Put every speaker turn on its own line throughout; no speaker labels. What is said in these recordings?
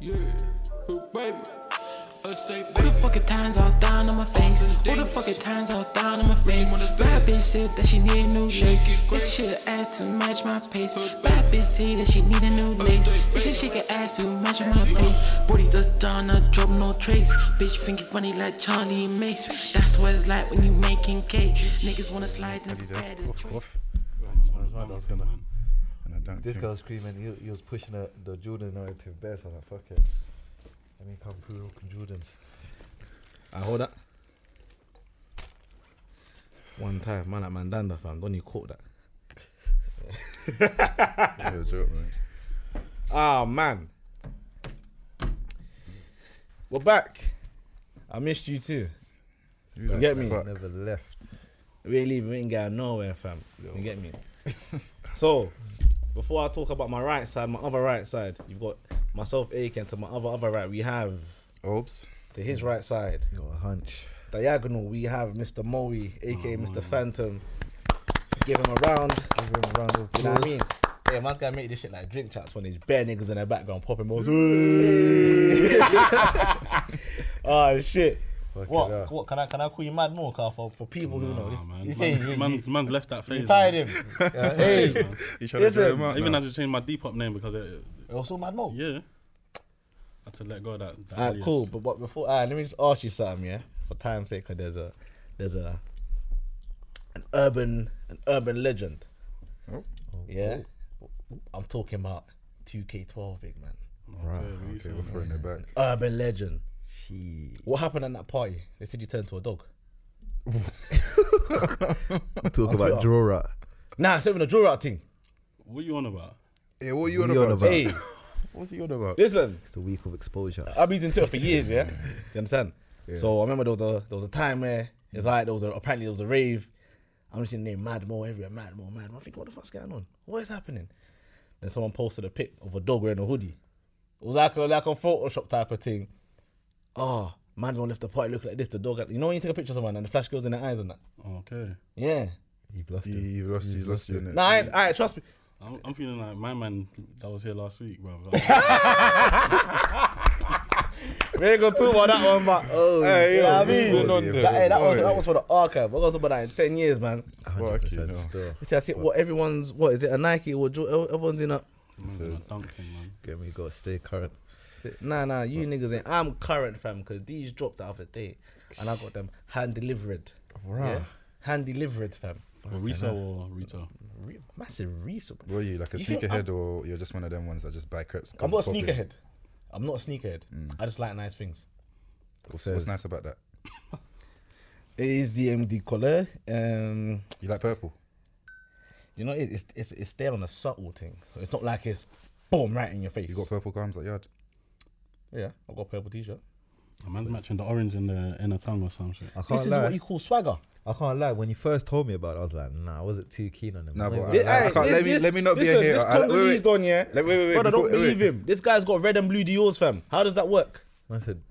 Yeah, oh, baby. Upstate,
All the
baby.
fucking times I was down on my face. All the fucking times I was down on my face. Bad bitch said that she need new lace. This shit ass too much my pace. Bad bitch said that she need a new lace. This shit shaking ass too much on my pace. Booty just down, I drop no trace. Bitch think you funny like Charlie Mace. That's what it's like when you making cake. Niggas wanna slide in the
Bloody
bed.
dust,
it's choice.
gruff, gruff. That's what I was gonna. And I don't
This
think-
Hmm.
guy was screaming. He, he was pushing a, the Jordan 19 best. I'm like, fuck it. Let me come through looking Jordans.
I hold that. One time, man, at Mandanda, fam. Don't you caught that?
Yeah, it's up, mate.
Ah, man. We're back. I missed you too.
Who's
You
that
get me?
fuck?
Never left.
We ain't leaving. We ain't going nowhere, fam. You get me? so, before I talk about my right side, my other right side, you've got myself, Aiken, to my other other right, we have
Obs.
to his right side,
You got a hunch.
diagonal, we have Mr. Moe, aka Mr. Phantom. Give him a round.
Give him a round of applause.
You know what I mean? Yeah, man's gonna make this shit like drink chats when there's bare niggas in the background popping balls. oh shit.
Fuck
what?
it up.
What? Can I can I call you mad more, Car? For, for people who know
Nah,
this,
man.
you
Man-
say you,
man's, man's left that
you
phase.
tired
man.
him.
Yeah,
hey,
man.
You trying to
Listen,
draw him out?
Even
now?
had to change my Depop name because it,
it was all mad mo.
yeah, I had to let go of that. that
Alright,
alias.
cool. But, but before, alright, let me just ask you something, yeah, for time's sake, 'cause there's a, there's a, an urban, an urban legend.
Oh.
Yeah,
Oh.
I'm talking about 2K12, big man.
Right.
Yeah, we used
Okay,
to-
we're throwing it back.
Urban legend.
She.
What happened at that party? They said you turned to a dog.
Talk
Twitter.
about draw rat.
Nah, it's not even a draw out thing.
What you on about?
Hey, what are you
What
on
you on
about?
about?
Jack?
Hey,
What's he on about?
listen,
It's the week of exposure.
I've been using Twitter for years, yeah. Do you understand? So I remember there was a there was a time where it's like there was a, apparently there was a rave. I'm just seeing the name Madmo everywhere, Madmo, Madmo. I think what the fuck's going on? What is happening? Then someone posted a pic of a dog wearing a hoodie. It was like a like a Photoshop type of thing. Oh, Madmo left the party looking like this. The dog, you know, when you take a picture of someone and the flash goes in their eyes and that.
Okay,
Yeah.
You've lost it.
He lost. He's lost you. innit?
Nah, I, ain't- I ain't- trust me.
I'm, I'm feeling like my man that was here last week, bro.
We ain't gonna talk about that one, but oh, hey, you know what I
what's
mean?
going on there?
Like, hey, that was
Oi.
that was for the archive. We're gonna talk about that in ten years, man.
100%
Fuck you, no.
still.
You see, I see what everyone's what is it a Nike or Jor- everyone's in a
dunked him, man.
Get me, gotta stay current.
nah nah you niggas ain't I'm current fam because these dropped the other day and I got them hand delivered
Bruh.
hand delivered fam
Or resale or retail?
Re- massive resource.
Were you like a
You think
sneakerhead, or you're just one of them ones that just buy crepes? 'cause
I'm not a
it's popular?
sneakerhead. I'm not a sneakerhead.
Mm.
I just like nice things.
What's,
Says-
what's nice about that?
It is the MD color. Um,
You like purple?
you know, it, it's it's it's there on a subtle thing. It's not like it's boom right in your face.
You got purple gums at yard?
yeah, I got a purple t-shirt.
A man's matching the orange and the inner tongue or some shit.
I can't
This is
lie.
what you call swagger.
I can't lie. When you first told me about it, I was like, nah, I wasn't too keen on him.
Nah,
I'm
but
not
I-
even-
I- I can't- let me- let me not be in
listen,
here.
This
I- I- wait,
Congolese
wait.
don, yeah.
Let- wait, wait, wait, before-
Brother, don't
wait, wait.
believe him. This guy's got red and blue Dior's, fam. How does that work?
I said,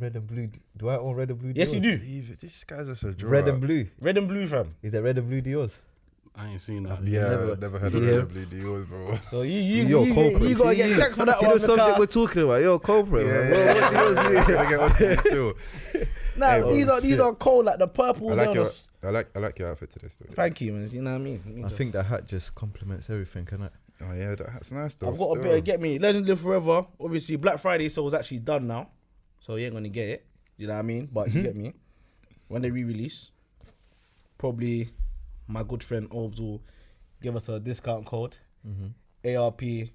red and blue. d- Do I own red and blue?
Yes, you
Dior's?
do.
These guys are so dry.
Red and blue.
Red and blue, fam.
Is it red and blue Dior's?
I ain't seen that.
Yeah, never,
Never-
never heard
you
of
hear?
red and blue deals, bro.
So you, you,
You're
you, you,
culprit.
gotta
See,
get checked for that
See
one.
the subject
Mika.
we're talking about. You're a culprit, man. What- what Dior's you in?
Gotta get onto this still.
Nah,
Hey, bro,
these are these
shit.
are cold, like the purple.
I
they're
like your,
the-
I like, I like your outfit today, still.
Thank you, man. You know what I mean. Let me
I
just-
think that hat just complements everything, can it?
Oh yeah, that hat's nice though.
I've got a
still.
bit of get me. Legend live forever. Obviously, Black Friday sale is actually done now, so you ain't gonna get it. You know what I mean? But
Mm-hmm.
you get me. When they re-release, probably my good friend Orbs will give us a discount code
Mm-hmm.
ARP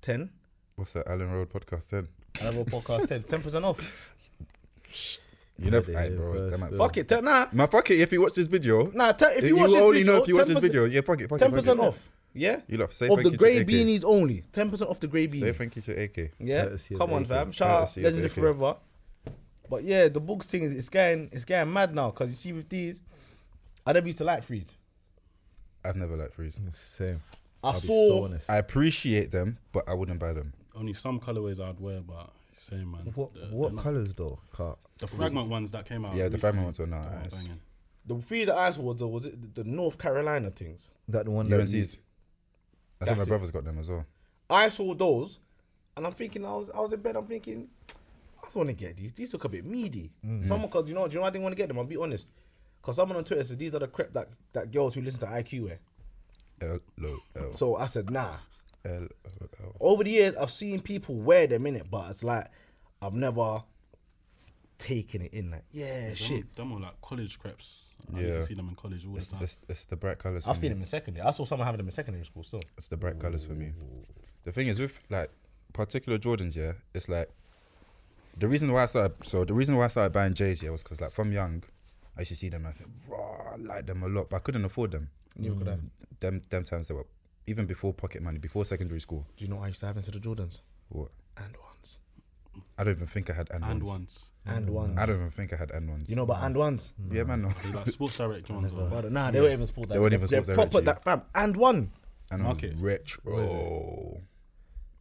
ten.
What's that Allen Road podcast then?
Another podcast ten. Ten percent off.
You never,
they
aye,
do
bro.
first,
that might-
though.
Fuck it. Ten, nah,
Man, fuck it. If you watch this video,
nah. Ten, if,
if
you watch this
only
video,
know if you watch this
10%
video, yeah, fuck it, fuck it,
Ten
fuck it.
percent off. Yeah.
You love say
Of
thank
the
you to
grey
AK.
beanies only. Ten percent off the grey
Say
beanies.
thank you to AK.
Yeah,
Courtesy of
come on,
AK.
fam. Shout out
Courtesy of
Legend of
AK.
Forever. But yeah, the books thing is it's getting it's getting mad now because you see with these, I never used to like Freed.
I've never liked threes.
Same.
I
I'll be
saw
so honest.
I appreciate them, but I wouldn't buy them.
Only some colorways I'd wear, but same man.
What
The,
what
the,
colours though? Can't.
the fragment ones that
Oh,
came out.
Yeah, the fragment ones
recently,
are
they were
nice.
banging.
the three that I saw was the, was it the North Carolina things.
That the one that you-
UNC's. I think my
That's it.
brother's got them as well.
I saw those, And I'm thinking, I was I was in bed. I'm thinking, I don't want to get these. These look a bit meaty.
Mm-hmm.
Someone, cause you know, do you know, why I didn't want to get them. I'll be honest, cause someone on Twitter said these are the crap that that girls who listen to IQ wear.
L O L
So I said, nah.
L O L.
Over the years, I've seen people wear them in it, but it's like I've never taken it in. Like, yeah, shit.
Them, them are like college creps. I used
Yeah.
to see them in college all the
It's,
time.
it's, it's the bright colors.
I've seen them in secondary. I saw someone having them in secondary school still.
It's the bright colours for me. The thing is with like particular Jordans, yeah, it's like the reason why I started so the reason why I started buying J's yeah was because like from young, I used to see them and I think, raw, I like them a lot, but I couldn't afford them.
Neither could I. Do
Them them times they were even before pocket money, before secondary school.
you know what I used to have instead of Jordans?
What?
And ones.
I don't even think I had and,
and
ones.
ones.
And ones.
I don't even think I had and ones.
You know about and ones?
yeah, man. No.
They like sports direct ones. or-
Brother, nah, Mm. they weren't even sports.
They weren't even
they're
Sports Direct,
proper
G.
that fam. And one.
And ones
Okay.
retro.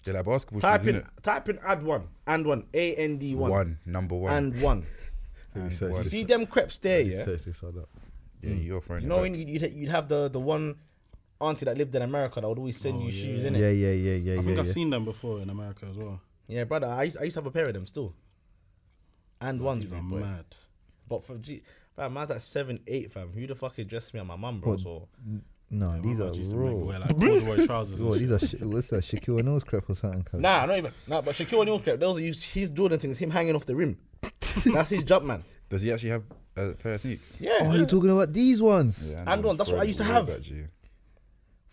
They're like basketball
Type
shoes,
in,
innit?
type in and one. And one. A N D one.
One number one.
And one.
Research
one.
this-
See them creps there, yeah?
research this one up.
yeah, you're friend.
Mm. You know when you'd, you'd have the, the one auntie that lived in America that would always send
Oh,
you
yeah.
shoes, innit?
Yeah, yeah, yeah, yeah, yeah.
I think I've
yeah.
seen them before in America as well.
Yeah, brother, I used, I used to have a pair of them still. And ones,
These are
boy.
mad.
But for G, fam, man's like seven eight, fam. Who the fuck is dressing me and my mum, bro?
But-
So
No,
Yeah, my
these
dad
are
used to make me
raw.
Wear, like, corduroy trousers. and
Raw,
shit.
These are sh- what's that? Shaquille O'Neal's crap or something? cuz?
nah, not even nah. But Shaquille O'Neal's crap. Those are used, his Jordan things, him hanging off the rim. That's his jump, man.
Does he actually have a pair of sneaks?
Yeah.
Oh, you talking about these ones?
Yeah,
And one, that's what I used to have.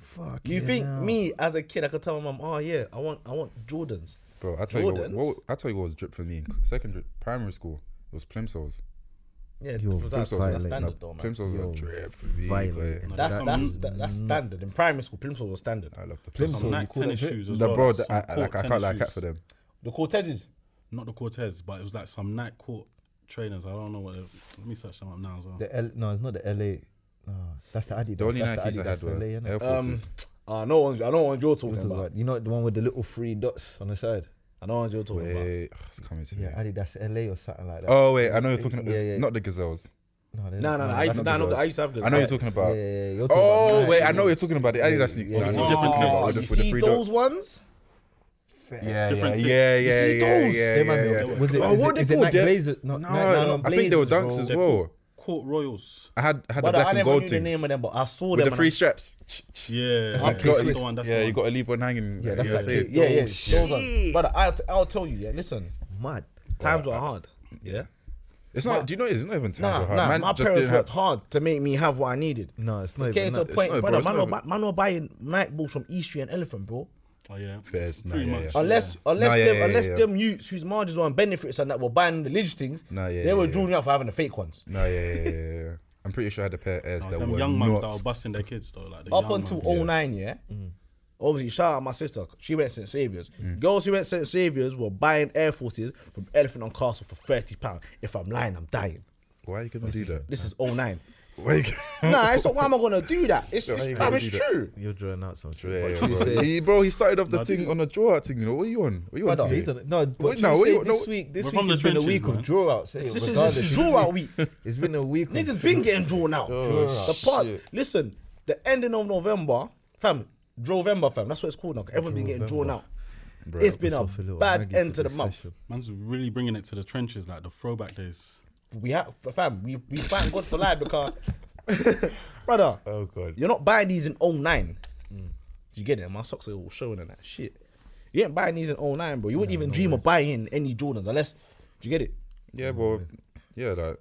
Fuck.
you think
hell.
me as a kid, I could tell my mum, oh yeah, I want, I want Jordans.
Bro, I tell you what,
Jordans?
what, I tell you what was drip for me in secondary, primary school. It was Plimsolls.
Yeah,
Yo,
that's,
Plimsolls
that's,
violate,
standard
no,
though, man.
Plimsolls were
Yo,
drip for me.
violent.
boy.
No,
That's
some-
that's that, that's standard in primary school. Plimsoll was standard.
I love the
Plimsolls.
Plimsolls.
some
you
Nike
call them
tennis
drip?
shoes as
The
well.
bro,
like
that
some
I, I,
court
like, I can't
tennis
like cat
shoes.
for them.
The Cortezes.
Not the Cortez, but it was like some Nike court trainers. I don't know what. They, let me search them up now as well.
The L- no, it's not the LA. No, that's the Adidas.
The only
that's
Nikes
the
I had were
LA, innit?
Air
Um,
Forces.
I know ones. I know ones you're
What
talking
you talking
about.
about? You know the one with the little three dots on the side?
I know ones you're talking about.
wait, ugh, oh, it's coming to me.
Yeah, Adidas LA or something like that.
Oh wait, I know you're talking.
Yeah,
it's
yeah.
Not the gazelles.
No, they're
No,
not-
no, no.
no,
I used
that's
to,
not
I know,
those.
I used to have good.
I know you're
Right.
talking
Yeah, yeah,
about.
yeah, you're talking about
Oh
Nike,
wait, I
innit?
know what you're talking about the Adidas sneaks.
yeah,
now.
yeah.
Not
Different
the-
tip.
Oh,
with
you
the- with the
see
three
those
dots.
ones?
Yeah, yeah,
Different tip.
yeah,
You
yeah,
see
yeah,
those?
yeah,
They might be-
yeah. yeah.
Was it,
Oh,
is
what
it,
they
is it
called?
Nike
They're-
Blazers? No,
No,
Nike- no, no,
I think they were
Blazers, bro.
dunks as
They're
well.
Court Royals.
I had I had the
But I
black and
never
gold
knew the
things.
name of them, but I saw
with
them.
the
and
free
I-
straps.
Yeah,
like
that's
Swiss.
the one. That's
yeah,
the
you
one.
gotta leave one hanging.
Yeah, that's
yeah,
like
say it.
it.
Yeah, yeah.
Those
Those ones. But I'll, t- I'll tell you. Yeah, listen.
Mad.
Times were hard. Yeah.
It's not. do you know? It's not even
Nah,
time. hard.
nah.
man
my
just
parents
didn't
worked
have.
hard to make me have what I needed.
No, it's not
It came
even
to a
that.
point,
not, bro,
brother.
it's
Man,
not
were bu- man, were buying night balls from East Street and Elephant, bro.
Oh yeah.
Bears, nah,
Pretty
yeah,
much.
yeah.
Unless, unless
Nah, yeah,
them,
yeah,
unless
yeah.
them youths whose margins were on benefits and that were buying the legit things,
Nah, yeah,
they were
yeah,
drawing out for having the fake ones.
No, yeah, yeah, yeah, yeah, yeah. I'm pretty sure I had a pair of airs that
them
were
young mums that
not.
were busting their kids though, like the
up
young
until
mums.
09, yeah. Obviously, shout out my sister. She went St. Saviour's. Girls who went St. Saviour's were buying Air Forces from Elephant and Castle for £30. If I'm lying, I'm dying.
Why are you gonna do that?
This is 09.
Why you
nah, it's not why am I going to do that? It's,
you
it's,
gonna
fam, it's
do that?
true.
You're drawing out some shit. What
Yeah, yeah,
you
bro.
say?
He, bro, he started off the thing on a draw out thing. You know what are you on? What are you on?
Brother,
today?
he's on- no, but
Wait,
you
no, wait,
say
what-
this
no.
week, this
We're
week
from
has
the
been a
trenches,
week of
man.
drawouts. eh,
This is
regardless.
it's draw-out week.
It's been a week. of
Niggas been getting drawn out.
Oh,
the part,
shit.
listen, the ending of November, fam, Drovember, fam, that's what it's called now. 'cause Everyone's been getting drawn out.
Bro,
it's been a
off little
bad
Maggie
end
for
to the
this
month.
session.
Man's really bringing it to the trenches, like the throwback days.
we have fam, we we thank God for life because brother,
Oh god.
you're not buying these in 09. Do you get it? My socks are all showing and that shit. You ain't buying these in 09, bro. You wouldn't even dream of buying any Jordans unless do you get it?
Yeah, bro. Yeah, like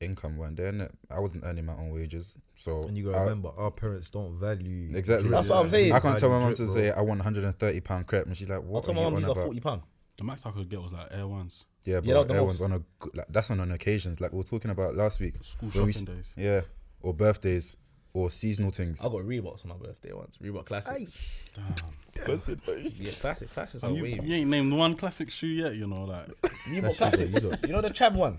income went there. innit? I wasn't earning my own wages, so
And you gotta
I-
remember, our parents don't value.
Exactly.
That's what I'm saying.
I can't tell my mom
Value
to
drip,
say I want 130 pound crepe, and she's like,
I'll
"What?"
tell
are
my
you
mum
on
these are
about?
forty pound.
The max I could get was like Air Ones.
Yeah,
Yeah,
bro.
that was the
everyone's
most-
on a go- like, that's on an occasions like we were talking about last week.
School
When we
shopping
s-
days.
Yeah, or birthdays or seasonal things.
I got Reeboks on my birthday once. Reebok classics. Yeah, classic classics are
You,
wavy.
you ain't named one classic shoe yet, you know. Like,
Reebok classics. You know the Chab one.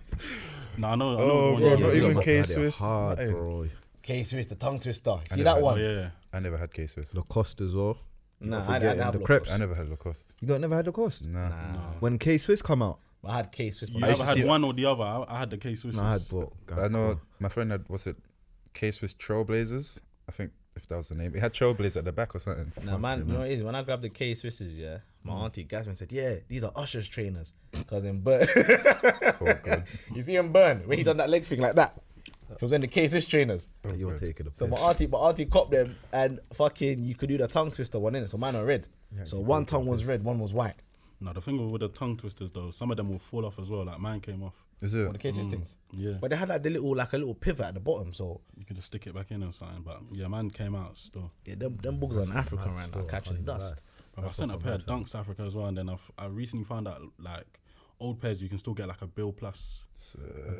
no, I know, I know.
Oh,
one
bro,
you
not
got.
even
Yeah,
K-Swiss,
Hard,
nothing.
bro.
K Swiss, the tongue twister. See
know
that
that
one?
yeah.
I never had cases.
Lacoste as well.
Nah, I, I,
forgetting
didn't have
the
Lacoste.
crepes.
I never had Lacoste.
You don't never had Lacoste?
Nah.
When K Swiss come out,
I had K Swiss.
You
used
either
to
had
see-
one or the other. I, I had the K Swiss.
no, I had bought.
I know my friend had was it K-Swiss Trailblazers. I think if that was the name. It had Trailblazer at the back or something.
Now,
Fuck
man,
me,
you know what it is? When I grabbed the K Swisses, yeah, my auntie Gasman said, Yeah, these are Usher's trainers. Because in Burn,
Oh, God.
you see him burn when he done that leg thing like that. He was in the K Swiss trainers.
You're taking a
So
piss.
my auntie, my auntie copped them and fucking you could do the tongue twister one in it. So mine are red. so one tongue was red, one was white.
No, the thing with the tongue twisters though, some of them will fall off as well. Like mine came off.
Is
On the
it?
K Swiss things.
Yeah,
But they had like the little like a little pivot at the bottom. So
you could just stick it back in or something. But yeah, mine came out still.
yeah, them them bugs on Africa right now catching dust.
Bruv, I sent a pair of Dunks Africa as well, and then I've, I recently found out like old pairs you can still get like a bill plus.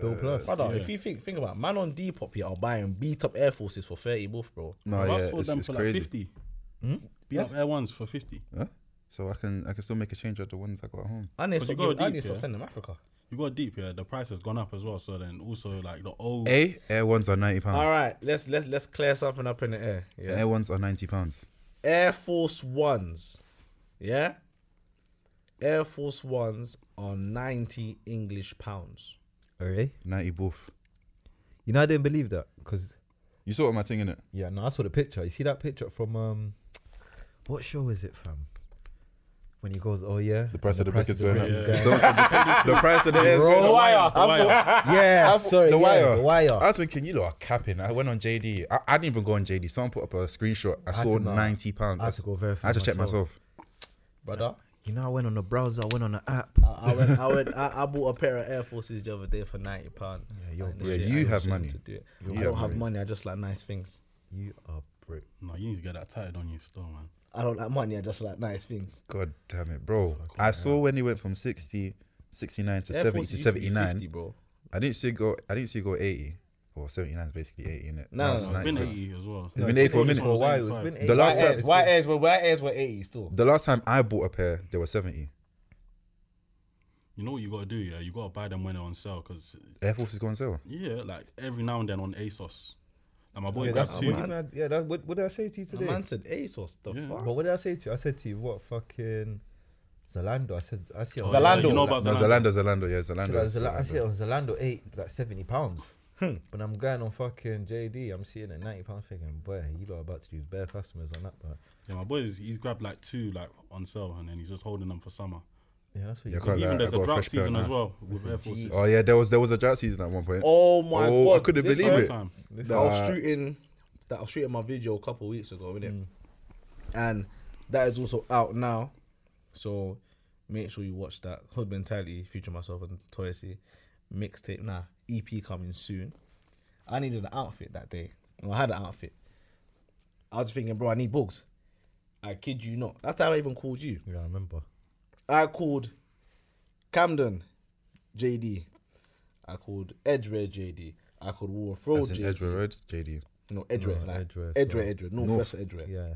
Bill Plus.
Brother, if you think think about it, man on Depop here are buying beat up Air Forces for thirty both, bro.
No,
Bruv,
yeah,
I sold
it's,
them
it's
for
crazy. Hmm?
like fifty. Beat up Air Ones for fifty.
Huh? So I can I can still make a change at the ones I got at home.
I need
But
to
you go
give, I
deep,
need to
yeah?
send them Africa.
You got deep, yeah. The price has gone up as well. So then also like the old.
A Air Ones are ninety pounds.
All right, let's let's let's clear something up in the air. Yeah.
Air Ones are ninety pounds.
Air Force Ones, yeah. Air Force Ones are ninety English pounds.
Okay.
Ninety booth.
You know, I didn't believe that because
You saw my thing in it.
yeah, no, I saw the picture. You see that picture from um, what show is it from? When he goes, oh yeah,
The price
and
of the brick is
of
going
the
up.
brick is
Someone said the, the price of the air is going up.
wire.
The wire.
Yeah, sorry,
the
yeah,
wire.
the wire.
I was thinking, you lot are capping. I went on JD. I, I didn't even go on JD. Someone put up a screenshot. I,
had
saw
to know.
ninety pounds.
I had to go verify
I had to check
myself.
myself.
brother.
You know, I went on the browser. I went on the app.
I, I went, I went, I, I bought a pair of Air Forces the other day for ninety pound. Yeah,
you're
Yeah, you have money.
I
have
don't have
money.
money. I just like nice things.
You are brick.
No, you need to get that tatted on you still, man.
I don't like money. I just like nice things.
God damn it, bro! I saw when he went from 60, 69 to
Air
seventy
Force
to
used to be
seventy
50,
nine.
bro.
I didn't see it go. I didn't see it go eighty. Well, seventy nine is basically eighty, innit?
No,
Now
no,
it's
no,
It's been
90.
eighty as well.
It's been eighty for a
This
minute.
one was
why it's
85.
been
The last
White
time-
airs, white airs were, white airs were eighty still.
The last time I bought a pair, they were seventy.
You know what you gotta do, yeah. You gotta buy them when they're on sale, cause
Air Force is going on sale.
yeah, like every now and then on ASOS. Like my boy
Yeah,
grabbed
that's
two.
what, I, yeah that, what, what did I say to you
The
today?
man said ASOS. The
Yeah.
fuck?
But what did I say to you? I said to you, what fucking Zalando? I said, I see it on
Oh, yeah,
Zalando.
You know about
No,
Zalando?
Zalando, Zalando, yeah,
I see
Zalando.
that
is-
Zala- I see it on Zalando eight, like seventy pounds.
Hmm.
But I'm going on fucking JD. I'm seeing it ninety pounds, thinking, boy, you lot are about to lose bare customers on that. But
Yeah, my boy is he's grabbed like two like on sale, and then he's just holding them for summer.
yeah, that's
Yeah,
what you.
I
got.
can't
Even
lie, I
there's
got
a drought
fresh pair
season
now.
as well with Air Forces.
Oh yeah, there was there was a drought season at one point.
Oh my
Oh,
god!
I couldn't
this
believe
one-
it.
I was
Nah.
shooting that I was shooting my video a couple weeks ago, innit?
Mm.
And that is also out now. So make sure you watch that. Hood Mentality, Future Myself and Toyasi. Mixtape nah, EP coming soon. I needed an outfit that day. Well, I had an outfit. I was thinking, bro, I need books. I kid you not. That's how I even called you.
Yeah, I remember.
I called Camden JD. I called Edgeware JD. I called Warf Road
That's in
JD.
Edgeware Road, JD.
No, Edgeware,
No,
like
Edgware,
Edgeware,
so-
Edgeware, Northwest Edgeware. Yeah.
Yeah.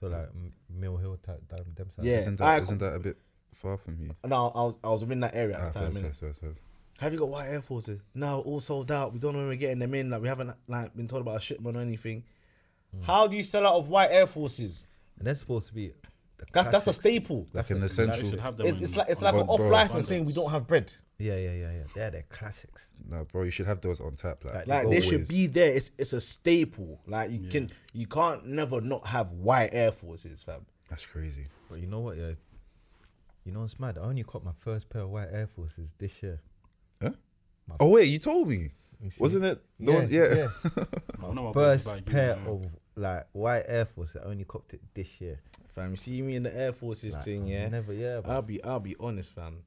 So like M- Mill Hill type, them, them sides.
Yeah.
Isn't
I-
that isn't that a bit far from you?
And I, I was I was in that area at
Ah,
the
fair,
time.
fair,
innit?
fair, fair.
Have you got white Air Forces? No, all sold out. We don't know when we're getting them in. Like we haven't like been told about a shipment or anything. How do you sell out of white Air Forces?
And they're supposed to be. the
That, that's a
classics.
staple.
Like an
Like, you
essential.
should have them.
It's,
in-
it's like it's
on
like
the-
an
Oh, Bro, bro.
off license saying we don't have bread.
Yeah, yeah, yeah, yeah. They're the classics.
No, bro, you should have those on tap. Like,
Like,
Like they should
always.
be there. It's it's a staple. Like you can you can't never not have white Air Forces, fam.
That's crazy.
But you know what? Yeah. You know it's mad. I only caught my first pair of white Air Forces this year.
Oh wait, you told me,
You see?
wasn't it? The one, yeah.
I know my boy's
First
like, you
pair
know,
of like white Air Force. I only copped it this year.
Fam, you see me in the Air Forces
Like,
thing,
I've
yeah.
Never, yeah. But
I'll be I'll be honest, fam.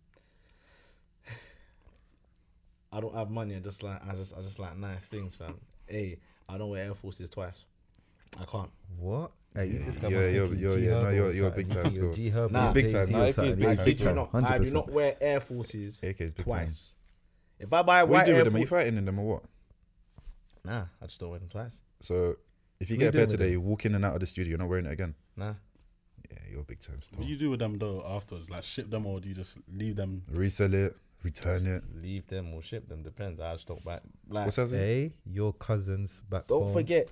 I don't have money. I just like I just I just like nice things, fam. Hey, I don't wear Air Forces twice. I can't.
what? Hey, you just got
yeah,
my
you're-
fucking
you're-
G
yeah, no,
Herbo
you're-
or
you're
something.
big time
You're
still.
G Herbo
Nah.
or
Big time.
Jay-Z
Nah,
or
AK is
something.
big
I
time.
kid you not. I do
100%.
not wear Air Forces
AK is big time.
twice. If I buy
What
white
you do
Air
with them? Are you
Forces,
fighting in them or what?
nah, I just don't wear them twice.
So if you get
What you
a pair
doing with
today, you walk in and out of the studio, you're not wearing it again.
Nah,
Yeah, you're a big time store.
What do you do with them though afterwards? Like ship them or do you just leave them?
Resell it, return it.
Leave them or ship them. Depends. I stock back. Like,
What's that?
Hey, your cousins back
don't
home
forget.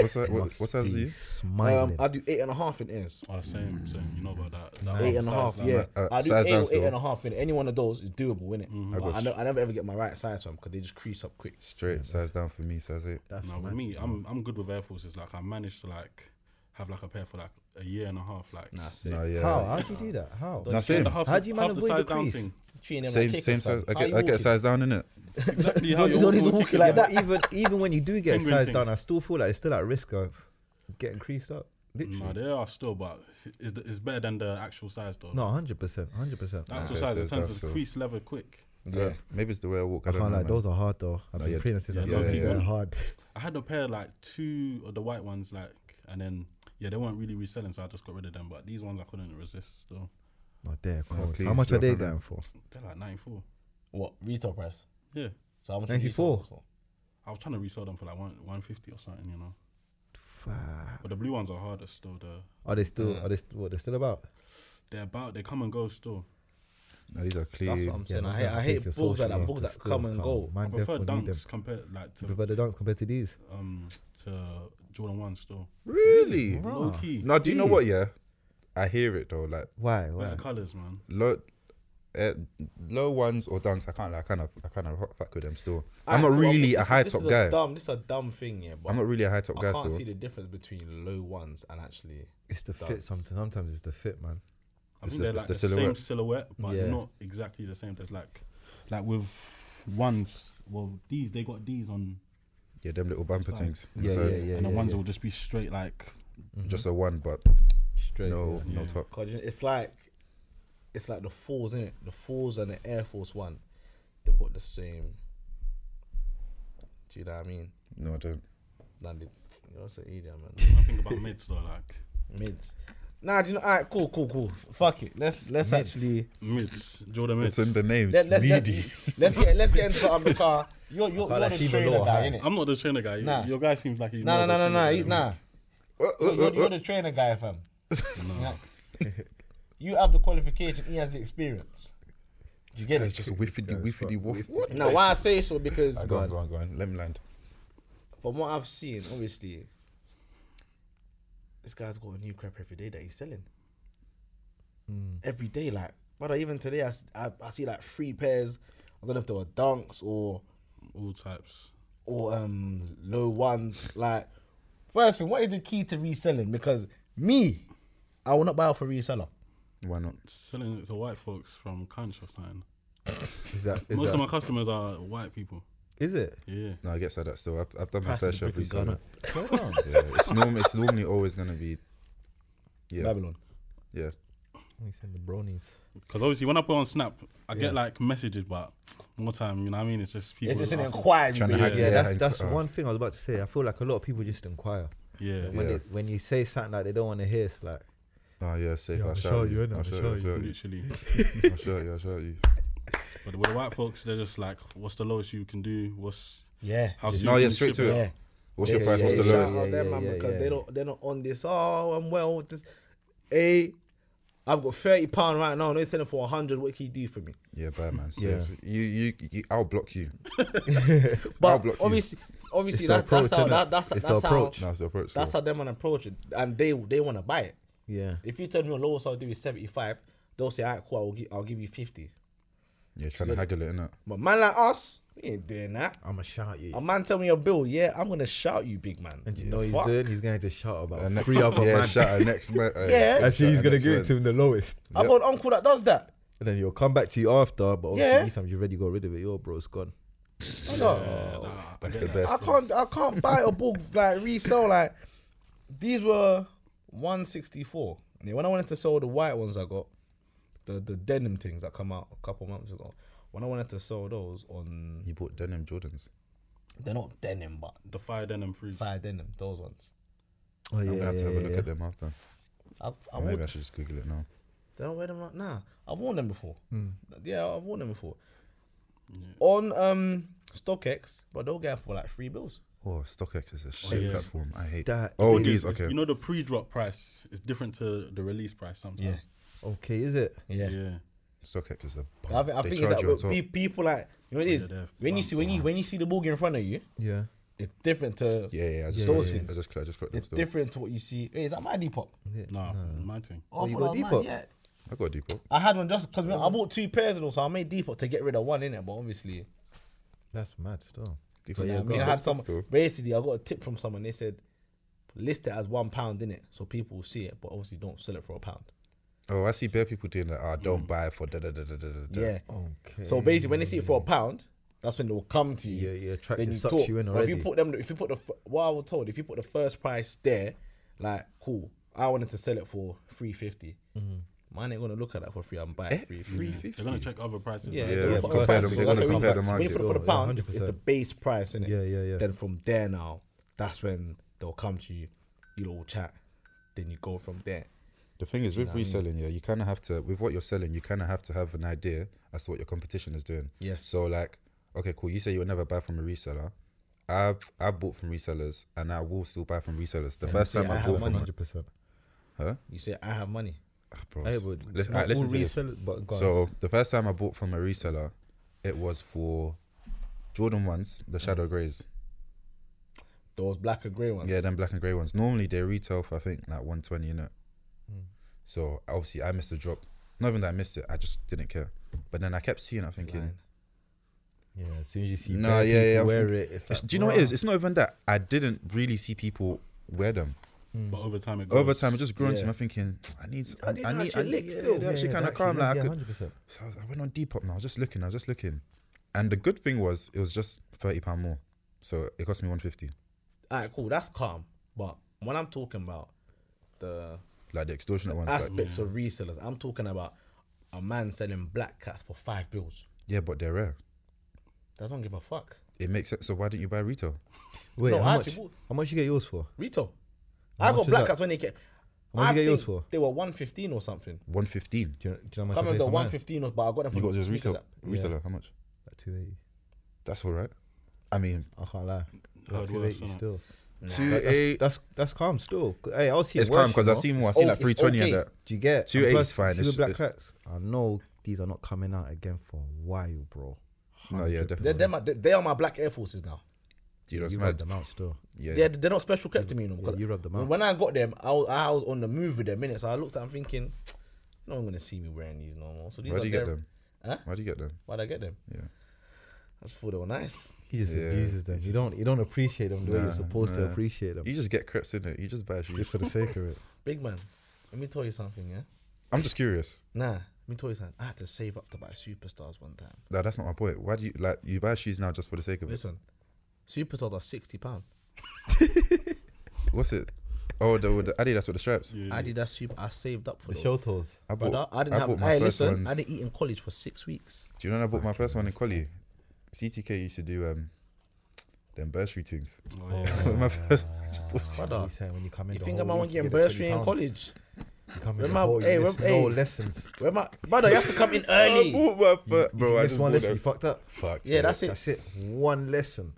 What's that? What,
must
what's that?
be
Z?
Um,
Smiling.
I do eight and a half in ears.
Oh, same, same. You know about that. that
Eight and a half,
size, like,
yeah.
uh,
I do
size
eight,
down
or eight
still. Mm-hmm.
and a half in any one of those is doable, innit?
I
But
got
I,
s-
know, I never ever get my right size from because they just crease up quick.
Straight size down for me, size eight.
That's
No, with me, I'm I'm good with Air Forces. Like I managed to like have like a pair for like a year and a half. Like
Nah, sick.
No, yeah.
How? How do you do that? How?
Nah,
the
same.
half,
How do you man
half the
avoid the
size down
crease?
thing.
Treating them like
Same,
kickers,
same
fam.
size. I
How
get,
you
I get a
walking?
size down in it.
Exactly how you're
don't- you don't need to walk it like that.
even even when you do get
Penguin
sized
thing.
down, I still feel like it's still at risk of getting creased up.
No,
Literally.
they are still, but it's, it's better than the actual size though.
No, hundred percent, hundred percent.
that's
Okay,
the size.
so
It turns
that's
to
a-
crease leather quick.
Yeah. maybe it's the way I walk. I,
I
don't
found
know.
like
man.
those are hard though. I've
No,
been
yeah,
praying since
yeah,
I've
low-key
been
one.
hard.
I had a pair like two of the white ones, like, and then yeah, they weren't really reselling, so I just got rid of them. But these ones I couldn't resist. Though
Oh, they're cold.
please,
How much are
yeah,
they
man.
going for?
they're like ninety four.
What retail price?
Yeah,
So how much?
94.
I was trying to resell them for like one one fifty or something, you know.
Fuck.
But the blue ones are hardest still. The
Are they still? Are they st- what? They're still about?
they're about they come and go still.
No, these are clean.
That's what I'm saying.
man,
I
you
hate,
have
I
to take
hate
your
balls
social
like that.
life
Balls
to
that
still
come and go.
Man,
I prefer
definitely need them.
dunks compared like
You
to
prefer the dunks compared to these?
um to Jordan ones still.
Really?
Low key,
No, do you know what? Yeah, I hear it though. Like
Why? Why?
better colors, man.
low, uh, low ones or dunks. I can't. Like, I kind of. I kind of hot fuck with them still. I'm not really a high top
is
guy.
Dumb. This is a dumb thing, yeah. But
I'm not really a high top
I
guy
can't
still.
see the difference between low ones and actually.
It's the fit.
Dunks.
Sometimes, sometimes it's the fit, man.
I
It's
think
the-
they're
it's
like
the
the, same
silhouette.
silhouette, but
Yeah.
not exactly the same. There's like, like with ones. Well, these they got these on,
Yeah, them little bumper
Size.
things.
Yeah,
So,
yeah, yeah.
and the
yeah,
ones
yeah.
will just be straight like.
Just a one, but
straight.
no, no
Yeah.
top.
'cause Mm-hmm. you- It's like, it's like the fours in it. The fours and the Air Force One, they've got the same. Do you know what I mean?
No, I don't.
Landed. You know, it's an idiot, man.
I think about mids though, like
Mids. Nah, do you know? All right, cool, cool, cool. Fuck it. Let's let's actually
mids, Jordan mids.
It's in the name.
let,
It's
let's, let,
meaty.
let's get let's get into something because you're
thought
you're, you're
that's
the
even
trainer
lower
guy,
high.
innit?
I'm not the trainer guy. You-
Nah.
Your guy seems like he's
Nah,
more
nah,
of
nah,
a
nah, nah,
trainer
you- nah. You're, you're, you're the trainer guy, fam. Nah. You have the qualification. He has the experience. You get
It's
it?
just whiffity, whiffity, woof.
Now, why I say so because
Go on, go on, go on. Let me land.
from what I've seen, obviously, this guy's got a new crap every day that he's selling.
Hmm.
Every day, like, but even today, I, s- I- I see like three pairs. I don't know if they were dunks or
than All types.
or um low ones. Like, first thing, what is the key to reselling? Because me, I will not buy off a reseller.
Why not?
Selling it to white folks from Kanch or something.
Is that? Is,
Most
that,
of my customers are white people.
is it?
Yeah.
No, I guess like that still. I've, I've done my fair share of reselling.
Hold on.
Yeah, it's, norm- it's normally always going to be. Yeah.
Babylon.
Yeah.
We send the bronies.
Because obviously, when I put on Snap, I get like messages, but more time, you know what I mean? It's just people.
It's, it's an
asking-
inquiry.
Tryna
basically.
hack
Yeah,
Yeah, yeah,
that's
and-
that's
uh,
one thing I was about to say. I feel like a lot of people just inquire
Yeah.
when
Yeah.
they, when you say something like they don't want to hear. It's like
Oh, yeah, safe.
Yeah,
I'll,
I'ma show
shout
you,
you.
innit?
I'll
I'ma
shout
show
you. I'll shout you.
Literally.
I'll shout you. I'll shout you.
But with the white folks, they're just like, what's the lowest you can do? What's
Yeah.
how soon?
No,
can
yeah,
you
straight
ship
to
Yeah.
it. What's
Yeah,
your price?
yeah,
What's the
yeah,
lowest?
Shout out
yeah,
them, man,
yeah,
because
yeah,
they
yeah.
don't they're not on this. Oh, I'm well. with This, hey, I've got thirty pound right now. and They're selling for hundred. What can you do for me?
Yeah, bad man. Safe.
Yeah.
You, you, you, I'll block you. I'll
But
block you.
obviously, obviously
It's the
that, that's
approach,
how
innit?
that, that's
It's the
that's how
approach.
No, it's the approach.
that's
still.
how them man approach it, and they they want to buy it.
yeah,
If you tell me your lowest I'll do is seventy five, they'll say, alright, cool. I'll give I'll give you fifty.
yeah, trying to haggle it, innit?
But man like us, we ain't doing that.
I'ma shout you.
A man tell me your bill, yeah, I'm gonna shout you, big man.
and you know what he's
Fuck.
doing? He's going to shout about
And next-
three other
yeah,
man.
shout out next man. uh,
Yeah.
And see,
shout
he's
out
gonna
next
give
man.
it to him the lowest,
I got an uncle that does that.
and then he'll come back to you after. But obviously,
Yeah.
these times you already got rid of it. Your bro's gone.
That's the
I
best.
can't I can't buy a book like resell like these were one sixty four. When I wanted to sell the white ones I got, the the denim things that come out a couple months ago. When I wanted to sell those on
You bought denim Jordans.
they're not denim but
The fire denim freeze.
fire denim, those ones.
Oh yeah,
I'm gonna have to have a
yeah,
look
yeah.
at them after.
I, I
Maybe
would
I should just Google it now.
They don't wear them right now. I've worn them before.
Hmm.
Yeah, I've worn them before. On um StockX, but they'll get for like three bills.
Oh, StockX is a shit
yeah.
platform. I hate
That-
Oh,
Thing is,
these
is
okay.
You know the pre-drop price is different to the release price sometimes.
Okay, is it?
Yeah.
yeah.
StockX is a.
I, think- I
they
think
charge
it's
you on
like
top.
pe- people like you know what it is
Yeah, they're
when you see when you when you see the boogie in front of you,
Yeah.
it's different to
Yeah, yeah. I just,
Those
yeah,
things.
I just, cl- I just clicked them
it's
still.
different to what you see. Hey, is that my Depop?
yeah.
Nah, my thing.
Oh,
you
for
got
that, man,
Depop?
Yeah.
I got a Depop.
I had one just because I bought two pairs and all, so I made Depop to get rid of one in it. But obviously,
That's mad still.
Depop.
yeah, I
got
mean, I
it
had some.
still.
Basically, I got a tip from someone. They said list it as one pound in it, so people will see it, but obviously don't sell it for a pound.
Oh, I see bare people doing that. Ah, don't buy for da da da da da da. da.
Mm. Yeah.
Okay.
So basically, when they see it for a pound, that's when they will come to you.
Yeah, yeah, track
Then
it
you
sucks
talk.
you in
But If
already.
you put them, if you put the f- what I was told, if you put the first price there, like cool, I wanted to sell it for three
Mm-hmm.
Mine ain't gonna look at that for free. I'm
Eh?
buying it free.
Three
They're gonna
fifty.
check other prices.
Yeah,
like,
yeah,
Yeah,
yeah,
compare them-
for the
they're
so
gonna
that's what we
compare
put-
the
When you
market.
put it for the
Yeah,
pound, it's it's the
100%.
base price, innit?
Yeah, yeah, yeah.
Then from there now, that's when they'll come to you. You will chat. Then you go from there.
The thing is, with reselling, yeah, you kind of have to, with what you're selling, you kind of have to have an idea as to what your competition is doing.
Yes.
So, like, okay, cool. You say you'll never buy from a reseller. I've I've bought from resellers, and I will still buy from resellers. The first
see,
time
I
I,
have
bought from,
money.
a-
Hundred percent.
You say, I have money.
Ah, bro,
Hey,
s-
but
li-
it's
alright,
not
listen
all
to this.
resell- but go on.
So the first time I bought from a reseller, it was for Jordan ones, the Shadow Greys.
Those black and grey ones.
Yeah, them black and grey ones. Normally they retail for I think like one twenty in it. So obviously I missed the drop. Not even that I missed it, I just didn't care. But then I kept seeing, it, I'm thinking,
Lying.
Yeah, as soon as you see
Nah,
bare
yeah,
people
yeah, I
wear
think-
it, it's
It's-
like,
do you know what it is?
bruh.
It's not even that I didn't really see people wear them.
But over time it goes.
Over time, it just grew into
Yeah.
me thinking, I need, I,
These
I
are
need, I
actually
need.
lit
yeah,
still.
they actually
Yeah,
kind of
they're
calm.
actually
Like I
lit, yeah,
could.
100%.
So I, was, I went on Depop and I was just looking. I was just looking, and the good thing was it was just thirty pound more, so it cost me one fifty.
Alright, cool. That's calm. But when I'm talking about the
Like the extortionate ones. Like,
aspects of resellers, I'm talking about a man selling black cats for five bills.
yeah, but they're rare.
That don't give a fuck.
It makes sense. So why didn't you buy retail?
Wait,
No, I
how
actually
much?
bought-
How much you get yours for?
Retail.
How
I
much
got
is
black
that?
cats when they get.
How much
I
you get yours for?
think They were one fifteen or something.
One fifteen.
Do you, do you know how
I
much I paid
can't remember
for
the one
mine?
fifteen was, but I got them
You
from
got
the
just
sneakers
resell
app.
reseller. How much?
Like two eighty.
That's all right. I mean,
I can't lie.
Heard
Two
worse,
eighty
innit?
still.
two eight.
That's that's calm still. Hey, I'll see.
It's
worse,
calm because
you
I've
know.
seen more. I see
o-
like
it's
three twenty and
okay.
that.
Do you get
280 is
plus,
fine,
see
it's-
the black
it's-
cracks. I know these are not coming out again for a while, bro.
No, yeah, definitely.
They're, they're my, they they are my black Air Forces now.
You know, it's
You
mad.
rubbed them out still.
Yeah,
They're, they're not special kept to me, you know.
yeah,
because
you rubbed them out.
When I got them, I was, I was on the move with them minute, so I looked at them thinking, no one's going to see me wearing these no more. So these
Where
are
do you get
their-
them?
Huh?
Where do you get them?
Why'd I get them?
Yeah.
I just thought they were nice.
He just
Yeah,
abuses them.
it's
You
just-
don't you don't appreciate them the way
Nah,
you're supposed to
nah.
appreciate them.
You just get creps in it. You just buy shoes.
Just for the sake of it.
Big man, let me tell you something, yeah?
I'm just curious.
Nah, let me tell you something. I had to save up to buy superstars one time.
No, that's not my point. Why do you like you buy shoes now just for the sake of it?
Listen, superstars are sixty pound.
What's it? Oh, the, the Adidas with the stripes.
Yeah.
I did that super. I saved up for
The
those.
show toes.
I
Brother,
bought.
I didn't
I
have.
bought my
hey,
first
listen,
ones. Oh,
I didn't eat in college for six weeks.
Do you know when I bought my first one in Collie? CTK used to do um, them bursary things.
Oh, yeah.
my first sports
Brother,
He's saying when you come in
You
the
think
whole
I'm
week,
one
you
getting
get the 20
bursary in
pounds.
college?
You come in the
Remember-
whole, you
hey,
miss
rem-
no
hey.
lessons.
Where my brother, you have to come in
I
early.
bought my first,
If
bro.
you
I
miss
just
one
bought
lesson,
them.
you fucked up.
Fucked.
Yeah, that's it.
That's it. One lesson.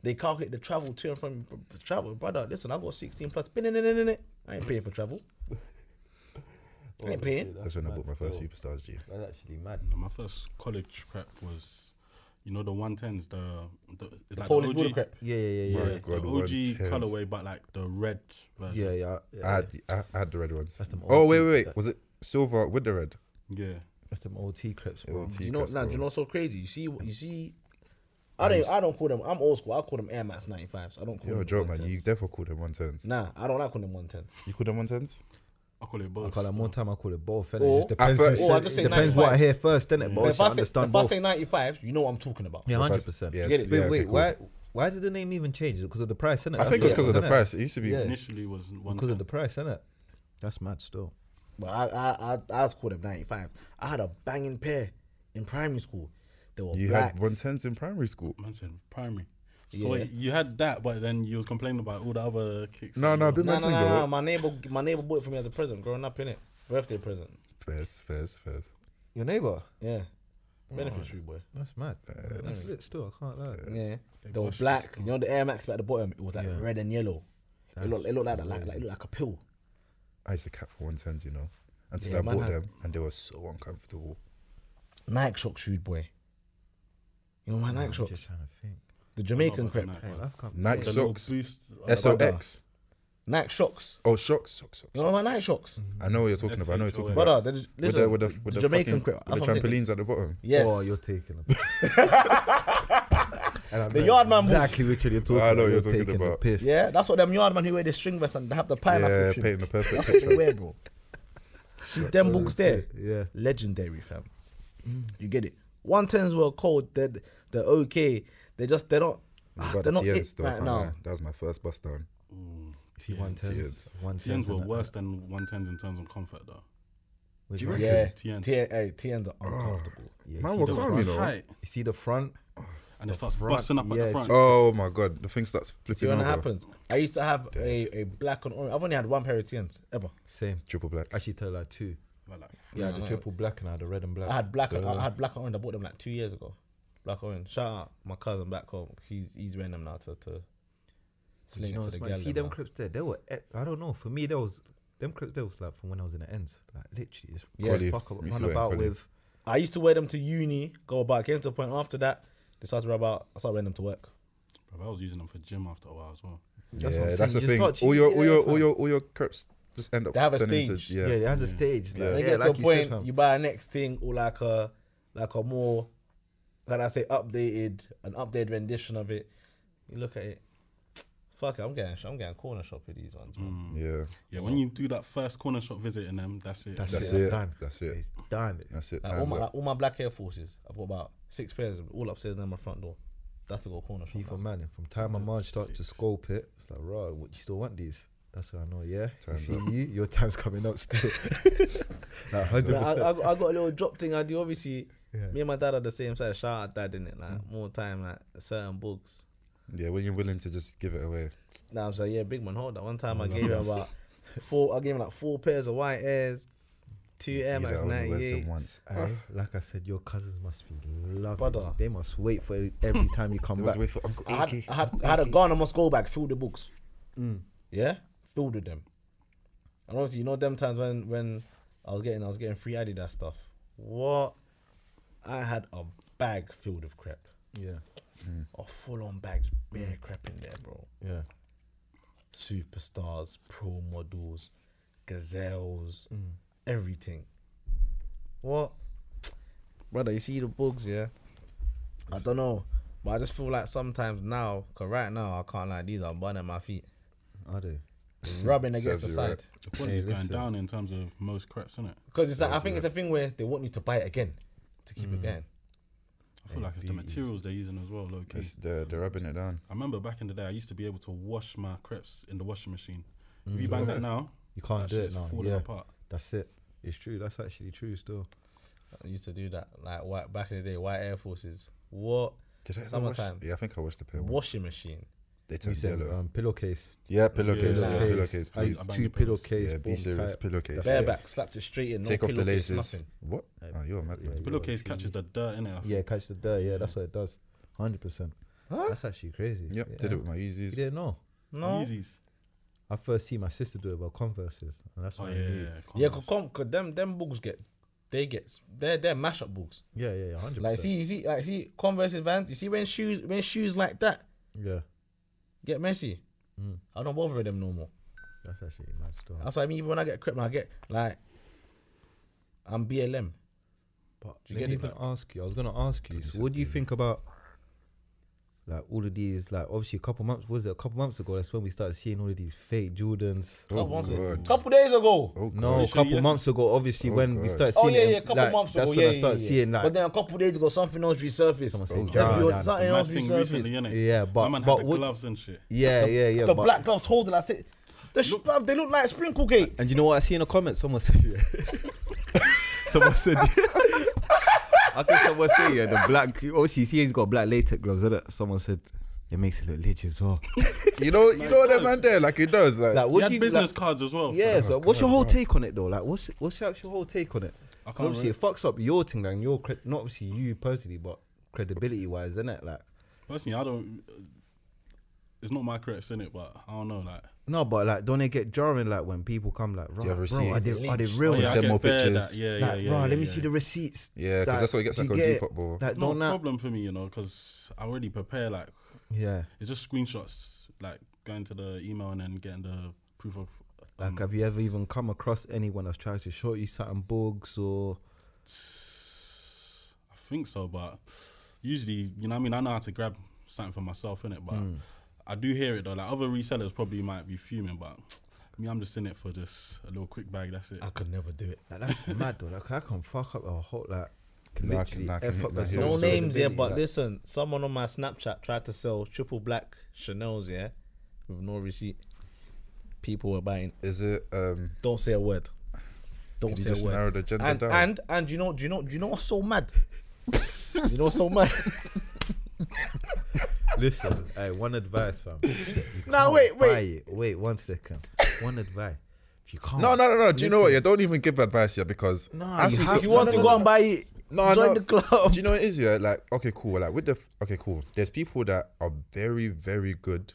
They calculate the travel to and from the travel. Brother, listen, I got sixteen plus. I ain't paying for travel. I ain't paying.
That's when I bought my first superstars. G.
That's actually mad.
No, My first college prep was, you know, the one tens, the, the it's like
Polish
the
water
OG,
crepe.
Yeah, yeah, yeah,
yeah,
yeah.
Right. God, the
the OG
110s.
colorway, but like the red version.
Yeah, yeah.
I
yeah.
had, the- I, I had the red ones.
That's them
oh
OT
wait, wait, wait.
that-
Was it silver with the red?
yeah.
That's them OT clips, bro.
OT
Do you know?
crest,
Now, do
bro.
you know? what's So crazy. You see, you see. I don't. I don't call them. I'm old school. I call them Air Max 95s. I don't call
You're a
them.
joke, man.
110s.
You definitely call them one tens.
Nah, I don't like calling them 110.
You call them one tens?
I call it both.
I call it
still.
more time. I call it both. Fella.
Or-
it just depends.
I
who
thought-
or I
said-
just
it
say
depends what I
95.
hear first, then it. But
If
also
I, say, if
understand
I
both.
say 95, you know what I'm talking about.
Yeah,
If I-
hundred percent.
Yeah,
Get it?
yeah,
Wait,
okay,
wait,
cool.
why why did the name even change? Because of the price, innit?
I
That's
think it's
what
because of the
innit?
price. It used to be.
Yeah.
Initially was one.
Because of
ten.
the price, innit? That's mad still.
But I, I, I, I just called them 95s. I had a banging pair in primary school. They were
You
black.
had one tens in primary school.
man said primary. So
Yeah.
you had that, but then you was complaining about all the other kicks.
No,
as
no,
well.
big
no,
man
no,
thing
no, no.
though.
My neighbor, my neighbor bought it for me as a present growing up in it. Birthday present.
First, first, first.
Your neighbor?
Yeah. Beneficiary boy.
That's mad. That's lit still, I can't lie.
Yeah. They were black. You know the Air Max at the bottom. It was like
Yeah.
red and yellow. It
That's
looked, it looked like, that, like, like it looked like a pill.
I used to cap for 110s, you know, until
Yeah,
I
man
bought
had-
them and they were so uncomfortable.
Nike shock shoes, boy. You know my Nike
I'm
shocks.
just trying to think.
The Jamaican crep.
Nike,
Hey,
man.
I've come.
Nike
The little
socks,
boost. uh,
uh,
SOX.
Nike shocks.
Oh, shocks, socks, socks.
You know my Nike shocks.
I know what you're talking about. I know what you're talking
Brother,
about.
Brother, the,
Mm. With
listen,
the, with the, with the,
Jamaican
fucking-
crep.
with the
That's what I'm saying.
trampolines at the bottom.
Yes.
Oh, you're taking the and I
The
know
yard man moves.
Exactly which one you're talking
I know
about.
you're
You're
talking
taking the
about.
piss.
yeah, that's what them yard man who wear the string vest and they have the pineapple
Yeah,
trim.
painting the perfect
That's what they
picture.
wear, bro. See them books there.
Yeah.
legendary, fam. You get it. One tens were cold. They're they're okay. They just they're not.
It's
they're
about the
not it
TNs though,
right
can't
now.
lie. That was my first bust down.
T one tens.
Tears.
One
TNs
tens.
Mm. were worse than 110s in terms of comfort, though.
Do
you reckon?
Yeah,
TNs.
TN, hey, TNs are uncomfortable.
Oh, Man,
see
we're
the
calm,
front.
you know.
Tight.
You see the front.
And it starts
front,
busting up at
yes.
the front.
Oh my god, the thing starts
See
flipping
when it
over.
happens. I used to have a, a black and orange. I've only had one pair of TNs ever.
Same.
Triple black.
Actually, tell like two.
Like, like,
Yeah, I had the triple black and I had the red and black.
I had black. and I had black and orange. I bought them like two years ago. Black and orange. Shout out my cousin back home. He's he's wearing them now to to
Do
sling
you know
it to
what's
the
mad?
girl.
See
them
them
now.
crips there. They were. e- I don't know. For me, there was them crips. There was like from when I was in the ends. Like literally, just
Yeah.
Collie.
fuck up,
We used
run
to wear
about
collie.
with.
I used to wear them to uni. Go about. Came to a point after that. They started to rub out. I started wearing them to work.
bro, I was using them for gym after a while as well.
That's
yeah,
what I'm
that's the
saying. You
thing.
just start
All your,
cheating,
all your,
fam.
all your, all your crips just end up
They have a
turning
stage.
into
Yeah,
yeah.
it has a stage. Like,
And it
yeah,
gets
like
to a
you
point,
said, fam.
you buy a next thing or like a like a more, can I say, updated an updated rendition of it. You look at it. Fuck it, I'm getting I'm getting corner shop with these ones.
Mm,
man.
yeah.
Yeah, when you do that first corner shop visit in them, that's it.
That's,
That's
it.
it.
Done.
That's it.
It's Done.
That's it.
Like, all
time's
my
up.
like, all my black Air Forces, I've got about six pairs of them, all upstairs and my front door. That's to go corner shop.
See
now.
for man, from time my mind starts to scope it, it's like, right, what you still want these? That's what I know. Yeah, You
Time's
see you, your time's coming up still. like hundred
Like, I,
percent.
I, got, I got a little drop thing I do. Obviously,
Yeah.
me and my dad are the same size. Shout out dad in it, like
Mm.
more time, like certain books.
Yeah, when you're willing to just give it away.
Now I'm like, yeah, big man, hold on. One time I gave him about four. I gave him like four pairs of white airs, two Air
You
Max
know, when you wear some
98.
once.
Aye, Eh? like I said, your cousins must be loving.
Brother.
you. They must wait for it every time you come
There was
back.
a way for Uncle
I had,
Aki.
I had, I had a Ghana must go back, fill the books. Yeah, filled with them. And obviously, you know them times when when I was getting I was getting free Adidas stuff. What? I had a bag filled with crap,
Yeah,
a full on bag, just bare crap in there, bro.
yeah.
superstars, pro models, gazelles,
Mm.
everything. What? Brother, you see the bugs, yeah? I don't know. But I just feel like sometimes now, because right now, I can't lie, these are burning my feet.
I do.
Rubbing against the
Serves Mm-hmm. you right.
side.
The quality's
Hey,
going
listen.
down in terms of most creps, isn't it?
Because it's like, I think it's a thing where they want you to buy it again to keep
Mm-hmm.
it going.
I feel like it's the
E.
materials they're using as well, low key.
It's- They're, they're rubbing it down.
I remember back in the day, I used to be able to wash my crepes in the washing machine. If you bang that now,
You Mm.
that
can't do it
shit's
now.
falling
Yeah,
apart.
that's it. It's true. That's actually true. Still,
I used to do that, like white, back in the day, white Air Forces. What?
Did I ever wash?
Summertime.
Yeah, I think I washed the pair. once.
Washing machine.
They
you
turned
said
yellow.
um, pillowcase.
Yeah, pillowcase.
Yeah.
Yeah, pillowcase,
I
please.
used two
Banging pillows.
pillowcase.
Yeah, be
bomb
serious.
type.
Pillowcase.
Bareback, slapped it straight in. No
Take off the
pillowcase,
laces.
Nothing.
What? Oh, you're a madman.
yeah.
Pillowcase catches the dirt in it.
Yeah, catch the dirt. Yeah, that's what it does. Hundred percent.
Huh?
That's actually crazy.
Yep,
yeah.
did it with my
You
Yeezys.
didn't know.
No.
Yeezys.
I first see my sister do it about Converse's, and that's
Oh,
what
yeah.
I knew.
Yeah,
Converse.
cause, com- cause them them books get they get they're they're mashup books.
Yeah, yeah, yeah, hundred
Like
percent.
see you see like see Converse and Vans. You see when shoes when shoes like that
Yeah,
get messy.
Hmm.
I don't bother with them no more.
that's actually a mad story.
That's what I mean. Even when I get crap, I get like I'm BLM.
But
Do
let
you get
me
it,
even
like-
ask you. I was gonna ask you. So what do you think about like all of these? Like obviously a couple months was it a couple months ago? That's when we started seeing all of these fake Jordans.
Oh,
Couple months ago.
God.
Couple days ago.
Oh, God.
No, a
you sure
couple
you-
months ago, obviously
Oh,
when we
God.
started
Oh
seeing
yeah,
it,
yeah, a couple
like,
months ago.
That's
yeah,
when I
yeah,
started
yeah.
seeing
But
like
then a couple days ago, something else resurfaced.
Someone said
Let's be
Jordan.
honest, something
Mad
else
thing
resurfaced.
recently, innit?
Yeah, but-
My man
but
had the
what-
gloves and shit.
yeah, yeah, yeah.
the
but-
black gloves holding. I said, the sh- bruv, they look like sprinkle cake.
And you know what I see in the comments? Someone said, yeah. someone said, yeah. I think someone said, yeah, the black, obviously, you see, he's got black latex gloves, is it? Someone said, it makes it look legit as well.
You know, you know that
does.
man there, like it does. Like,
Like,
He
what do
had
you
business
like,
cards as well.
Yeah, so what's your whole take on it, though? Like, what's, what's your actual whole take on it?
I can't. Re-
Obviously, it fucks up your thing, and your cre- not obviously you personally, but credibility wise, isn't it? Like,
personally, I don't. It's not my credits in it, but I don't know. Like,
no, but like, don't it get jarring? Like when people come, like, right,
you have
bro,
receipts?
are they, are they real?
oh,
They
yeah, I
send
get
more
bare
pictures.
That. Yeah, yeah,
Like,
yeah.
bro,
yeah,
let me
yeah.
see the receipts.
Yeah, 'cause
Like,
that's what it gets
do
like
you
on
get it?
Depop, bro.
Like,
It's not
don't
a
that.
problem for me, you know, because I already prepare. Like,
Yeah.
it's just screenshots, like going to the email and then getting the proof of.
Like,
um,
have you ever even come across anyone that's tried to show you certain bugs or?
I think so, but usually, you know, what I mean, I know how to grab something for myself in it, but
Hmm.
I do hear it though. Like other resellers probably might be fuming, but me, I'm just in it for just a little quick bag. That's it.
I could never do it.
Like, that's mad though. Like, I can fuck up a whole like.
Nah, I
Literally,
can- nah, I can
F
hit-
up
nah,
the
hit
whole
No
was
names, yeah,
credibility,
but
like-
listen, someone on my Snapchat tried to sell triple black Chanel's, yeah, with no receipt. People were buying.
Is it? Um,
Don't say a word. Don't
you
say
just
a word.
narrowed the gender
and,
down.
and and you know, do you know, do you know what's so mad? you know what's so mad?
Listen, hey, one advice, fam.
nah,
can't
wait,
buy
wait.
it. Wait one second. One advice. If you can't.
no, no, no, no. Do you know what? Yeah, don't even give advice here because
No,
I
you
see
have
some-
If you want
no,
to
no,
go
no,
and buy it,
No,
join
no.
the club.
Do you know what it is? Yeah, like okay, cool. Like with the f- okay, cool. There's people that are very, very good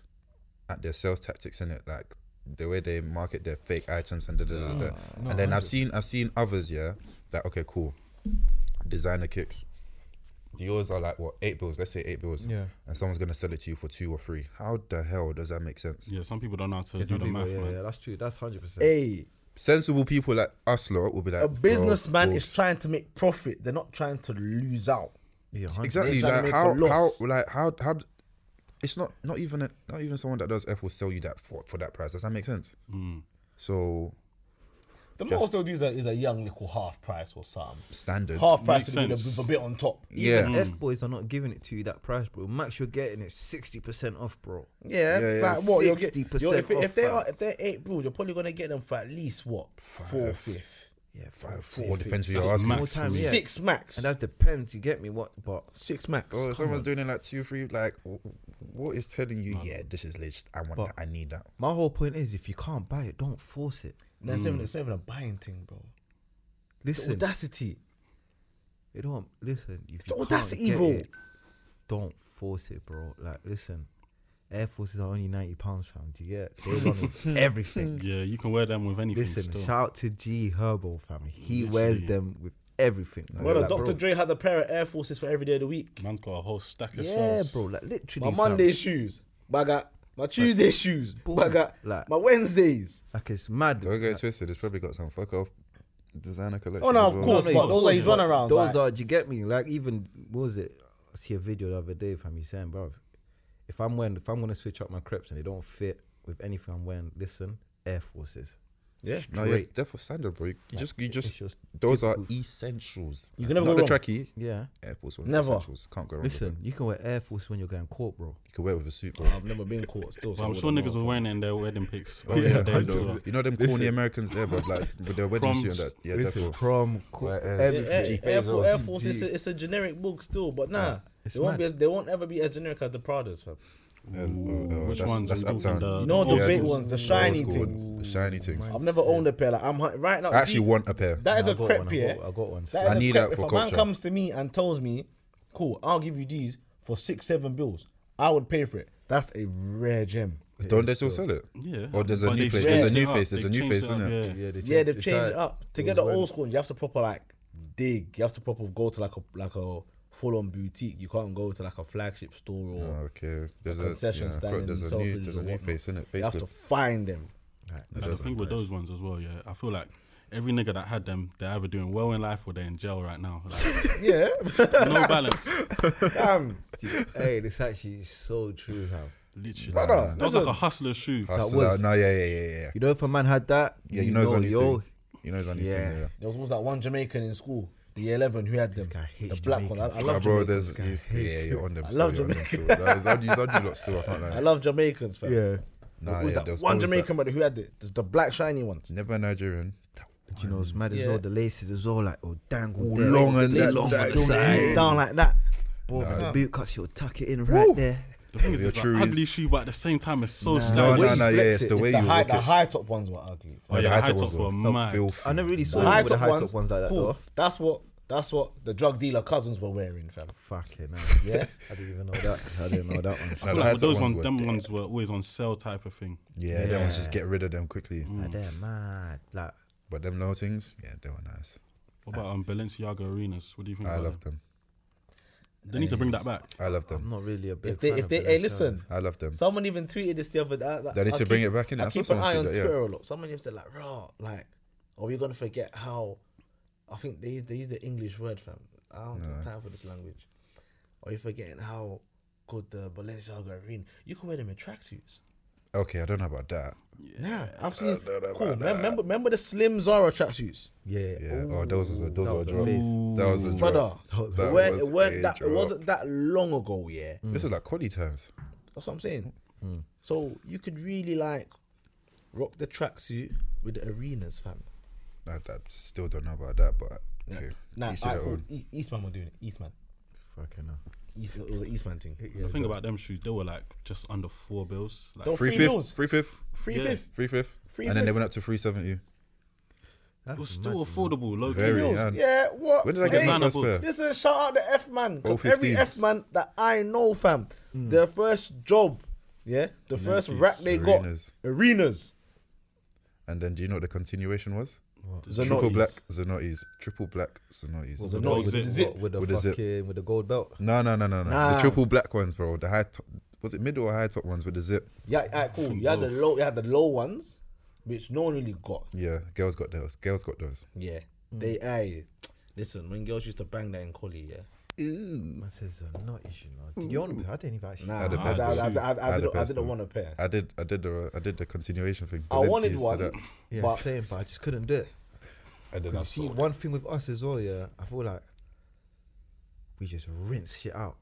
at their sales tactics in it, like the way they market their fake items and da da da. da. and then I've seen, I've seen others. Yeah, that okay, cool. Designer kicks. Yours are like what eight bills? Let's say eight bills.
Yeah.
And someone's gonna sell it to you for two or three. How the hell does that make sense?
yeah, some people don't know how to
Yeah,
do
some
the
people,
math,
yeah,
man.
yeah, that's true. That's hundred percent.
Hey,
Sensible people like us lot will be like
a
bro,
businessman
bro,
is trying to make profit. They're not trying to lose out.
Yeah, 100%.
exactly
trying
like
to make
how
a
how
loss.
like how how d- it's not not even a, not even someone that does F will sell you that for for that price. Does that make sense? So
The most they'll do is a, is a young little half price or something.
standard.
Half price
Makes
would be the-
sense.
with a bit on top.
yeah.
Even F boys are not giving it to you that price, bro. Max, you're getting it sixty percent off, bro.
Yeah,
Yeah, yeah.
like what? You're get,
60%
you're, if,
off,
if they
fam.
are if they're eight bills, you're probably gonna get them for at least what four fifth,
Yeah,
Five,
five,
four,
four,
depends who
six,
you're asking.
more
Max
time,
for
yeah.
six max,
And that depends. You get me? What? But
six max.
Oh, someone's doing it like two, three. Like, w- w- what is telling you? Yeah, this is legit. I want
But-
that. I need that.
my whole point is, if you can't buy it, don't force it.
That's even it's not even a buying thing, bro. The
Mm. Listen,
audacity.
You don't listen. If
the
you can't
audacity,
get
bro.
it, don't force it, bro. Like, listen, Air Forces are only ninety pounds, fam. Do you get? They run with everything.
Yeah, you can wear them with anything.
Listen,
still.
shout out to G Herbo, fam. He wears
Literally.
them with everything. Like,
Well,
like,
Dr.
bro.
Dre had a pair of Air Forces for every day of the week.
man's got a whole stack of
Yeah,
shoes.
bro. Like literally,
My
fam.
Monday shoes, but I got my Tuesday shoes,
Boom.
but I got
Like-
my Wednesdays.
Like it's mad.
Don't get
Like,
it twisted. It's probably got some fuck off designer collection.
Oh
as
no, of
well.
course,
No, no,
but
you-
those are his
but
runarounds.
Those
like,
are, do you get me? Like even what was it? I see a video the other day from you saying, bro, if I'm wearing, if I'm gonna switch up my creps and they don't fit with anything I'm wearing, listen, Air Forces.
Yeah.
No, yeah,
Straight.
they're for standard, bro. You you just, you just,
just
those are
typical-
essentials.
You can never
Not
go
the
wrong.
trackie.
Yeah.
Air Force One.
Never.
Essentials. Can't go wrong. with
Listen,
them.
you can wear Air Force when you're going court, bro.
you can wear it with a suit, bro.
I've never been caught still.
But I'm sure niggas were wearing it in their wedding pics. back in
yeah,
the day, though.
You know them corny Americans there, but like with their wedding
Proms.
suit and that. Yeah,
Listen,
therefore.
prom, court,
Air-
everything.
Air,
G
Air, Force, Air
Bezos.
Force it's a, it's a generic book still, but nah,
it's
they won't be.
mad.
As, they won't ever be as generic as the Pradas, fam.
Uh, uh,
Which
that's-
ones
That's
are we talking?
uptown.
The-
You know the
old
big
schools.
ones, the
The old
shiny
school
things.
ones, the shiny things.
I've never owned a pair. Like I'm hu- right now.
I actually
see,
want a pair.
that is
Nah,
a
I got
crepe
one, I
here.
got- I got one.
That is
I
a
need
crepe.
that
If
for
a man
culture.
comes to me and tells me, "Cool, I'll give you these for six, seven bills. I would pay for it." That's a rare gem.
Don't they still sell it?
Yeah.
Or there's a
But
new
they
place.
changed
There's a
it
new
up.
face. There's
They
a new
changed
face,
it up,
isn't it?
Yeah.
Yeah, they
yeah, they've
they
changed
tried-
it up. To
it
get
was
the
when-
old school, you have to proper like dig. You have to proper go to like a like a full on boutique. You can't go to like a flagship store or.
Oh, okay. There's a
concession
yeah,
stand
There's
in
a new
Selfridge
there's
or
a new
whatnot.
face, isn't it?
You have to
Facelift.
find them.
Like the thing with those ones as well, yeah. I feel like every nigga that had them, they're either doing well in life or they're in jail right now. Like,
Yeah,
no balance.
damn.
hey, this actually is so true, fam.
Literally.
Brother,
that was like a
listen.
hustler shoe.
Hustle
was-
out. No, yeah, yeah, yeah, yeah.
You know, if a man had that,
Yeah, you know it's on his
yo,
thing. You know it's on his
Yeah.
thing.
There was always that one Jamaican in school, the year eleven, who had them.
guy hates
The black one. I, I
Jamaicans.
Yeah,
love
bro.
Jamaicans.
There's he's- yeah, you're on them.
I
still,
love
you're on them still. That is on you. It's on you lot still. I can't
I
lie.
love Jamaicans, fam.
yeah.
Nah,
Who's
yeah,
that
there was
one
always that.
Jamaican brother who had the, the, the black shiny ones?
Never a Nigerian.
Do you know, it's mad as
Yeah.
well. The laces as well, like oh, all dangle
All
there,
long
all
and
the
that-
long
that
and all
side.
there.
Down like that.
Boy, when the boot cuts, you'll tuck it in right there.
The thing is,
Your
it's an
trues.
ugly shoe, but at the same time, it's so
No,
stylish.
no,
way
no,
you
yeah,
flex
it's the
it,
way
the
you
high,
look,
the
it's-
high top ones were ugly.
Oh, yeah,
the
the high tops
were
were
no,
mad.
filthy.
I never really saw
The
the
high
high
top, ones,
top ones like that
Paul,
though.
That's what that's what the drug dealer cousins were wearing, fam.
Fucking hell.
Yeah,
I didn't even know that. I didn't know that one.
I feel
the
like
high
with
top
those
ones
ones,
were
them
dead.
ones were always on sale type of thing.
Yeah, them ones just get rid of them quickly.
Mm.
Like, they're mad. Like,
But them low things, yeah, they were nice.
What about um, Balenciaga Arenas? What do you think?
I
about
love
them?
them.
They need to bring that back.
I love
I'm
them.
not really a big
if they
fan
if
of
they
Balenciaga.
hey listen,
I love them.
someone even tweeted this the other day. I- I-
They need
I
to bring
keep-
it back in.
I keep an eye on
that, yeah.
Twitter a lot. Someone used to like, raw, like, oh, you're gonna forget how. I think they they use the English word, fam. I don't have time for this language. Or you're forgetting how good the Balenciaga arena. You can wear them in tracksuits.
Okay, I don't know about that.
Nah, I've seen.
don't know
Cool.
about
Remember, remember, remember the slim Zara tracksuits,
Yeah.
Yeah. Oh, those was a those
That
were
was
a
a
drop.
phase.
That was a
brother.
drop.
It
That
weren't,
was Mm.
it weren't
a
that. It
drop.
wasn't that long ago. Yeah,
This is like quality times.
that's what I'm saying.
Mm.
So you could really like rock the tracksuit with the arenas, fam.
I, I still don't know about that, but okay.
Nah,
Each to
I
their
called
own.
E- Eastman were doing it. Eastman.
Fucking hell.
East, it was an Eastman thing.
the thing about them shoes, they were like just under four bills. Like,
Don't-
Three
Free
fifth,
meals.
three fifth,
Free
Yeah.
fifth.
three fifth,
Free
and then they
fifth.
went up to three seventy.
it was
That's
still
mad.
affordable. Low
Very.
key.
Yeah.
Yeah, what?
When did I get
Hey,
my first
Manable.
pair?
Listen, shout out the F man. 'cause
015.
Every F man that I know, fam,
Mm.
their first job, yeah, the first
Yankees,
rack they
Arenas.
got, arenas.
And then do you know what the continuation was? Triple
Zanotti's.
black Zanotti's. Triple black Zanotti's.
With
So
the
no,
gold-
with the
with the
zip.
With the
With the zip.
fucking with the gold belt.
No, no, no, no, no.
Nah.
The triple black ones, bro. The high top. Was it middle or high top ones with the zip?
Yeah, alright, cool.
From
You had the
both.
low, you had the low ones, which no one really got.
Yeah, girls got those. Girls got those.
Yeah, they. I listen when girls used to bang that in collie, yeah.
Man says uh, not issue. No. Did you want to pay? I didn't even actually.
Nah, I,
Had the
I,
best
I,
though.
I, I,
Had the
didn't, I
best
didn't
though.
want a pair.
I did. I did the. I did the continuation thing.
I wanted
Balencia's to
one,
that.
Yeah,
but
same, but I just couldn't do it.
And then I
You see,
sold.
one thing with us as well, yeah, I feel like we just rinse shit out.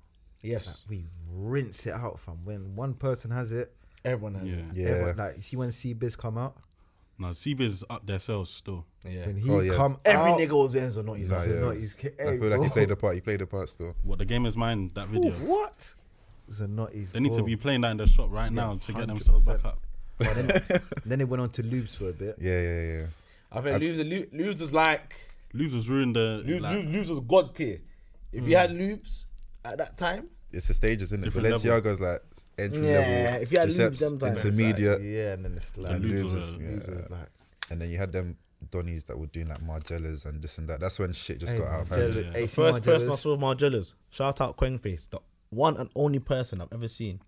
Like,
yes,
we rinse it out, fam. When one person has it,
everyone has.
Yeah.
it.
Yeah.
everyone, like you see when C Biz come out,
Now Seabiz up their sales still.
Yeah.
when he
Oh, yeah.
come
Every
out,
nigga was Enzo, not you.
Nah, yeah,
Zanotti
it was-
is ca-
I
hey,
feel like he
bro.
played the part. He played the part still.
What the game is mine? That video.
what? Zanotti's.
They need to
goal.
be playing that in the shop right now to get themselves back up.
But then, then they went on to Lubes for a bit.
Yeah, yeah, yeah.
I think Lubes, Lubes, Lubes was like
Lubes was ruined the
Lubes,
like,
Lubes was god tier. If you had Lubes at that time,
It's the stages, isn't it?
Different level.
Balenciaga's like entry
Yeah,
level.
if you had
the
Lubes
steps,
them times,
intermediate,
Like, yeah, and then it's like
and
Lubes
Lubes
was
was,
a-
Lubes
yeah.
was like,
and then you had them Donnies that were doing like Margellas and this and that. That's when shit just
hey,
got out of hand.
Margello- AC
first person I
Margellos.
saw Margellas. Shout out Quengface, the one and only person I've ever seen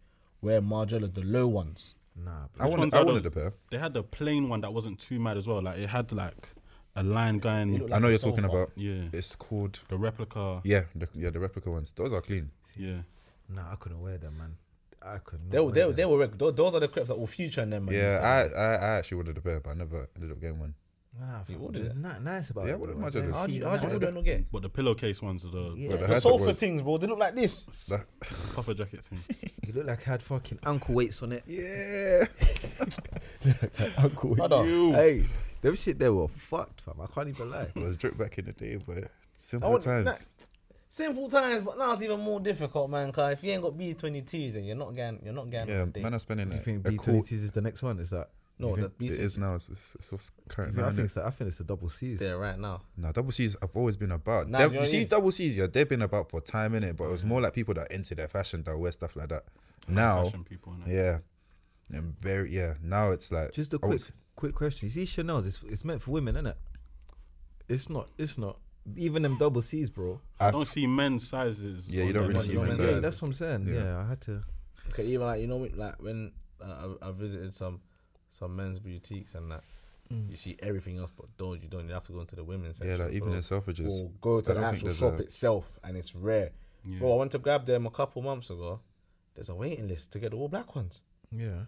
wear Margellas, the low ones.
Nah,
I
Which
wanted,
ones
I
are
wanted
those?
a pair.
They had the plain one that wasn't too mad as well. Like it had like a line going.
looked
I know
a
you're talking
sofa.
about.
yeah,
It's called
the replica.
yeah, the, yeah, the replica ones. Those are clean.
Yeah,
nah, I couldn't wear them, man. I couldn't.
They were, they, were- they were rec- those, those are the creps that were future and them. Man,
yeah,
used to wear.
I, I, I actually wanted a pair, but I never ended up getting one.
Nah,
You
fam,
ordered
there's
it?
nothing nice about
Yeah,
it.
what
bro.
am I gonna
There's
do?
How do you,
nothing
how do you
nice
order
about
not get?
but the pillowcase ones are the
Yeah.
But
The
The
hats
sofa
was-
things, bro. They look like this.
that-
puffer jacket thing.
it. You look like I had fucking ankle weights on it.
yeah,
ankle
Brother.
Hey, them shit they were fucked, fam. I can't even lie.
it was drip back in the day, but
I
simple
want-
times.
nah, simple times, but now it's even more difficult, man. Cause if you ain't got B twenty twos, then you're not getting, you're not getting.
yeah,
on date.
man, are spending
Do you
like,
think
a
B twenty
cool-
twos is the next one? Is that?
no,
you
the
think
B
It is now. It's, it's, it's what's
do
current
you think-
now.
I think
innit?
it's the, I think it's the double C's.
there right now.
No, double C's have always been about.
Nah,
They've-
you know
you
what it
see,
is?
double C's, yeah, they've been about for time in it, but it was more like people that are into their fashion that wear stuff like that. Now,
Fashion people. innit?
yeah, and very yeah. Now it's like
Just a
I
quick
would
quick question. You see Chanel's it's it's meant for women, isn't it? It's not it's not even them double C's, bro.
I don't see men's sizes.
Yeah, you
on
don't
there,
really
like,
see
you know
men's
what I
Yeah,
mean?
sizes.
that's what I'm saying. Yeah,
Yeah.
I had to
Okay, even like you know, when- like when uh, I, I visited some some men's boutiques and that, you see everything else, but those you don't. You have to go into the women's
Yeah,
section.
like even
for
in
those.
Selfridges.
or go to
I
the
don't think
actual
there's
shop
a-
itself, and it's rare.
Yeah.
Bro, I went to grab them a couple months ago. There's a waiting list to get the all black ones.
Yeah.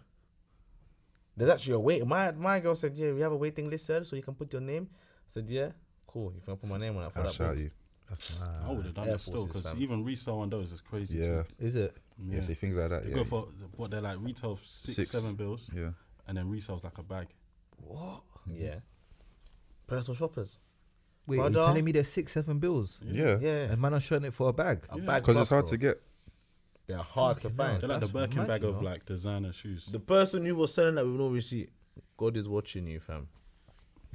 There's actually a wait. My my girl said, "Yeah, we have a waiting list, sir, so you can put your name." I said, "Yeah, cool. You can put my name on it for
I'll
that."
shout
box."
you.
That's
I would have done
Air
that still
Forces,
because
fam.
even resale on those is crazy.
Yeah.
too.
Is it?
yeah, see things like that.
They
Yeah,
go for what they're like retail six,
Six.
seven bills,
yeah.
and then resales like a bag.
Yeah. Personal shoppers.
Wait, are you
Brother.
telling me there's six, seven bills?
Yeah,
Yeah.
And man, I'm showing it for a bag.
A bag
Because it's
bus,
hard
bro.
to get.
They're hard to find.
They're like the
That's
Birkin
mad,
bag
you
of
know.
like designer shoes.
The person who was selling that with no receipt, God is watching you, fam.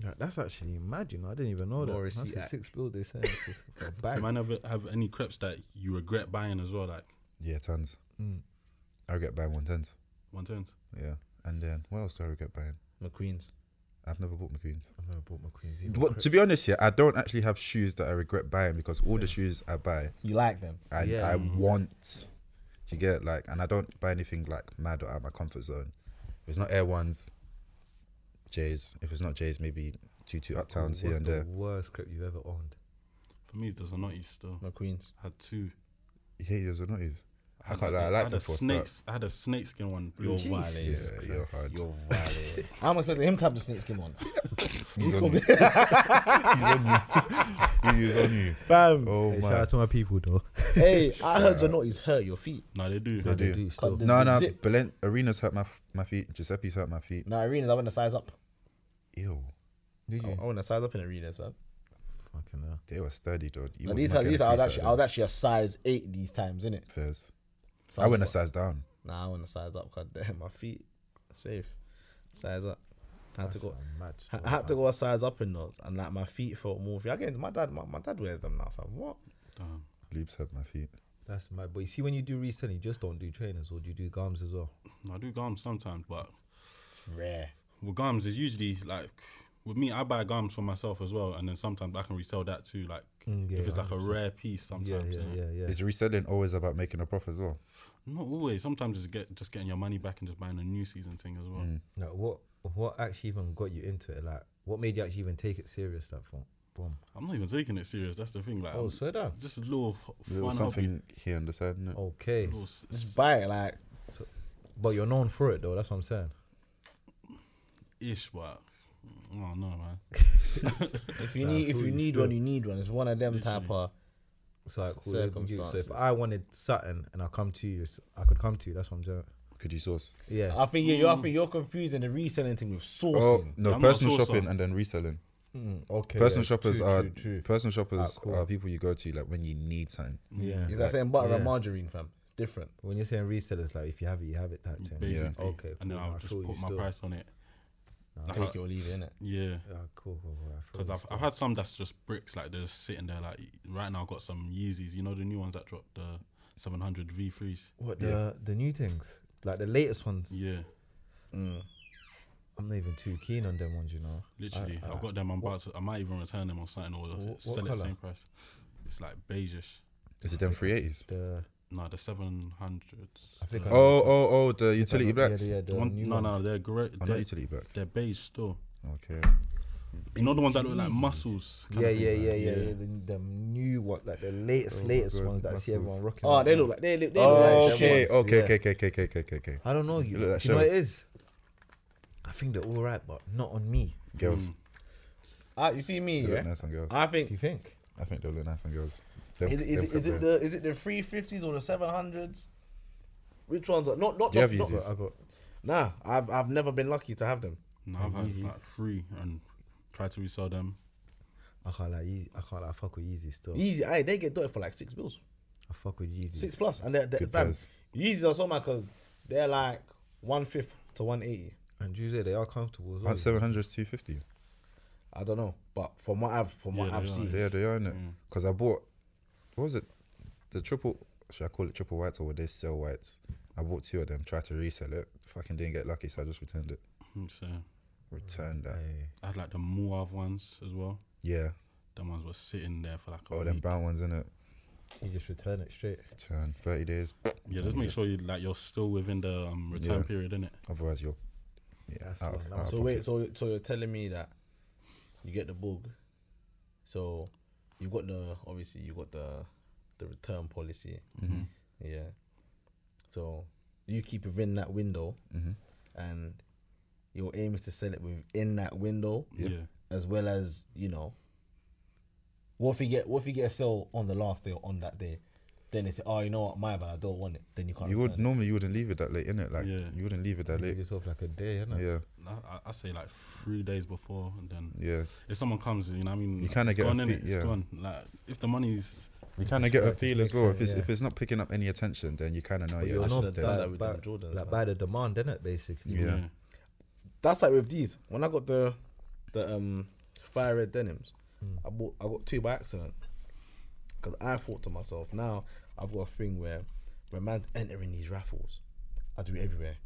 Yeah, That's actually mad, you know. I didn't even know
Morris,
that. That's
he
a
act-
six bill they said. It's just a bag.
Do man ever have any crepes that you regret buying as well, like
Yeah, tons. I regret buying one tens.
one turns?
Yeah. And then what else do I regret buying?
McQueen's.
I've never bought McQueen's.
I've never bought McQueen's either.
But to be honest here, I don't actually have shoes that I regret buying because all the shoes I buy,
You like them?
I,
Yeah.
I want to get like, and I don't buy anything like mad or out of my comfort zone. If it's not Air Ones, J's. If it's not J's, maybe two two uptowns
What's
here and
the
there.
worst crep you've ever owned?
For me, it's does not eat still.
McQueen's.
I had two.
Yeah, yours are not yours. I
had
can't lie, I
a-
like
had
them
a
for a
snake. I had a snake skin one.
You're
Jeez.
Yeah,
violating.
you're hard.
You're violating. I'm expecting him to have the snake skin one.
He's on you. He's on you.
Fam.
Oh
Hey, shout
my.
out to my people though.
Hey, I heard Zanotti's hurt your feet.
No, they do.
They do.
Do still.
the-
No,
the
no.
zip.
Belen arenas hurt my f- my feet. Giuseppe's hurt my feet.
Now arenas, I want to size up.
Ew.
Do you?
I want to size up in arenas, man.
Fucking hell.
They were sturdy, dude. You
Like,
was knocking
these times, these
the
I was
piece out
actually,
of
I was
them.
actually a size eight these times, innit?
Fairs. I went a
Size up.
size down.
Nah, I want to size up. Cause damn, my feet safe. Size up. I had to go.
Match.
I had to go a size up in those, and like my feet felt more. free. I get into my dad. My, my dad wears them now. Fam. What?
Damn.
Loops hurt my feet.
That's mad. But you see, when you do reselling, you just don't do trainers or do you do gums as well?
No, I do gums sometimes, but
Rare.
with gums is usually like with me. I buy gums for myself as well, and then sometimes I can resell that too. Like
Mm, yeah,
if it's like a rare piece, sometimes.
yeah,
innit?
yeah, yeah, yeah.
Is reselling always about making a profit as well?
Not always. Sometimes it's get just getting your money back and just buying a new season thing as
Mm.
well.
Like, what what actually even got you into it? Like, what made you actually even take it serious? That for boom.
I'm not even taking it serious. That's the thing. Like,
Oh,
I'm
swear down.
just a little f-
Little
fun hobby.
something here on the side, innit?
Okay,
Little s-
Just buy it. Like
but you're known for it though. That's what I'm saying.
ish, but mm, I don't know, man.
if you
Nah,
need, if
cool,
you
you
need
still-
one, you need one. It's one of them type of.
So like,
S-
cool, look, you- so
circumstances.
if I wanted something and I come to you, s- I could come to you. That's what I'm doing.
Could you source?
Yeah.
Uh,
I think you. I think you're confusing the reselling thing with
Oh
sourcing.
no,
I'm not a
personal
sourcer.
shopping and then reselling.
Mm, okay.
personal
yeah,
shoppers
true,
are
true, true.
personal shoppers
Ah, cool.
are people you go to like when you need something.
Yeah.
Is that saying butter
yeah.
and margarine, fam? It's different.
When you're saying resellers, like if you have it, you have it. That thing.
Basically,
Okay.
and then
cool,
I'll
I
just
feel you
put my
still.
price on it. Like,
Take it or leave it, innit?
Yeah,
Yeah, cool, cool, cool. I feel
because
you
I've,
still.
I've had some that's just bricks, like they're just sitting there. Like right now, I've got some Yeezys. You know the new ones that dropped the 700 V3s.
What the
Yeah.
the new things, like the latest ones.
Yeah,
Mm. I'm not even too keen on them ones, you know.
literally,
Uh,
I, have got them. I'm about to. I might even return them or something or
what
sell it
colour?
same price. It's like beigeish.
Is it them three eighties?
The
No, the 700s.
I think
uh,
I-
Oh oh oh the utility
yeah,
blacks.
Yeah, yeah,
the
the
one,
new
no, no,
ones.
they're great.
Oh, not
They're,
utility blacks.
they're beige still.
Okay.
You know the ones that look like muscles. kind
Yeah,
of thing,
yeah,
man?
yeah, yeah, yeah. The, the new one, like the latest,
Oh my
latest
God,
ones that I see
muscles.
everyone
Ah,
rocking.
Oh,
right
they
now.
look like they look. They look like
Oh,
them
okay,
ones.
okay,
yeah.
okay,
Mm.
okay, okay, okay, okay, okay, okay.
I don't know. You,
look like
do you know what it
shells.
is? I think they're all right, but not on me.
Girls,
Ah, you see
they
me,
look
yeah.
nice on girls.
I
Do
think
you think?
I think they look nice on girls. Them-
is it, is,
them
it, is it
compared.
the is it the three fifties or the seven hundreds? Which ones are not not?
Do you
not,
have
not
Yeezys?
I got
nah, I've I've never been lucky to have them.
No, I've had
Yeezys.
like three and tried to resell them.
I can't like Yeezy. I can't like fuck with Yeezy still.
Yeezy, aye, they get dotted for like six bills,
I fuck with Yeezy.
six plus, and they're, they're
Good
fam,
pairs.
Yeezys are so mad because they're like one fifth to one eighty.
And usually they are comfortable as well.
Aren't 700s 250?
I don't know, but from what I've from what
Yeah,
I've
they are.
seen,
Yeah, they are, innit? Because I bought, what was it? The triple, should I call it triple whites or would they sell whites? I bought two of them, tried to resell it. Fucking didn't get lucky, so I just returned it.
So
Returned that.
Aye.
I had like the Mouav ones as well.
Yeah.
Them ones were sitting there for like a
Oh,
week.
them brown ones, innit?
You just return it straight.
Return 30 days.
Yeah, just make sure you like you're still within the um, return
Yeah.
period, innit?
Otherwise, you're. Yeah.
That's
Out of,
one, that
out of
so
pocket.
wait, so so you're telling me that you get the bug, so you got the obviously you got the the return policy,
Mm-hmm.
Mhm.
yeah. So you keep within that window,
Mhm.
and your aim is to sell it within that window,
Yeah.
as well as you know. What if you get what if you get a sale on the last day or on that day? Then they say, oh, you know what, my bad, I don't want it. Then you can't.
You would
return it.
normally you wouldn't leave it that late, innit? Like
Yeah.
you wouldn't leave it that
Give
late.
yourself like a day, innit?
Yeah,
I, I- I say like three days before, and then
yeah.
if someone comes, you know, what I mean,
You kinda
it's
get a
gone, innit?
fee- yeah.
It's gone. Like if the money's
You kind of get a
Right,
feel
just
as well.
mix
If
it,
it's
yeah.
if it's not picking up any attention, then you kind of know
But
you're
you'll
I
know
should've
just there.
done that. with
by,
them
like
Jordans, man.
by the demand, innit? Basically,
Yeah.
That's like with these. When I got the the um fire red denims,
Hmm.
I bought I got two by accident. Cause I thought to myself, now I've got a thing where when man's entering these raffles, I do it everywhere.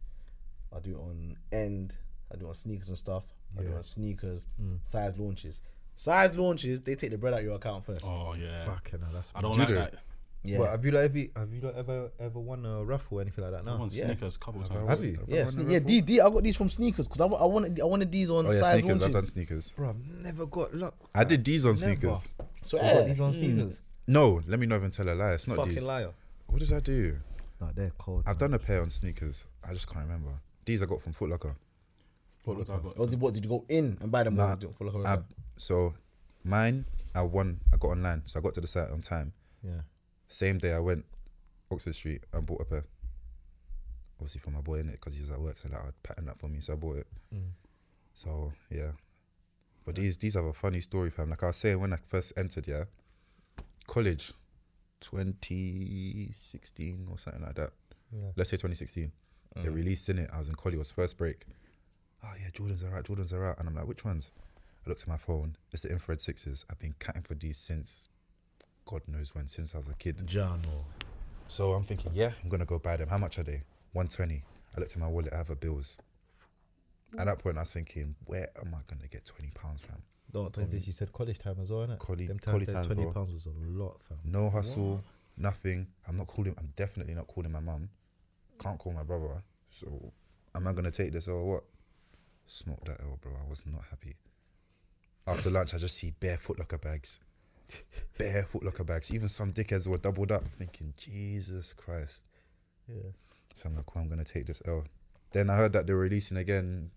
I do it on end, I do it on sneakers and stuff, I do it on sneakers,
Hmm.
size launches. Size launches, they take the bread out your account first.
Oh yeah.
Fucking hell, that's.
I don't
Do
like
they?
that.
Yeah.
But have you like, ever, have you like, ever ever won a raffle or anything like that?
I
No.
won
Yeah.
sneakers a couple of times.
Have you?
yeah, sne- yeah, these, these, I got these from sneakers because I, wa- I wanted I wanted these on
Oh yeah,
size
sneakers. I've
launches.
done sneakers.
Bro, I've never got luck.
I did these on
Never.
sneakers.
so
I got
yeah,
these
Mm.
on sneakers.
No, let me not even tell a lie. It's not
fucking
these.
liar.
What did I do?
Nah, they're cold.
I've
man.
done a pair on sneakers. I just can't remember. These I got from Foot Locker.
What was I got?
Or did, what did you go in and buy them?
Nah,
or did you follow her
I,
around?
so mine, I won. I got online, so I got to the site on time.
Yeah.
Same day, I went Oxford Street and bought a pair. Obviously for my boy in it because he was at work, so like I'd pattern that for me, so I bought it. So yeah, but these these have a funny story, fam. Like I was saying when I first entered, yeah, college, 2016 or something like that.
Yeah.
Let's say 2016. They released in it. I was in college. It was first break. Oh yeah, Jordans are out. Jordans are out. And I'm like, which ones? I looked at my phone. It's the infrared sixes. I've been catting for these since God knows when, since I was a kid.
Jano.
So I'm thinking, yeah, I'm gonna go buy them. How much are they? 120. I looked at my wallet, I have a bills. At that point, I was thinking, where am I gonna get 20 pounds from?
Don't tell
Since
me.
you said college time as well, innit?
Collie-
Them times
collie
there,
times,
Twenty
bro.
pounds was a lot, fam.
No hustle, nothing. I'm not calling. I'm definitely not calling my mum. Can't call my brother. So, am I gonna take this or what? Smoked that L, bro. I was not happy. After lunch, I just see bare Foot Locker bags, bare Foot Locker bags. Even some dickheads were doubled up. I'm thinking, Jesus Christ.
Yeah.
So I'm like, cool, I'm gonna take this L. Then I heard that they're releasing again.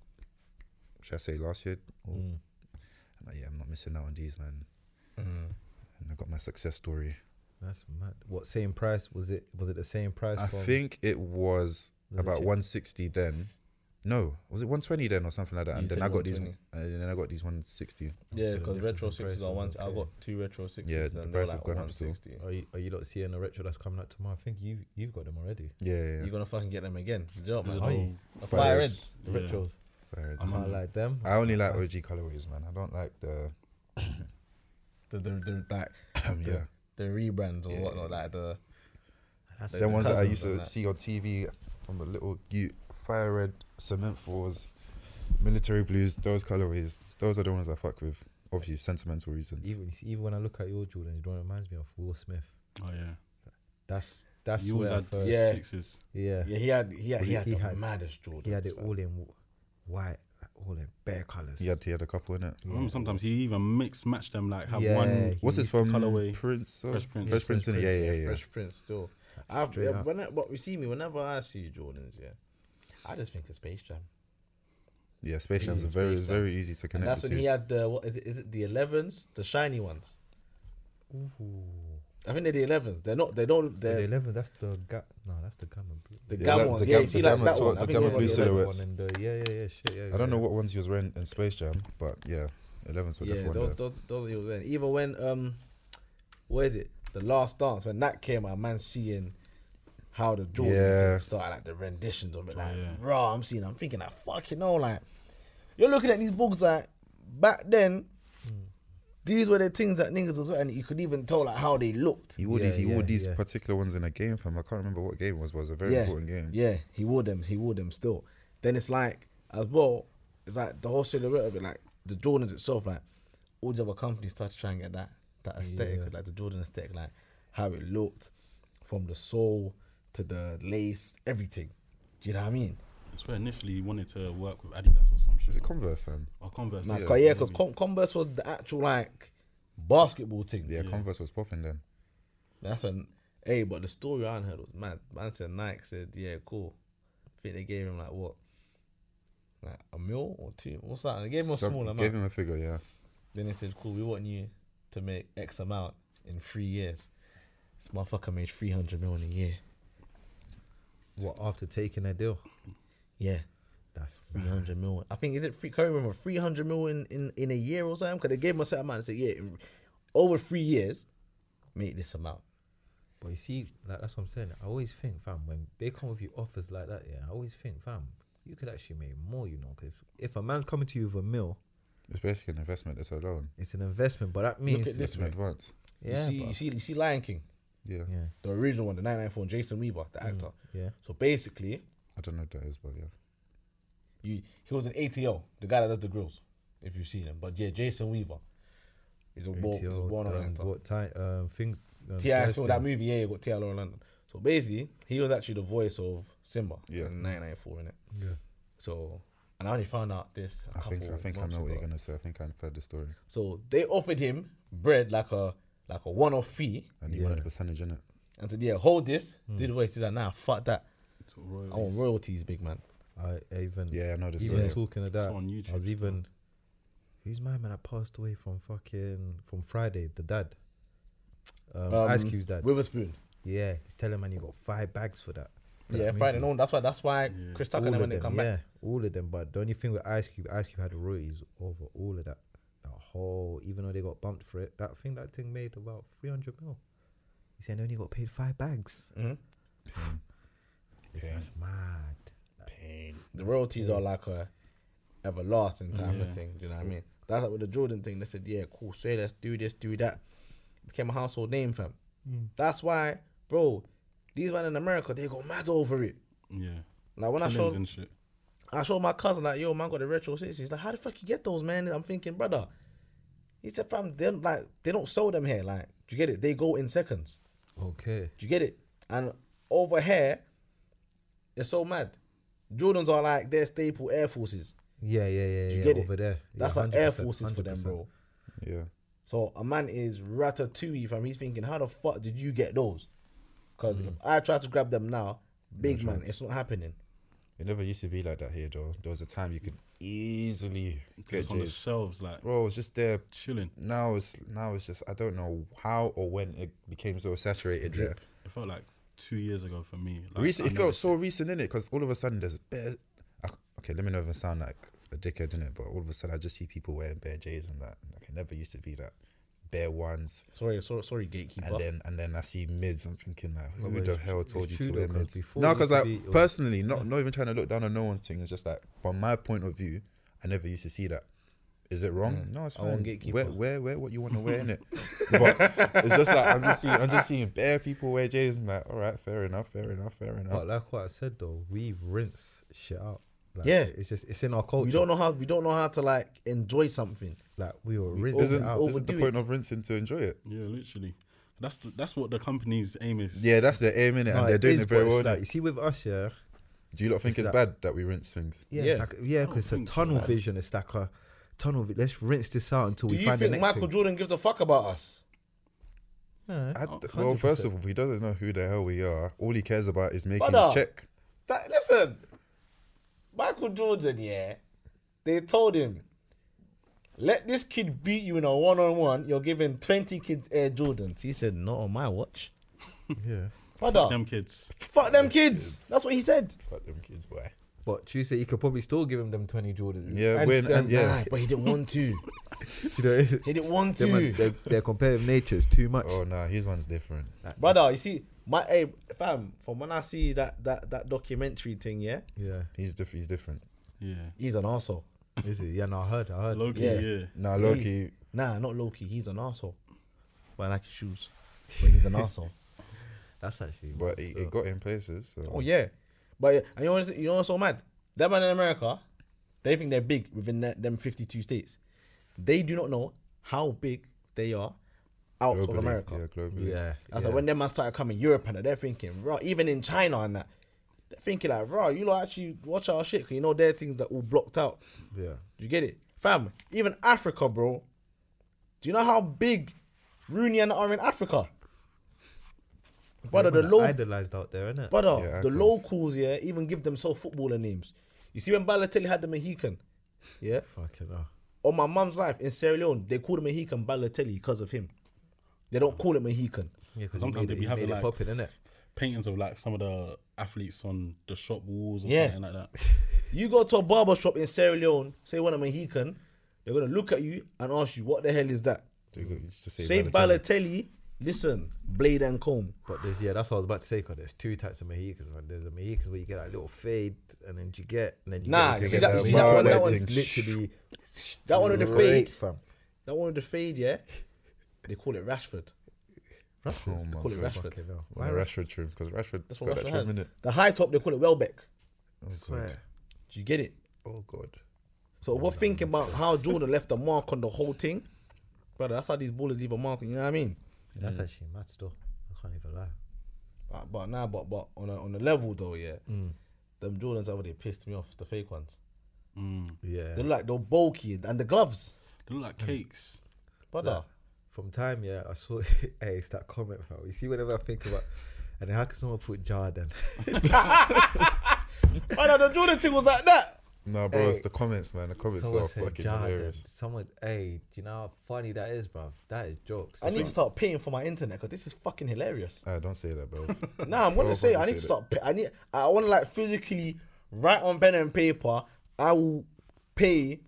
Should I say last year? Or, I'm like, yeah, I'm not missing out on these, man. And I got my success story.
That's mad. What same price was it? Was it the same price?
I
from-
think it was
Was it
about
cheap?
160 then. No, was it 120 then or something like that?
You
And then
said
I got these. uh,
120.
And then I got these 160.
Yeah,
So the
because
difference
retro
in
sixes
prices,
are one. I
okay.
got two retro sixes.
Yeah,
and
the
they're
price
like
have gone up still.
160.
Are you, are you lot seeing a retro that's coming out tomorrow? I think you you've got them already.
Yeah, yeah.
You're gonna fucking get them again. Do you know what,
There's
man?
a
Are
whole-
you?
A
Fire
fire
reds.
reds.
yeah.
Retros.
Whereas
I'm
I
on-
like them.
I only like OG colorways, man. I don't like the.
The the the that
yeah.
the rebrands or
Yeah.
whatnot. Like the
That's
the-
Them
the
ones that I
cousins
used
and
to
that.
see on TV from a little you fire red, cement fours, military blues, those colorways. Those are the ones I fuck with. Obviously, sentimental reasons.
Even you see, even when I look at your Jordans, it don't reminds me of Will Smith.
Oh yeah.
That's that's
You always
where I
had
first,
Yeah.
sixes.
yeah.
Yeah, he had he had
Was
he
it-
had
he
the
had-
maddest Jordan.
He had it all in wh- white, like, all in bare colors.
He had he had a couple in it.
I remember sometimes he even mix match them like have
Yeah,
one.
he
What's his
the
from?
colorway?
Prince. uh,
Fresh Prince.
Fresh Prince. innit? Yeah, yeah, yeah.
Fresh Prince still. I've
Straight
yeah,
up.
when I, but you see me whenever I see you Jordans, yeah, I just think of Space Jam.
Yeah, Space Jam's
Easy,
are very
Space
it's
Jam.
very easy to
And
connect
that's
the
when he
two.
had the what is it? Is it the 11s, the shiny ones? I think they're the 11s. They're not. They don't.
The
They're
eleven. That's the ga- No, that's the gamma blue.
the
Yeah,
gamma
like
ones.
the
yeah,
gam-
you see
the
like
gamma
that
sort-
one.
the
I think
gamma
it
blue
was
the
like the
red
11s.
silhouettes.
one and the- yeah, yeah, yeah. Shit, yeah.
I don't
yeah.
know what ones he was wearing in Space Jam, but yeah, 11s were
Yeah,
definitely.
those, those, those he was in. Even when um, what is it? The Last Dance when that came out, man, seeing how the Jordan
Yeah.
thing started, like the renditions of it, like
yeah.
raw. I'm seeing, I'm thinking, like fucking no, like you're looking at these books like back then. These were the things that niggas was wearing. You could even tell like how they looked.
He wore
Yeah,
these. He wore
yeah,
these
yeah.
particular ones in a game, fam. I can't remember what game it was, but it was a very
yeah,
important game.
Yeah, he wore them. He wore them still. Then it's like as well. It's like the whole silhouette of it, like the Jordans itself. Like all the other companies started to try and get that that aesthetic,
Yeah.
like the Jordan aesthetic, like how it looked from the sole to the lace, everything. Do you know what I mean?
I swear initially he wanted to work with Adidas or some shit.
Is it Converse, fam?
or Converse?
Nah,
yeah.
'cause- yeah, because Converse was the actual like basketball thing.
Yeah, Converse was popping then.
That's when, hey, but the story I heard was mad. Man said Nike said, yeah, cool. I think they gave him like what? Like a mil or two? What's that? They gave him a
Some-
small amount.
Gave him a figure, yeah.
then they said, cool, we want you to make X amount in three years. This motherfucker made 300 mil in a year.
What after taking a deal?
Yeah,
That's
300 mil. I think, is it free? Can't remember, 300 mil in, in, in a year or something? Because they gave him a certain amount and said, yeah, in, over three years, make this amount.
But you see, like that's what I'm saying. I always think, fam, when they come with you offers like that, yeah, I always think, fam, you could actually make more, you know, because if, if a man's coming to you with a mill,
It's basically an investment. It's a loan.
it's an investment, but that means,
at
It's
this-
an
Right.
advance.
yeah,
you see,
bruv.
you see, you see, Lion King,
Yeah.
yeah,
the original one, the 994, Jason Weaver, the
Mm.
actor.
yeah,
So basically,
I don't know what that is, but yeah.
you he was an ATL, the guy that does the grills, if you've seen him. But yeah, Jason Weaver is a born, is a
ATL,
born
um,
actor.
what type, um, things, um,
T.I. saw
testing.
that movie, yeah, you got T.I. Law in London. So basically, he was actually the voice of Simba
Yeah.
in 1994, innit?
Yeah.
So, and I only found out this a
I
couple
think I think I
months
know what
ago.
you're gonna say. I think I've heard the story.
So they offered him bread like a like a one off fee
And you
Yeah.
wanted a percentage in it.
and said, yeah, hold this.
Mm.
Did what he said, like, nah, fuck that.
It's a royalties.
I want royalties, big man.
I, I even,
Yeah, I know the
even
story.
talking
It's
of that,
on YouTube
I was
still.
even, who's my man that passed away from fucking from Friday? The dad, um, Ice
Um,
Cube's dad.
Witherspoon.
Yeah, he's telling man he got five bags for that. for
Yeah,
that
Friday.
movie.
No, that's why. That's why Chris Tucker and
All of
them when they
them,
come
yeah,
back.
all of them. But the only thing with Ice Cube, Ice Cube had royalties over all of that. That whole, even though they got bumped for it, that thing that thing made about three hundred mil. He said they only got paid five bags.
Mhm.
It's that's mad.
The royalties are like a everlasting type
Yeah.
of thing. Do you know what I mean? That's like with the Jordan thing. They said, yeah, cool. Say let's do this, do that. Became a household name, fam.
Mm.
That's why, bro. These men in America, they go mad over it.
Yeah.
Like when I
Killings
showed
and shit.
I showed my cousin like, yo, man, got the retro six. He's like, how the fuck you get those, man? I'm thinking, brother. He said, fam, they don't like they don't sell them here. Like, do you get it? They go in seconds.
Okay.
Do you get it? And over here, they're so mad. Jordans are like their staple Air Forces.
Yeah, yeah, yeah.
Do you
yeah,
get it?
over there.
That's
yeah,
like Air
100%,
Forces for them,
100%.
bro.
Yeah.
So a man is ratatouille fam. He's thinking, how the fuck did you get those? Because
Mm.
if I try to grab them now, big man, it's not happening.
It never used to be like that here though. There was a time you could easily get
It's on the
J's.
shelves, like
Bro, it's just there
chilling.
now it's now it's just I don't know how or when it became so saturated there.
It felt like two years ago for me. Like,
Recent,
I
it felt
noticed
so recent in it because all of a sudden there's bare. I, okay, let me know if I sound like a dickhead in it, but all of a sudden I just see people wearing bare J's and that. Like it never used to be that bare ones.
Sorry, sorry, sorry, gatekeeper.
And then and then I see mids. I'm thinking like,
No,
who
but
the
it's-
hell
it's
told you
true
to wear
though, 'cause
mids?
before
No,
it used
because
to
like
be- it was-
personally, not not even trying to look down on no one's thing. It's just like from my point of view, I never used to see that. Is it wrong? No, it's
I want
fine.
gatekeeper.
Wear, wear, wear what you want to wear in it. But it's just like I'm just seeing, I'm just seeing bare people wear J's. and I'm like, all right, fair enough, fair enough, fair enough.
But like what I said though, we rinse shit out. Like,
Yeah.
it's just it's in our culture.
we don't know how we don't know how to like enjoy something.
Like we were rinsed
isn't,
out.
over-
isn't the
overdo
point of rinsing to enjoy it?
it. Yeah, literally. That's the, that's what the company's aim is.
Yeah, that's their aim in it,
No,
and they're
it
doing
is,
it very
but it's
well.
Like, you see, with us, yeah,
Do you lot think it's
it's that-
bad that we rinse things?
yeah,
Yeah.
it's like, yeah,
don't
because it's a
think so,
tunnel
man.
vision. It's like a tunnel. vi- Let's rinse this out until
Do
we
you
find
think
the next
Michael
thing.
Jordan gives a fuck about us?
Yeah.
I
Oh,
d- well, first of all, he doesn't know who the hell we are. All he cares about is making
Brother.
his check.
That, listen, Michael Jordan, yeah, they told him, let this kid beat you in a one on one, you're giving 20 kids Air Jordans. He said, not on my watch.
yeah.
Brother,
Them kids.
fuck them kids. That's what he said.
Fuck them kids, boy.
But you say you could probably still give him them twenty Jordans.
Yeah, when-
still-
and yeah.
Aye, but he didn't want to.
you know,
He didn't want
them man,
to.
their, their comparative nature is too much.
Oh nah, his one's different.
Brother, you see, my hey, fam, from when I see that that that documentary thing, yeah,
Yeah,
He's diff- He's different.
Yeah.
he's an asshole.
is it? Yeah, no, I heard, I heard.
Loki,
Yeah.
yeah.
Nah, Loki.
Nah, not Loki. He's an asshole. But I like his shoes. But he's an asshole.
That's actually.
But it, it got in places. So.
Oh yeah, but yeah, and you know what's- you know what's so mad? That man in America, they think they're big within that, them fifty-two states. They do not know how big they are out
globally,
of America.
Yeah, globally.
Yeah,
That's
yeah.
like when them man started coming Europe and that, they're thinking, raw, even in China and that, they're thinking like, raw, you lot actually watch our shit 'cause you know their things that all blocked out.
yeah.
Do you get it, fam? Even Africa, bro. Do you know how big Rooney and are in Africa? Brother, the
They're
low
idolized out there, innit?
Brother,
Yeah,
the
icons.
locals, yeah, even give themselves footballer names. You see, when Balotelli had the Mohican, yeah,
Fucking hell.
on my mum's life in Sierra Leone, they called him Mohican Balotelli because of him. They don't call it Mohican.
Yeah, because
Sometimes they be having, like,
popping, innit?
Paintings of like some of the athletes on the shop walls or
Yeah.
something like that.
You go to a barber shop in Sierra Leone, say one of Mohican, they're gonna look at you and ask you, what the hell is that?
You go- you just
Say
Balotelli.
Balotelli Listen, blade and comb.
But there's yeah, that's what I was about to say. Cause there's two types of Mohicans. Man. There's a Mohican where you get that little fade, and then you get, and then you
Nah,
get, you
see
get
that-
the
see that one- that one-
Mohican literally
That one with the
straight,
fade.
fam.
That one with the fade, yeah. They call it Rashford.
Oh my
Call it
God.
Rashford.
Fucking hell.
Why Rashford trim? Because Rashford
That's
got
what
that
Rashford
trim Oh,
has.
in it.
The high top they call it Welbeck.
I swear.
Do you get it?
Oh god.
So we're thinking about how Jordan left a mark on the whole thing. Brother, that's how these ballers leave a mark. You know what I mean?
That's actually mad stuff. I can't even lie.
But but now, but but on a, on a level though, yeah. Them Jordans over there pissed me off. The fake ones.
Yeah.
They're like they're bulky and the gloves,
They look like cakes.
brother.
From time, yeah, I saw. hey, it's that comment, fam. You see, whenever I think about, and then how can someone put Jordan?
Oh no, the Jordan thing was like that.
Nah, bro, it's
Hey.
the comments, man. The comments
Someone
are
said
fucking
Jordan.
hilarious.
Someone, hey, do you know how funny that is, bro? That is jokes.
I need to start paying for my internet because this is fucking hilarious.
Ah, don't say that, bro.
Nah, I'm gonna
Oh,
say
fuck,
I
you
need to
said
start. Pay, I need. I want to like physically write on pen and paper. I will pay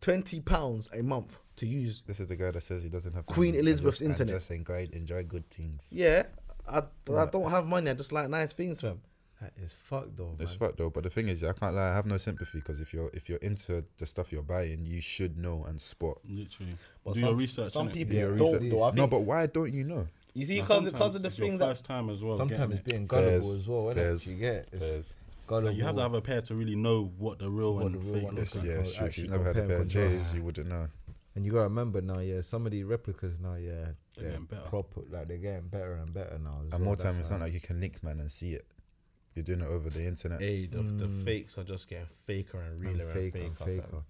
twenty pounds a month to use.
this is the guy that says he doesn't have
Queen
money and
Elizabeth's
just- and
internet.
Just enjoy, enjoy good things.
Yeah, I, I don't have money. I just like nice things, fam.
That is fucked though,
It's
man.
fucked though, but the thing is, yeah, I can't lie. I have no sympathy because if you're if you're into the stuff you're buying, you should know and spot.
Literally.
But
Do
some,
your research.
Some
innit?
people
Yeah,
don't.
research.
Though, I
No,
think,
but why don't you know?
you see,
Now,
because because
sometimes
of the
it's your
things that
first time as well.
Sometimes
getting
it's
it.
being gullible
Fairs,
as well, innit?
fairs,
You get it's
fairs.
gullible.
Like, you have to have a pair to really know what the real
What
and
the real
fake
one
looks like.
looks like.
yeah, it's true. If
actually
you never had a pair
compare
of
and contrast.
J's, you wouldn't know.
And you gotta remember now, yeah, some of the replicas now, yeah, they're,
getting better.
proper. Like they're getting better and better now.
And
as well.
more time,
That's
it's
how-
not like you can link man and see it. You're doing it over the internet.
Hey, the,
Hmm.
the fakes are just getting faker and
and
realer and
fake
faker.
and
And
faker.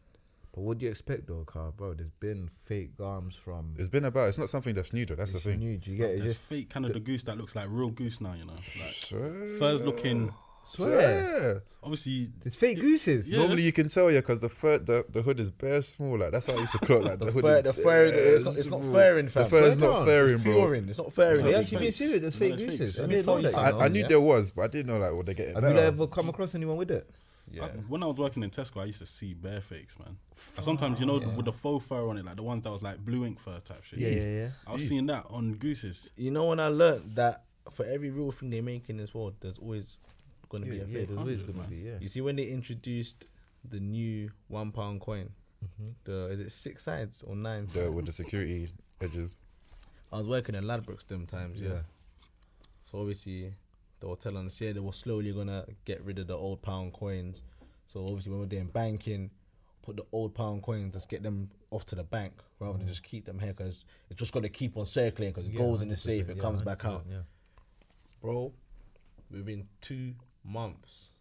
But what do you expect though, car, bro? There's been fake garms from.
It's been about. It's not something that's new though. That's
it's
the thing.
New, do you get it? It's
There's
just
fake kind of the goose that looks like real goose now, you know. Like,
Sure.
fur's looking.
swear.
Yeah.
Obviously,
There's fake gooses.
Yeah.
Normally you can tell yeah, because the fur the, the hood is bare small. Like that's how I used to clock. Like the, hood.
Fur,
is
the fur is, it's not,
bare
it's not
small.
fairing,
The
fam.
fur is
Fur
not
down.
fairing,
It's
bro.
furing. It's not fairing.
They
not
actually being
fake.
serious. There's
No,
fake
it's fake.
gooses. I
Somebody's
didn't know
told you
that.
I,
you
I
know.
knew there was, but I didn't know like would they get it
Have you
better.
ever come across anyone with it?
I- when I was working in Tesco, I used to see bare fakes, man. And sometimes, you know, with the faux fur on it, like the ones that was like blue ink fur type shit.
yeah.
I was seeing that on gooses.
You know when I learned that for every real thing they make in this world, there's always going to
Yeah,
be a
yeah
fake.
there's always
100,
gonna
man.
be, yeah.
You see when they introduced the new one pound coin,
Mm-hmm.
the is it six sides or nine?
The-
sides?
with the security edges.
I was working in Ladbrokes them times, yeah. So obviously they were telling us, yeah, they were slowly gonna get rid of the old pound coins. So obviously when we're doing banking, put the old pound coins, just get them off to the bank rather than just keep them here because it's just gonna keep on circling because it
Yeah,
goes in the safe,
100%,
it
yeah,
comes back out.
100%, Yeah.
bro, within two months,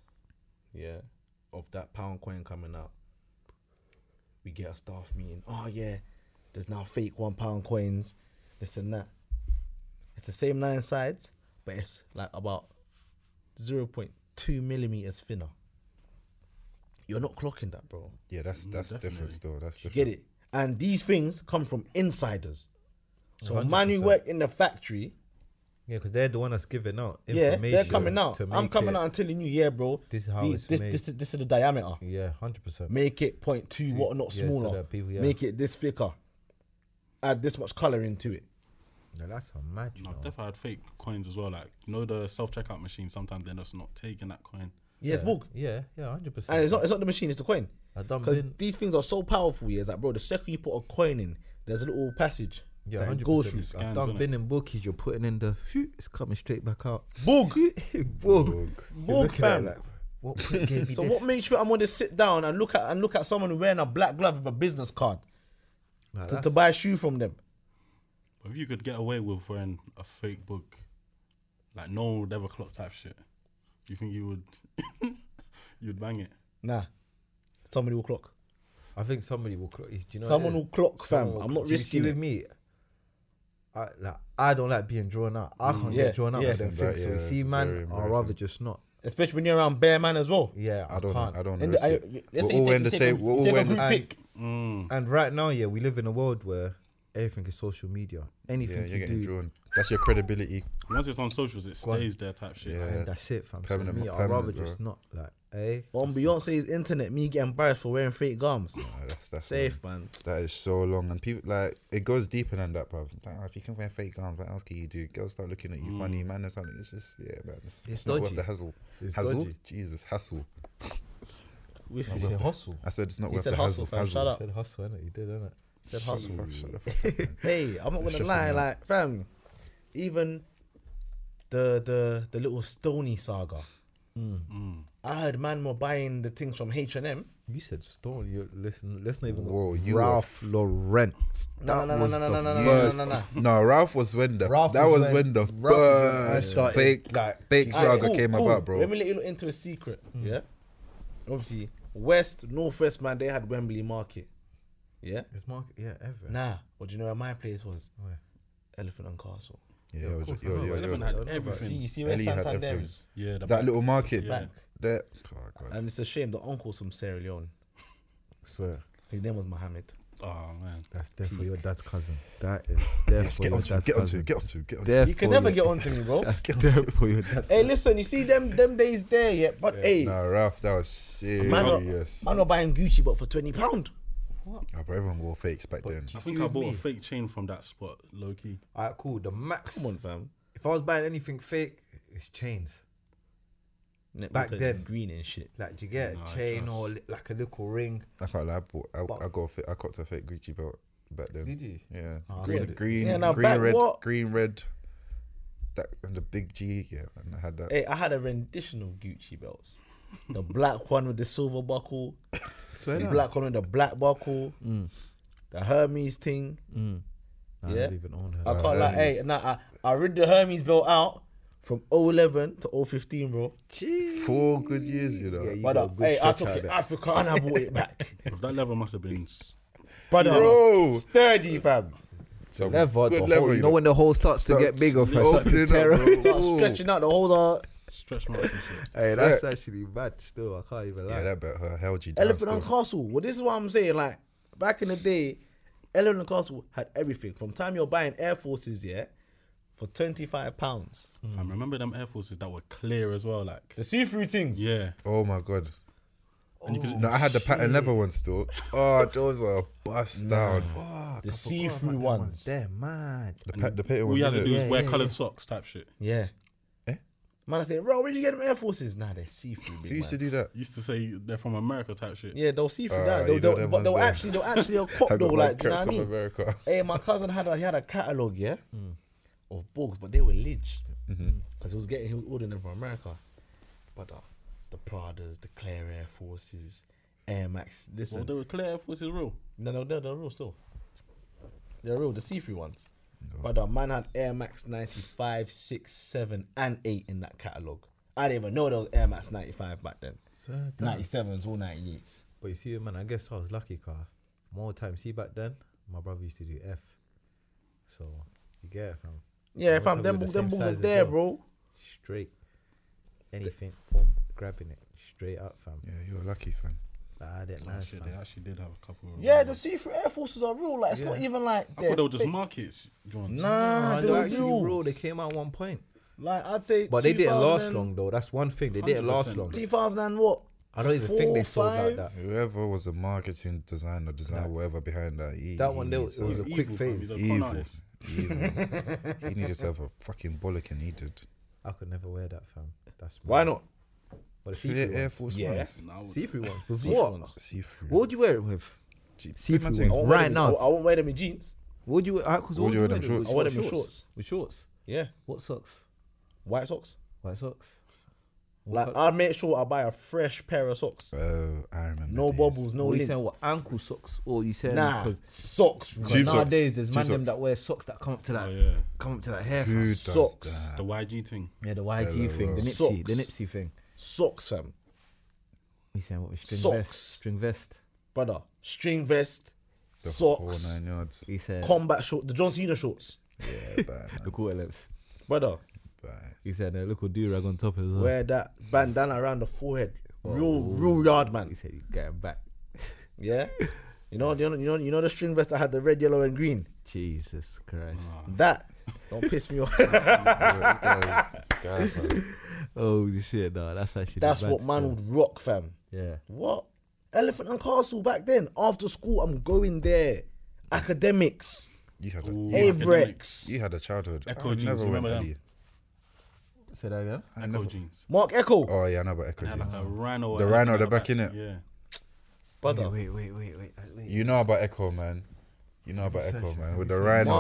yeah, of that pound coin coming out, we get a staff meeting. Oh yeah, there's now fake one pound coins, this and that. It's the same nine sides, but it's like about zero point two millimeters thinner. You're not clocking that, bro.
Yeah, that's that's different still. That's
Mm, You
different.
get it? And these things come from insiders. So man who work in the factory,
Yeah, because they're the one that's giving out
yeah,
information.
they're coming out.
to
I'm
make
coming
it-
out and telling you, yeah, bro.
This is how
the-
it's
this,
made.
this, this, is the diameter.
Yeah, hundred percent.
Make it point two, what not
yeah, so
smaller.
that people- yeah.
Make it this thicker. Add this much color into it.
That's a match. you
I've
know.
definitely had fake coins as well. Like, you know, the self checkout machine, sometimes they're just not taking that coin.
Yeah, it's bug.
Yeah, yeah, hundred percent.
And it's not it's not the machine, it's the coin.
I dumped
Because
in.
these things are so powerful. Yeah, it's like, bro, the second you put a coin in, there's a little passage
Yeah,
that it
hundred
goes through.
percent.
Scans,
I've done
innit?
bin and bookies. You're putting in the. Phew, it's coming straight back out.
Bug.
Boog.
Bug, fam.
What point gave me
so
this?
what makes you I'm gonna sit down and look at and look at someone wearing a black glove with a business card
Nah,
to,
that's-
to buy a shoe from them?
But if you could get away with wearing a fake book, like no one would ever clock type shit, do you think you would you'd bang it?
Nah. Somebody will clock.
I think somebody will. Clock. Do you know what it
Someone
is?
will clock, fam.
Someone will
I'm
clock.
not
Do you see
risking
with
it.
me. I like. I don't like being drawn out. I can't
Mm, yeah,
get drawn out.
yeah.
Yeah, them
That,
things. So
yeah,
you see,
it's very
man, I'd rather
embarrassing.
just not.
Especially when you're around bare man as well.
Yeah, I,
I don't.
can't.
I don't
And
know.
I- let's
We're
say you
all
take-
wearing the
you take
same.
a-
We're
you
all
take a
wearing the
group
same.
pic.
Mm.
And right now, yeah, we live in a world where everything is social media. Anything
Yeah, you're
you do,
getting drawn. That's your credibility.
Once it's on socials, it
Go on.
stays there type shit.
Yeah.
I mean, that's it, fam. So
Permanent-
me, I'd
permanent,
rather
bro.
just not like, eh?
On Beyonce's internet, me get embarrassed for wearing fake gums.
Nah, that's that's
Safe, man.
That is so long, and people like it goes deeper than that, bro. Like, oh, if you can wear fake gums, what else can you do? Girls start looking at
Mm.
you funny, man, or something. It's just yeah, man. It's, it's not worth
dodgy.
the hassle.
It's
hassle,
dodgy.
Jesus, hassle.
We
You said hustle.
I said it's not
He
worth
said
the hassle.
hustle, fam,
hassle.
shut
You
up.
said hustle, innit? You did, innit?
Shut
said
the
hustle.
fuck- Shut the fuck up, man.
Hey, I'm not
It's
gonna
just
lie,
annoying.
like fam, even the the the little Stony saga. I heard man were buying the things from H and M.
You said stone. You listen. Let's not even. go-
Whoa, you were
Ralph Lauren.
No,
That
no, no,
was
no,
the
no, no, no, no, no,
first-
no, no.
No, Ralph was when the
Ralph
that
was
was when
when-
the
Ralph was when I
first
started,
fake
like,
fake
Alright,
saga
cool,
came
cool.
about, bro. Mm.
Let me let you look into a secret. Yeah. Obviously, West, Northwest, man, they had Wembley Market. Yeah.
It's Mark. Yeah, ever.
Nah, but do you know where my place was?
Where?
Elephant and Castle.
Yeah, yo,
course I
yo,
know,
yo,
but
yo,
Eleven had everything.
you see where
Ellie had
Santander
everything.
is?
Yeah, the
That
back.
little market,
Yeah.
that. Oh, God.
And it's a shame the uncle's from Sierra Leone.
Swear.
His name was Mohammed.
Oh man,
That's definitely your dad's cousin. That is definitely
Yes, get
your
onto, it,
dad's
get onto,
cousin.
it, get onto, it, get onto. it.
Therefore,
You can never
your-
get onto me, bro.
That's therefore your dad's
hey, listen, you see them them days there, yeah. But hey,
Nah, Ralph, that was
man, not,
serious.
man not buying Gucci, but for twenty pound.
Oh, bro, everyone wore fakes back then.
I think I bought a fake chain from that spot, low key.
Alright, cool. The max.
Come on, fam.
If I was buying anything fake, it's chains.
Net
Back
meter
then.
green and shit.
Like, do you get
Nah,
a chain
trust.
or li- like a little ring?
I can't lie, I bought, I,
But-
I got, a fa- I copped a fake Gucci belt back then.
you?
Yeah,
Oh, I
green,
would've-
green,
Yeah, now
green,
back
red,
what?
green, red. That and the big G, yeah, and I had that.
Hey, I had a rendition of Gucci belts. The black one with the silver buckle,
Swear
the
that.
black one with the black buckle, the Hermes thing.
Nah, I
Yeah.
don't even own her.
I can't like, hey, nah, I, I rid the Hermes belt out from 011 to 015, bro.
Four good years, you know.
Yeah, you
But
got a
uh,
good
hey, I
stretch
took
out
it
there.
Africa and I bought it back.
But that level must have been. s-
Brother,
Bro.
sturdy, fam.
so
Leather, the
good
whole-
level,
you know when the hole starts to get bigger, fam. start
Open
to
it
tear
up,
up.
bro.
So I'm stretching out the holes are
Stretch marks and shit.
Hey, that's actually bad. Still, I can't even lie.
Yeah, that bet her held you down.
Elephant and
still.
Castle. Well, this is what I'm saying. Like back in the day, Elephant and Castle had everything. From time you're buying Air Forces, yeah, for twenty five pounds.
Fam, remember them Air Forces that were clear as well, like
The see through things.
yeah.
Oh my god.
And
Oh,
you could
No, I had the pattern leather one still. Oh, those were bust down.
the see through ones.
Damn, man.
The, pa- the pattern
all
one.
you had to
innit?
do is
Yeah,
wear
yeah,
coloured socks type shit.
Yeah.
Eh?
Man, I said, bro, where'd you get them Air Forces? Nah, they're see through.
Who used to do that?
Used to say they're from America type shit.
Yeah, they'll see through
Ah,
that. They'll,
you know
they'll,
them
but they'll
ones there.
actually, they'll actually a cop
I
though.
got my
Like, do
crepes
you know what I
from
mean?
America. Hmm.
Hey, my cousin had a, he had a catalog, yeah, of books, but they were lidge
Mm-hmm.
because he was getting he was ordering them from America. But the, the Pradas, the Claire Air Forces, Air Max.
Well,
Listen,
they were clear Air Forces real.
no, no, no, they're real still. They're real, the see-through ones. But the man had Air Max 95, 6, 7, and 8 in that catalog. I didn't even know there was Air Max 95 back then.
Swear to
97s, all 98s.
But you see, man, I guess I was lucky, car. More time. See, back then, my brother used to do F. So, you get it, fam.
Yeah,
Yeah,
fam,
we're
them,
probably the same
them books
size
are
as
there,
well.
bro.
Straight. Anything, boom, grabbing it. Straight up, fam.
Yeah, you're lucky, fam.
Like, I didn't
Oh,
nice,
shit, they
fam.
actually did have a couple. Of
Yeah, the see-through Air Forces are real. Like, it's not
Yeah.
even like
I thought they were just
fake.
markets. John.
Ah,
Nah,
No,
Uh, they
they
were
actually
real.
real. They came out one point.
Like I'd say,
But they didn't last
2000
long, though. That's one thing. They didn't last
100%.
long.
2000 and what?
I don't even think they
four,
sold
five?
like that.
Whoever was the marketing design or design whatever behind that, he,
That
he
one, they-
needs
it was
a-
a quick
fam,
phase.
he's a con
evil.
artist.
evil. he needed to have a fucking bollocking. He did.
I could never wear that, fam. That's
Why
mad.
not?
But the
Should we get
see-through
Air
ones.
Force
Yeah.
Ones.
Nah, I would-
See-through ones.
See-through ones.
What?
See through.
What would you wear it with? see-through
Big man
I
thing.
won't
Right
wear them-
now.
I, I won't wear them in jeans.
What would you wear? Because
What
what would you wear them
shorts?
with?
I wear them in
With
shorts.
With shorts.
Yeah,
What socks?
white socks.
White socks.
Like I make sure I buy a fresh pair of socks.
Oh, I remember.
No
these.
bubbles, no
What you saying?
lint.
What ankle socks? Or you saying?
Nah,
'cause-
socks.
But
Tube socks.
nowadays, there's
Tube
man them
socks.
that wear socks that come up to that,
Oh yeah,
come up to that hair.
Who
fam.
does
Socks.
that?
the YG thing.
Yeah, the YG thing, the Nipsey, the
Socks.
Nipsey thing.
Socks, fam.
You saying what? with String vest,
Socks.
string vest.
Brother, string vest,
The
socks,
Whole nine yards.
He said
combat short, the John Cena shorts.
Yeah, bad, man,
the quarter lips.
Brother,
bad.
He said a little do rag on top as well.
wear that bandana around the forehead. Real, real yard man.
He said you got him back.
Yeah. You know, you know, you know, you know the string vest that had the red, yellow, and green.
Jesus Christ.
That Don't piss me off.
Oh shit, no, that's actually. the
That's what
bad
man
stuff.
would rock, fam.
Yeah.
What? Elephant and Castle back then. After school, I'm going there. Academics.
You had
Ooh,
a,
Avrex.
you had a childhood.
Echo
I
jeans,
never went
remember them?
early.
Say that again.
I
Echo
never-
jeans.
Mark Echo.
Oh yeah, I know about Echo
They had like
jeans.
a rhino.
The
and
rhino,
everything like
the back,
that.
innit?
Yeah.
Brother.
Wait, wait, wait, wait, uh, wait.
You know about Echo, man. You know about Echo, man. With the rhino.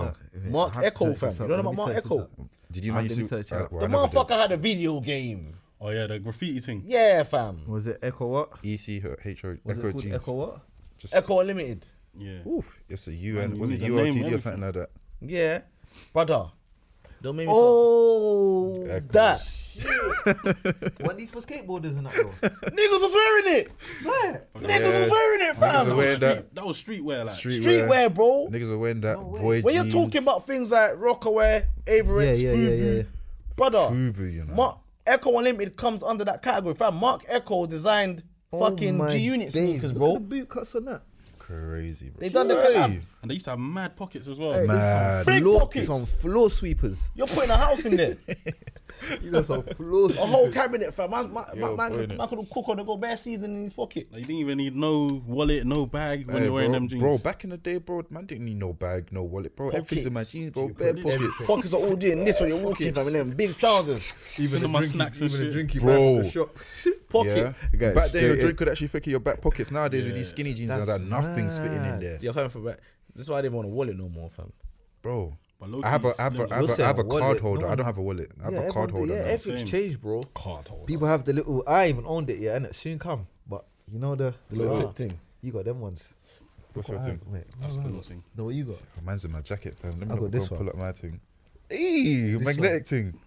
Mark, Mark Echo, fam. You know about Mark Echo?
Did you know
I
you
didn't
see?
search it up.
The motherfucker had a video game.
Oh yeah, the graffiti thing.
Yeah, fam.
Was it Echo what?
E C H O
Was
Echo
it called
jeans.
Echo what?
Just
Echo Unlimited.
Yeah.
oof. It's a E UN.
you
Was
need
it
the name,
URTD or
everything.
something like that?
Yeah. Brother. Don't make me
Oh,
talk. That.
One these for skateboarders and that though.
Niggas was wearing it.
Swear.
Niggas was wearing it,
Niggas was
fam.
That
wearing-
was,
Wear
street,
that.
that. was streetwear, like.
Streetwear.
Streetwear, bro.
Niggas are wearing that. Void
When you're
jeans.
talking about things like Rockaway,
yeah,
Averick,
yeah, yeah,
Fubu,
yeah.
brother,
Fubu, you know.
Mark Echo Unlimited comes under that category, fam. Mark Echo designed
Oh
fucking G Unit sneakers, bro.
boot cuts on that.
Crazy, bro.
They done the collab.
And they used to have mad pockets as well.
Mad.
Big
Floor,
pockets.
some floor sweepers.
You're putting a house in there,
You got some floor
a whole cabinet, fam. Man, man,
Yo,
man,
putting
could,
it.
man could cook on the go bare season in his pocket.
Like, you didn't even need no wallet, no bag when
Hey,
you're wearing
bro,
them jeans.
bro, back in the day, bro, man didn't need no bag, no wallet, bro. Everything's in my
Pockets.
jeans, bro. Bare pockets.
Pockets are all doing this when you're walking, fam, in them big trousers,
even my snacks and shit.
Bro.
shop.
pocket.
Yeah.
Guys,
Back then, your
straight in.
drink could actually fit in your back pockets. Nowadays, with
Yeah.
these skinny jeans, and that nothing's fitting in there,
You're coming for back. That's why I didn't want a wallet no more, fam.
bro.
But low-key,
I have a, I have a, I have a, I have a
Listen,
card
wallet,
holder.
no
I
one-
don't have a wallet. I have
yeah,
a
everyone
card
do-
holder.
Yeah,
now.
everything's
Same.
changed, bro.
Card holder.
People have the little. I even owned it, yeah, and it soon come. But you know the,
The little
Ah,
clip thing.
You got them ones.
What's
Look
your
what I-
thing?
Wait,
That's
what-
the little thing.
no, what you got?
Oh, mine's in my jacket. Then. Let me
I
go
got this
and pull
one.
up my thing. Eee, magnetic thing.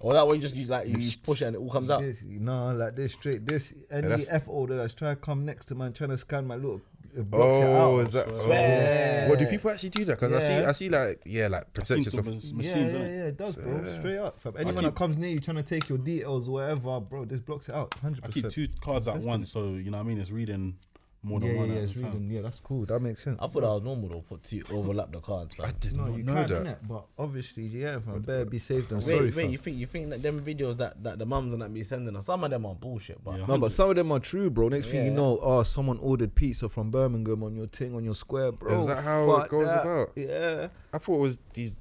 Or that way, you just you, like you just push it and it all comes out.
This, no, like this straight. This any
that's-
F older that's trying to come next to man, trying to scan my little. It blocks
Oh,
it out.
is that?
Swear.
Oh. What do people actually do that? Because
Yeah.
I see, I see, like, yeah, like
I seen
protect
some
yourself.
machines,
Yeah,
innit?
yeah, yeah, it does, bro. Straight up, fam. Anyone
keep-
that comes near you trying to take your details or whatever, bro, this blocks it out. Hundred
I
percent.
keep two cards at once, so you know what I mean. It's reading more
Yeah,
than
yeah,
one
yeah,
at
it's
a time.
reading. Yeah, that's cool. That makes sense.
I thought I was normal though, put two overlap the cards, fam.
Did
No,
not
you
know
can't,
that.
innit? But obviously, yeah, fam. Better be safe than
Wait,
sorry,
wait,
fam.
you think you think that them videos that, that the mums and that be sending us, some of them are bullshit, but
Yeah.
No,
no,
but some of them are true, bro. Next thing you
Yeah.
know, oh, someone ordered pizza from Birmingham on your thing on your square, bro.
Is that how it
Fuck
goes
that.
about?
Yeah.
I thought it was these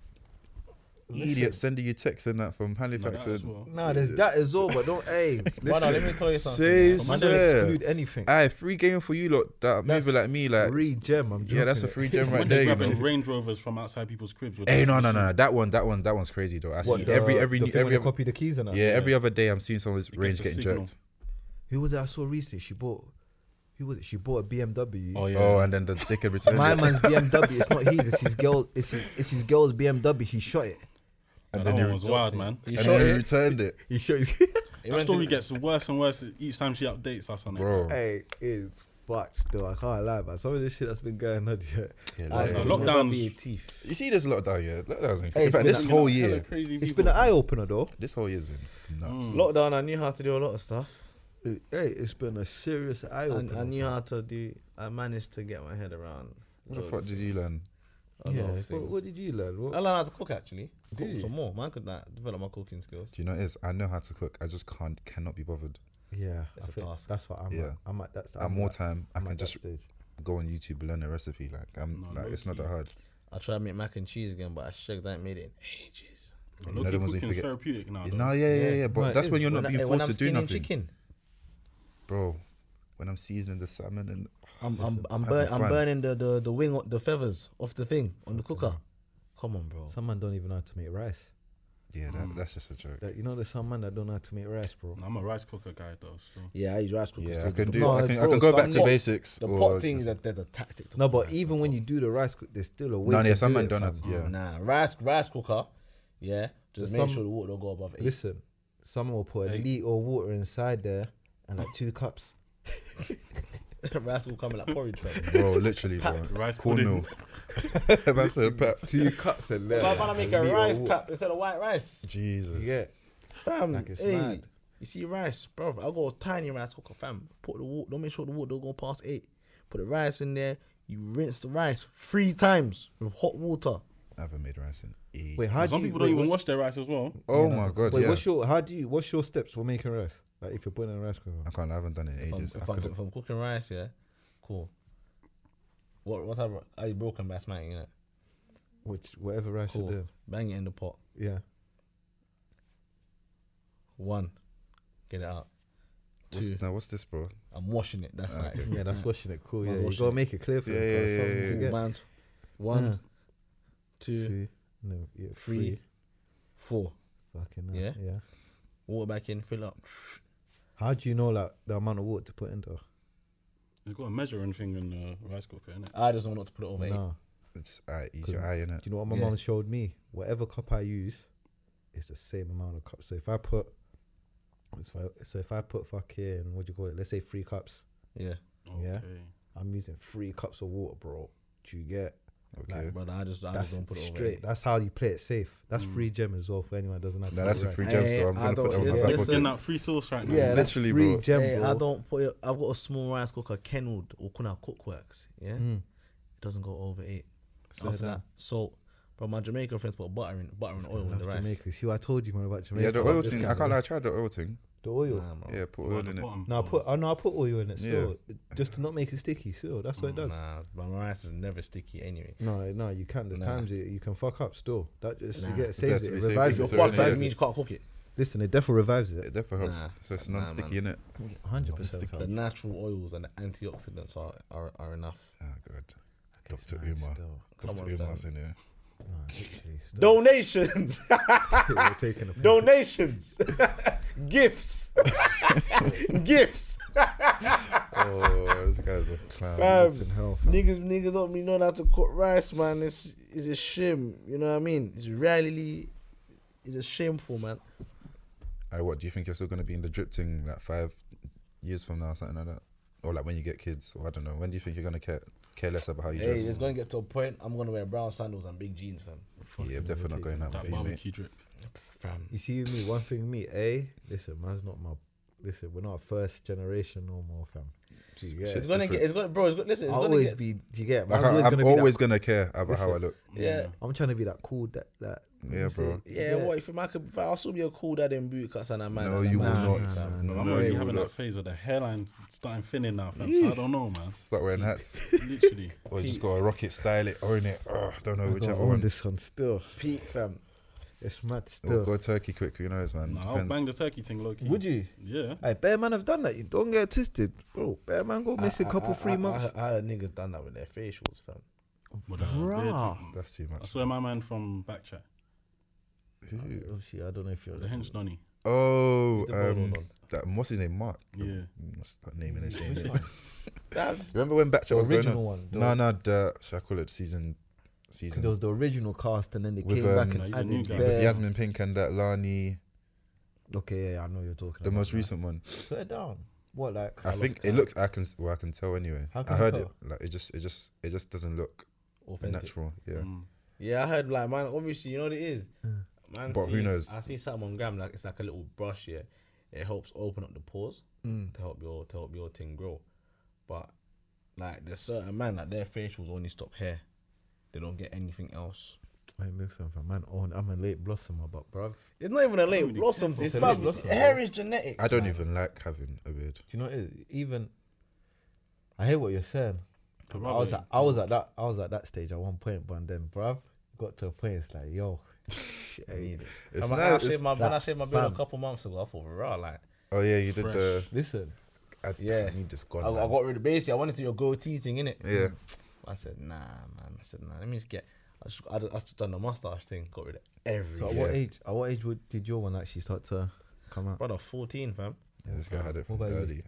idiots sending you texts and that from
Like that
Halifax.
as
and-
well.
Nah, there's that is all, but don't. Hey,
brother, let me tell you something.
Say
yeah.
so.
Man,
don't
Yeah.
exclude anything.
Aye, free game for you lot. That movie like me, like
Free gem. I'm
Uh, yeah, that's a
joking.
free gem
when
right
they're
there. You know.
grabbing Range Rovers from outside people's cribs. with
Hey,
that
no, no, no,
machine.
no, that one, that one, that one's crazy though. I see
the-
every every
the
new,
thing when
every
they
other,
copy the keys and that.
yeah, every other day I'm seeing someone's
It gets
range
a
getting
signal.
jerked.
Who was it I saw recently? She bought. Who was it? She bought a BMW.
Oh yeah.
Oh, and then the dickhead returned
My
it,
man's BMW. It's not his. It's his girl. It's his, it's his girl's BMW. He shot it.
and
that
then he
one was wild,
rejected
man.
it.
You
And
shot
then he
it?
returned it,
He shot his.
it
That
went
story
to-
gets worse and worse each time she updates us on it.
bro.
hey, it's fucked. Still, I can't lie, man. Some of this shit that's been going on. Yeah.
I-
No,
I'll never
lockdowns-
be a thief.
You see this lockdown, yeah? Lockdown's been
Hey,
In fact,
it's been
this
a-
whole
Hella
year,
Crazy
It's
people.
been an eye opener though.
this whole year's been nuts.
Lockdown, I knew how to do a lot of stuff.
Hey, it's been a serious eye
And
opener.
I knew how to do. I managed to get my head around.
What the
loads-
fuck did you learn?
A
Yeah,
lot of
what-
things.
what, did you learn?
I
What?
learned how to cook actually.
Did you?
Cook some more. Man could like, develop my cooking skills.
Do you know what it is? I know how to cook. I just can't, cannot be bothered.
Yeah,
It's
I
a
think
task.
that's what I'm
Yeah.
at. I'm at that stage.
At more time, I
I'm
can
at that
just
stage.
go on YouTube, learn a recipe. Like I'm,
No,
like it's not
low-key.
that hard.
I tried to make mac and cheese again, but I shook that made it in ages.
Low
Another
key
one's we
cooking's
forget.
therapeutic now. though.
No, yeah, yeah,
Yeah.
yeah. But
No, it
that's
is.
when you're not
When I-
being
when
forced
I'm
to do
skinning
nothing,
chicken,
bro. When I'm seasoning the salmon and
I'm I'm I'm,
having
burn, I'm
fun.
burning the, the the wing the feathers off the thing on the cooker. Come on, bro.
Mm-hmm. Some man don't even know how to make rice.
yeah, that, that's just a joke.
Like, you know, there's some man that don't know how to make rice, bro.
I'm a rice cooker guy though. So.
Yeah, I use rice cookers.
Yeah,
too.
I can
The
do.
pot-
I
No,
can, I
bro,
can go
some
back to
pot-
basics. Oh,
The
or
pot thing is that there's a tactic. To
No,
cook
but
rice
even
with.
when you do the rice, cook, there's still a way.
No,
to
yeah, some
do
man
it,
don't
fam.
have to- Yeah,
nah rice rice cooker, yeah, just
There's
make
some-
sure the water don't go above eight.
Listen, someone will put a
Hey.
liter of water inside there and like two cups.
rice will come in like porridge. Right?
bro, literally, bro.
Rice
Cornmeal.
pudding.
that's a pap.
Two cups and
Why can't I make a rice pap instead of white rice?
Jesus.
Yeah.
Fam,
Like, it's
hey,
mad.
you see rice, bro. I got a tiny rice cooker, fam. Put the water. Don't make sure the water don't go past eight. Put the rice in there. You rinse the rice three times with hot water.
haven't made rice in ages.
Wait, how
Some
do you,
people
wait,
don't even
what's-
wash their rice as well.
oh
yeah,
my
that's-
god,
Wait,
yeah.
what's your how do you what's your steps for making rice? Like if you're putting in a rice cooker.
I can't. I haven't done it in
If I'm,
ages. I
if I'm,
couldn't-
if I'm cooking rice, yeah, cool. What what type of are Ah, you broken by smiting it?
Which whatever rice
Cool.
you do.
Bang it in the pot.
Yeah.
One, get it out.
what's,
Two,
no, what's this, bro?
I'm washing it. That's right.
Yeah, that's washing it cool.
Man,
Yeah, you
washing
gotta
it.
make it clear for
Yeah,
them, guys,
yeah, yeah,
something
yeah,
you
yeah.
get.
Band. One,
Yeah.
two,
Two, no, yeah,
three,
three.
four.
Fucking hell,
Yeah?
yeah.
Water back in, fill up.
How do you know like the amount of water to put in though?
It's got a measuring thing in the rice cooker, innit?
I just don't know what to put it over.
Nah.
Just eye, use your eye in it.
Do you know what my
Yeah.
mum showed me? Whatever cup I use, it's the same amount of cups. So if I put, it's fi- so if I put fucking what do you call it? Let's say three cups.
Yeah,
Yeah.
Okay.
I'm using three cups of water, bro. Do you get?
Okay.
but I just I
That's
just don't put it over.
straight. That's how you play it safe. That's free gem as well for anyone that doesn't have.
No,
to
Mm. that's
do
a
it
free
right.
gem
Hey,
store. I'm
I
gonna put
don't-
that on my
listen,
back
listen.
In
pocket.
that free sauce right now.
Yeah, that's
Literally,
free
bro.
gem,
Hey,
bro.
I don't put it. I've got a small rice cooker, Kenwood or Kuna Cookworks. Yeah,
Mm.
it doesn't go over eight. After that, salt. But my Jamaican friends put butter in butter and oil in the
Love
rice.
Jamaica. See, what I told you man about Jamaica.
Yeah, the oil
This
thing.
guy,
I can't. lie,
man.
I tried the oil thing.
The oil.
Nah, bro.
Yeah, put
Or
oil
at the
in it.
bottom.
No, I put. Oh, no, I put oil in it.
Yeah.
Still, just to not make it sticky. Still, that's what it does.
Nah, but my rice is never sticky anyway.
No, no, you can't. There's
Nah.
times you, you can fuck up still. That just you
Nah.
get
has
saves
to
it.
be
it
saved.
revives
If
If you're
it.
So
fucked,
it
that
is-
means you can't cook it.
Listen, it definitely revives it.
It definitely helps.
Nah,
so it's
nah,
non-sticky in it.
Hundred percent.
The natural oils and the antioxidants are are, are enough.
Oh god, Doctor Umar.
Come
Doctor
on,
Umar's in here.
Donations,
We're taking a
donations, gifts, gifts.
Oh, this guy's a clown.
Fam,
fucking hell, fam.
niggas, niggas don't be knowing how to cook rice, man. It's it's a shame. You know what I mean? It's really it's a shameful, man.
I what? Do you think you're still gonna be in the drip thing like five years from now, something like that, or like when you get kids, or I don't know. When do you think you're gonna care care less about how you
Hey,
dress?
it's gonna get to a point. I'm gonna wear brown sandals and big jeans, fam.
yeah, I'm definitely not going out
That
with you, mate.
barbecue drip.
Fam.
You see me, one thing me, eh? Listen, man's not my. Listen, we're not first generation no more, fam. Do you get
It's
it?
gonna
different.
get. It's gonna, bro. It's gonna, listen. It's
I'll
gonna
always
get.
be. Do you get?
Like,
it? Man's
I,
always
I'm
gonna be
always
that,
gonna care about how I
Listen.
look.
yeah.
I'm trying to be that cool that that.
Yeah, bro.
Yeah, what if I could? I'll still be a cool dad in bootcuts and a man.
No,
and a
you will
man
not.
fam.
No,
I'm
no,
already
you will
having that
not.
phase of the hairline starting thinning now, fam. So I don't know, man.
Start wearing hats.
Literally.
Or you just gotta rock it, style it, own it. Oh, don't know
I
which I
don't own
want.
this one still.
Peak, fam.
It's mad
Or
still.
go Turkey quick, who knows, man.
Nah, I'll
Depends.
bang the turkey thing, low
Mm.
key.
Would you?
Yeah.
Hey, bear man have done that. You don't get it twisted, bro. Bear man go miss a
I-
couple
I-
three
I-
months.
I, I heard niggas done that with their facials, fam.
But that's a beard
Bruh.
thing.
That's too
I
much.
swear, my man from Backchat,
Ooh.
oh shit, I don't know if you're.
the hench Donny.
Oh,
He's the bald
um,
one, man.
that, what's his name? Mark. Mm,
Yeah.
What's that name in his name?
That-
Remember when Batcha was going
original
on?
one, the-
No, no, the shall I call it season, season.
There was the original cast, and then they
With,
came back
um,
and
Nah, he's a new
added.
guy.
with
Bear.
Yasmin Pink and that Lani,
Okay, yeah, I know you're talking.
the
about
most
that.
recent one.
Swear down. What like?
Uh,
I, think it looks. I can. s- Well, I can tell anyway.
How can
I
you
heard
tell?
it. Like it just. It just. It just doesn't look
Authentic.
natural. Yeah.
Mm.
Yeah, I heard like man. Obviously, you know what it is. Man,
But who
sees-
knows?
I see something on gram like it's like a little brush here. It helps open up the pores to help your to help your thing grow. But like there's certain man like their facials only stop hair. They don't get anything else.
Wait, listen, for man, on I'm a late blossomer, but bruv,
It's not even a late blossom. It's
It's a late
fam-
blossom,
hair is genetics.
I don't
man.
even like having a beard.
do you know what it is? even? I hear what you're saying.
The
I was
rubber.
at, I was at that I was at that stage at one point, but then bruv got to a point. It's like yo, shit,
Need it.
It's
And when
nice,
I shaved
it's-
my when I
like,
shaved my beard a
fam.
couple months ago, I thought raw like
Oh yeah, you did the.
listen,
I, yeah.
Yeah.
I need this
I,
gone.
I
man.
got rid of basically I wanted to do a goatee thing in it.
yeah.
I said, nah, man. I said, nah, let me just get. I just, I, just- I just done the mustache thing, got rid of everything.
so at
So,
what
Yeah.
age? At what age would, did your one actually start to come out?
Brother, 14, fam.
yeah. This guy had it
What
from
about you?
early.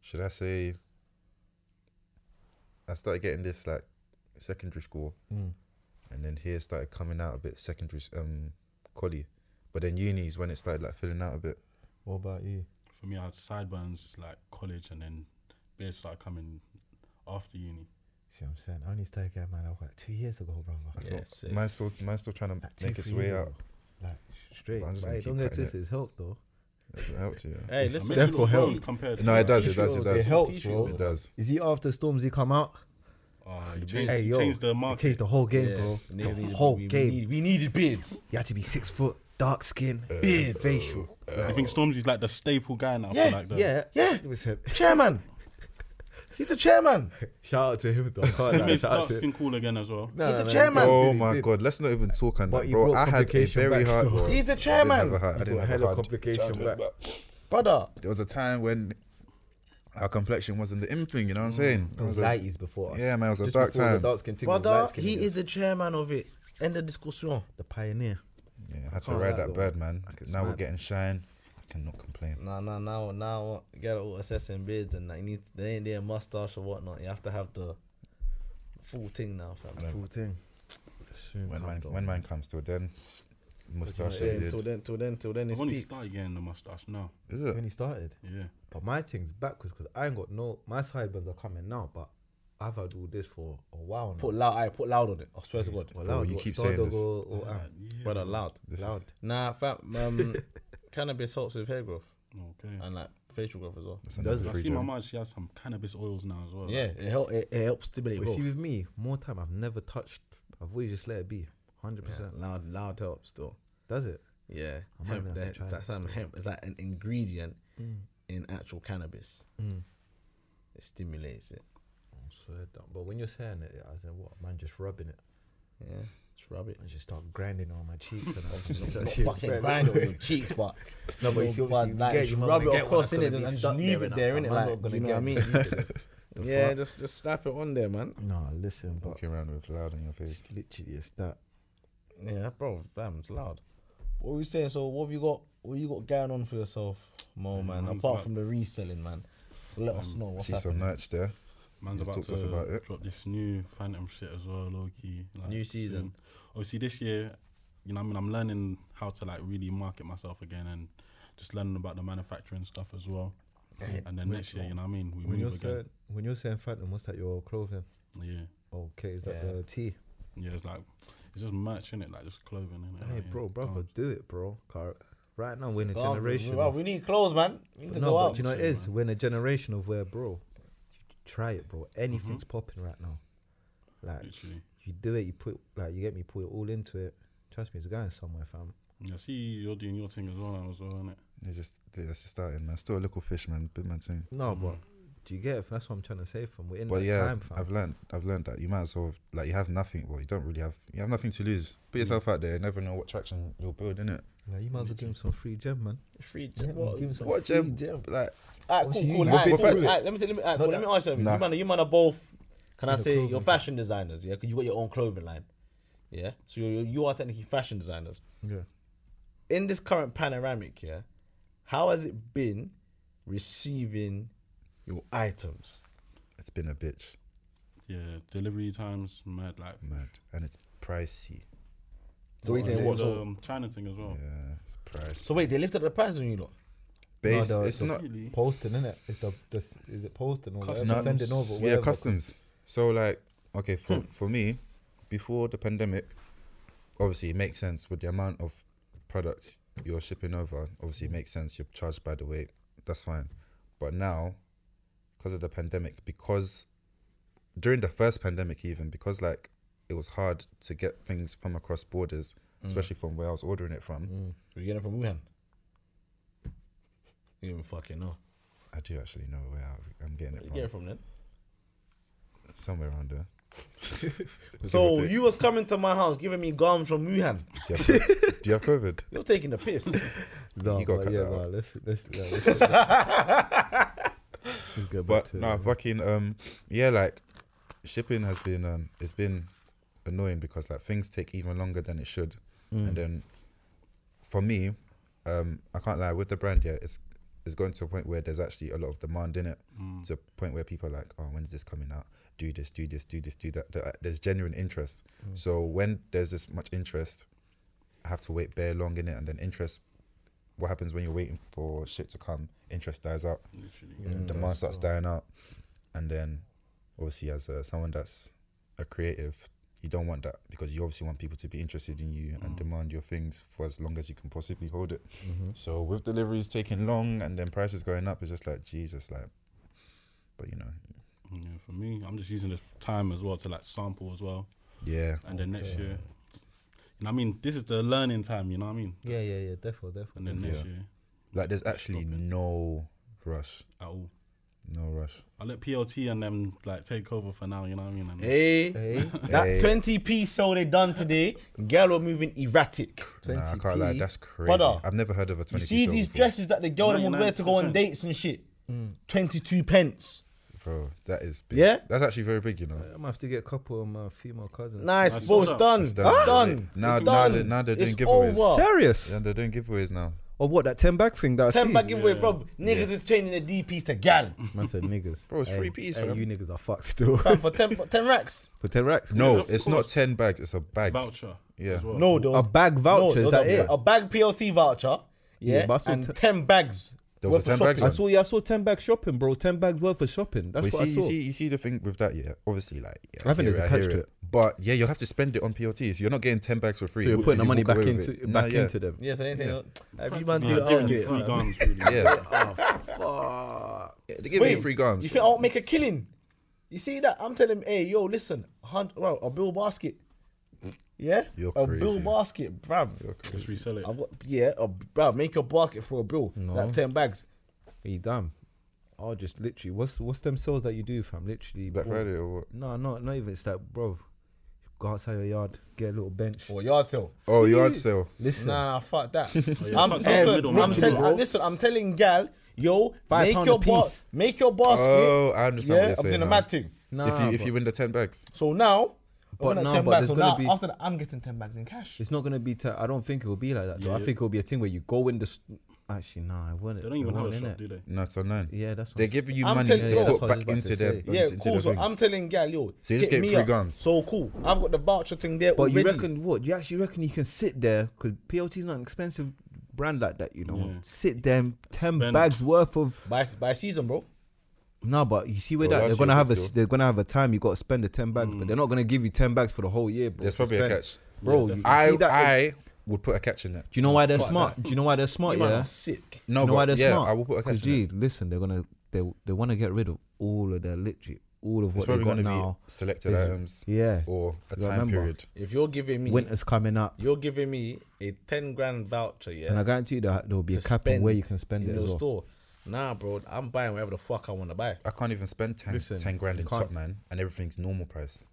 Should I say? I started getting this like secondary school,
Mm.
and then here started coming out a bit secondary s- um collie, but then uni is when it started like filling out a bit.
What about you?
For me, I had sideburns like college, and then beards started coming after uni.
See what I'm saying? I only started getting mine out like two years ago, bro. Like,
Yeah,
Not-
sick.
mine's still mine's still trying to
two,
make its
three
way
years
out.
ago. Like straight.
I'm just gonna
Like,
keep
don't get
cutting it.
twisted. It's helped though.
It doesn't help to you.
Hey,
It
listen,
makes you look
help.
old compared
No,
to
it does.
like
It does. It
It
does.
helps,
T-shirt.
bro.
It does.
Is he after Stormzy come out?
Oh, you changed,
Hey,
you
yo,
changed the
it
market.
changed the whole game, bro. The
Niggas needed-
whole
we,
game.
We, need, we needed beards.
You had to be six foot, dark skin, beard, facial.
I think Stormzy's like the staple guy now for like the
Yeah,
Yeah.
It was him.
Chairman. He's the chairman.
Shout out to him though.
He
Can't I?
made
Shout out
dark
to him.
skin cool again as well.
He's the
no,
chairman.
oh
he
my
did.
god, let's not even talk on
But
that,
he
bro.
brought
I had a
complication
very
back
hard.
still.
One.
He's the
I didn't
chairman.
have a hard. I
He
didn't
got
have a
hella
hard.
complication back.
Brother.
There was a time when our complexion wasn't the in thing. You know what I'm saying?
Mm. It was
a,
lighties before us.
yeah, man, it was a
Just
dark
before
time.
The dark skin thing was
Brother,
light skin
he
niggas.
is the chairman of it. End of discussion.
the pioneer.
yeah, I had to
can't
ride
lie,
that
though.
bird, man.
Like, it's
Now we're
mad. Mm,
getting shine. I cannot complain.
Nah, nah, now, now, you gotta all assessing beards and like, you need, they ain't their mustache or whatnot. You have to have the full thing now, fam.
Full thing. Soon
When
come
man,
though.
when man comes to then, mustache
Yeah,
yeah,
till then, till then, till then,
I've
it's
only
peak.
started getting the mustache now.
Is it?
when he started.
Yeah.
But my thing's backwards because I ain't got no. My sideburns are coming now, but I've had all this for a while now.
Put loud, I put loud on it. I swear to God,
Well,
Bro,
loud,
you
what,
keep saying this.
Stardog Or, or, um,
brother, loud.
This is-
loud.
Nah, fam, um, cannabis helps with hair growth
Okay.
and like facial growth as well.
that's another
does it?
I
free
see my
gem.
mom, she has some cannabis oils now as well.
Yeah, it, help, it, it helps stimulate
But you
growth.
Oh, see, with me, more time, I've never touched. I've always just let it be. 100%.
Yeah, loud, loud helps still.
Does it?
Yeah,
I might even
hemp,
have to
that-
try
that's
this
some hemp is like an ingredient
Mm.
in actual cannabis. It stimulates it.
I swear down. But when you're saying it, as in what? Man, just rubbing it.
Yeah, just rub it.
I just start grinding on my cheeks and
Obviously,
that
not
shit
fucking
burn.
grind it on your cheeks, but
No, but you see, obviously, you
like,
get-
just
you might
rub
wanna
it
get one
across
that's
in it
gonna
and
be
just
stuck
leave
there
it
innit?
there in
I'm
it,
not
like
gonna
you know what I
get
mean.
The
yeah,
fuck?
just just slap it on there, man.
No, listen, but
Walking around with loud in your face.
it's literally it's that.
Yeah, bro, fam, it's loud. What were you saying? So, what have you got? What you got going on for yourself, Mo,
Mm,
man?
man's
Apart
like-
from the reselling, man, let us know what's
see some
happening.
merch there.
Man's
Just
about
talk to us
to
about it.
drop this new Phantom shit as well, low key. Like,
New season.
soon. Obviously, this year, you know, what I mean, I'm learning how to like really market myself again and just learning about the manufacturing stuff as well. And then next year, you know, what I mean, we
When you're
move again.
saying, when you're saying phantom, what's that? Your clothing?
Yeah,
Okay, is that
Yeah.
the tea?
yeah. It's like it's just merch in it, like just clothing in it.
Hey, bro, brother, do it, bro. Car- right now, we're in a
Go on,
generation.
bro,
of-
we need clothes, man. We need to
no,
go
but
out.
you know it
too,
is.
man.
We're in a generation of where, bro, try it, bro. Anything's
Mm-hmm.
popping right now. Like
Literally.
you do it, you put like you get me, put it all into it. Trust me, it's going somewhere, fam.
Yeah, I see you're doing your thing as well now as well, innit?
It's just that's just starting, man. Still a little fish, man. Big man thing.
No, but do you get it? That's what I'm trying to say, fam. We're in
Mm-hmm. But
that
yeah,
time, fam.
I've learned. I've learned that you might as well like you have nothing. Well, you don't really have. You have nothing to lose. Put
Mm.
yourself out there. You never know what traction you'll build, innit?
Like, you might as well give him some free gem, man.
Free gym. What?
Give him some
What
free
gem? Like
Alright, cool,
Obviously,
cool.
you-
Alright,
we're
cool.
perfect.
Alright, let me say, let me, alright, cool, let me ask you.
Nah.
You man, you man are both. Can I
the
say you're
clothing.
fashion designers? Yeah, because you got your own clothing line. Yeah, so you you are technically fashion designers.
Yeah.
In this current panoramic, yeah, how has it been receiving your items?
it's been a bitch,
Yeah, delivery times mad, like.
mad, and it's pricey.
So what are you saying? What?
the
So,
um, China thing as well.
Yeah, it's pricey.
so wait, they lifted the price on you lot.
Base,
No, the-
it's
the-
not.
Really?
Posting, innit? It's the, the s- is it posting or
No,
whatever, sending over?
Yeah,
whatever.
customs. So like, okay, for for me, before the pandemic, obviously it makes sense with the amount of products you're shipping over. Obviously, it makes sense. You're charged by the weight. That's fine. But now, because of the pandemic, because during the first pandemic, even because like it was hard to get things from across borders,
Hmm.
especially from where I was ordering it from.
Were you getting it from Wuhan? You don't even fucking know.
I do actually know where I was, I'm getting
Where
it
you get
from.
it from then?
Somewhere around there.
So
take.
you was coming to my house giving me gums from Wuhan.
Do you have, co- do you have COVID?
You're taking the piss.
No,
You gotta
but
cut
yeah,
that out.
no, let's let's, no, let's, let's get back
But
to
no, fucking um, yeah, like shipping has been um, it's been annoying because like things take even longer than it should, and then for me, um, I can't lie with the brand yeah, it's it's going to a point where there's actually a lot of demand in it, to a point where people are like, oh, when's this coming out? Do this, do this, do this, do that. There- uh, There's genuine interest. So when there's this much interest, I have to wait bare long in it, and then interest. What happens when you're waiting for shit to come? Interest dies out
Literally.
Mm,
demand starts dying out, and then obviously as uh, someone that's a creative, you don't want that because you obviously want people to be interested in you
Mm.
and demand your things for as long as you can possibly hold it.
Mm-hmm.
So with deliveries taking long and then prices going up, it's just like Jesus, like. But you know,
Yeah, for for me. I'm just using this time as well to like sample as well,
Yeah.
and then next year, you know, what I mean, this is the learning time. You know what I mean?
Yeah, yeah, yeah. Definitely,
And
definitely.
then next
Yeah.
year,
Like there's actually no rush.
at all,
No rush.
I let PLT and them like take over for now. You know what I mean? And
Hey,
Hey,
that
Hey.
20p sell they done today, girl were moving erratic.
Nah, I can't lie. That's crazy.
Brother,
I've never heard of a
You
twenty.
see these dresses that the girl them would wear to go on
99%.
dates and shit. 22 pence.
bro. That is big.
Yeah?
That's actually very big, you know.
I'm gonna have to get a couple of my female cousins.
Nice,
Nice.
bro. It's
Sold out.
done. It's
It's
done.
done.
It's
Now-
done.
now they- now they're doing
It's
giveawaways.
over.
Serious?
Yeah, they're doing giveaways now.
Or what? That ten bag thing that I
Ten
seen?
back giveaway, bro. Niggas is changing the DPs to gal.
Man said niggas.
Bro, it's
Hey,
three piece,
hey,
fam.
You niggas are fucked still.
Fam, for 10, for 10 racks.
For ten racks?
No,
Of
it's not
course.
ten bags. It's a bag.
voucher.
Yeah.
As well.
No, there was
A bag voucher,
there
is
was
that
a,
it?
A bag PLT voucher. Yeah,
Yeah, but I saw
and
te-
ten bags.
There was
worth
a
of
10 bag
shopping.
I
one.
saw. Yeah, I saw ten bags shopping, bro. Ten bags worth of shopping. That's
But
what
you see, you
I saw.
see, you see the thing with that, yeah. Obviously, like yeah,
I think
hear
there's a
I
catch
hear
to it.
But yeah, you'll have to spend it on POTs. You're not getting ten bags for free.
so you're
What
putting
did
the
you
money
walk
back
away
into
with? Nah,
back
yeah.
into them.
Yeah, so anything. If you man
Nah,
do
they're
it, I won't
giving
do it.
free
fam.
garments, really.
Yeah, Yeah, they give me
Wait,
free grams.
You think I won't make a killing? You see that? I'm telling him, hey, yo, listen, hunt, well, a bill basket. Yeah?
You're
a bill
crazy.
basket, bruv.
Just resell it.
I've got, yeah, a, bruv, make a basket for a bill. Like 10 bags.
Hey, damn. I'll just literally. What's what's them sales that you do, fam? Literally.
Black
bro.
Friday or what?
No, no, not even. It's like, bro, go outside your yard, get a little bench.
Or yard sale.
Oh, yard sale.
Listen,
Nah, fuck that.
yeah,
I'm,
cut
listen,
some middle man,
I'm, tell,
bro.
uh, listen, I'm telling gal, yo,
Five
make
pound
your,
a
ba-
piece.
make your basket.
Oh, I understand what
yeah,
you're
I'm
saying.
doing a
now.
mad thing.
nah.
if you if
but
you win the ten bags,
So now,
But
I'm gonna
no,
10
but
bags.
there's
So
gonna
now,
be-
after that, I'm getting 10 bags in cash.
it's not gonna be. T- I don't think it will be like that. Though. I
Yeah.
think it'll be a thing where you go in the. St- Actually, no, I wouldn't.
They don't even
I
have a
wouldn't,
shop, do
innit?
they?
no, it's online.
Yeah, that's. what
They're
I'm-
giving you
I'm
money
telling you,
to
that's
what
put
I was
back
about
into
to
their.
say.
into
Yeah,
the
cool. So
thing.
I'm telling Gal, yo,
So you just get
me
free
up.
grams.
So cool. I've got the voucher thing there
But you
already.
reckon what? You actually reckon you can sit there because PLT is not an expensive brand like that. You know,
Yeah.
sit there, ten
Spend.
bags worth of.
by by season, bro.
No, but you see where
Well,
that they're
last
gonna
year
have a
was
s-
still-
they're gonna have a time. You got to spend the ten bags,
Mm.
but they're not gonna give you ten bags for the whole year, bro.
There's
to
probably a
spend.
catch.
bro. you
I
see that,
I would put a catch in it.
do you know why they're smart? Do you know why they're smart?
You man
Oh, Yeah,
are sick.
No,
you know
but
why they're
yeah,
smart?
I will put a
'Cause,
catch in it.
gee, listen, they're gonna they they want to get rid of all of their literally all of
It's
what
probably
they got
going to
now.
be selected
is-
items
Yeah,
or a
You
time
remember?
period.
If you're giving me,
winter's coming up,
you're giving me a ten grand voucher, yeah,
and I guarantee you that there will be
to
a cap on where you can
spend
spend
in
it
your
as well.
store. Nah, bro, I'm buying whatever the fuck I want to buy.
I can't even spend 10,
Listen,
10 grand
you
in
can't.
Top Man and everything's normal price.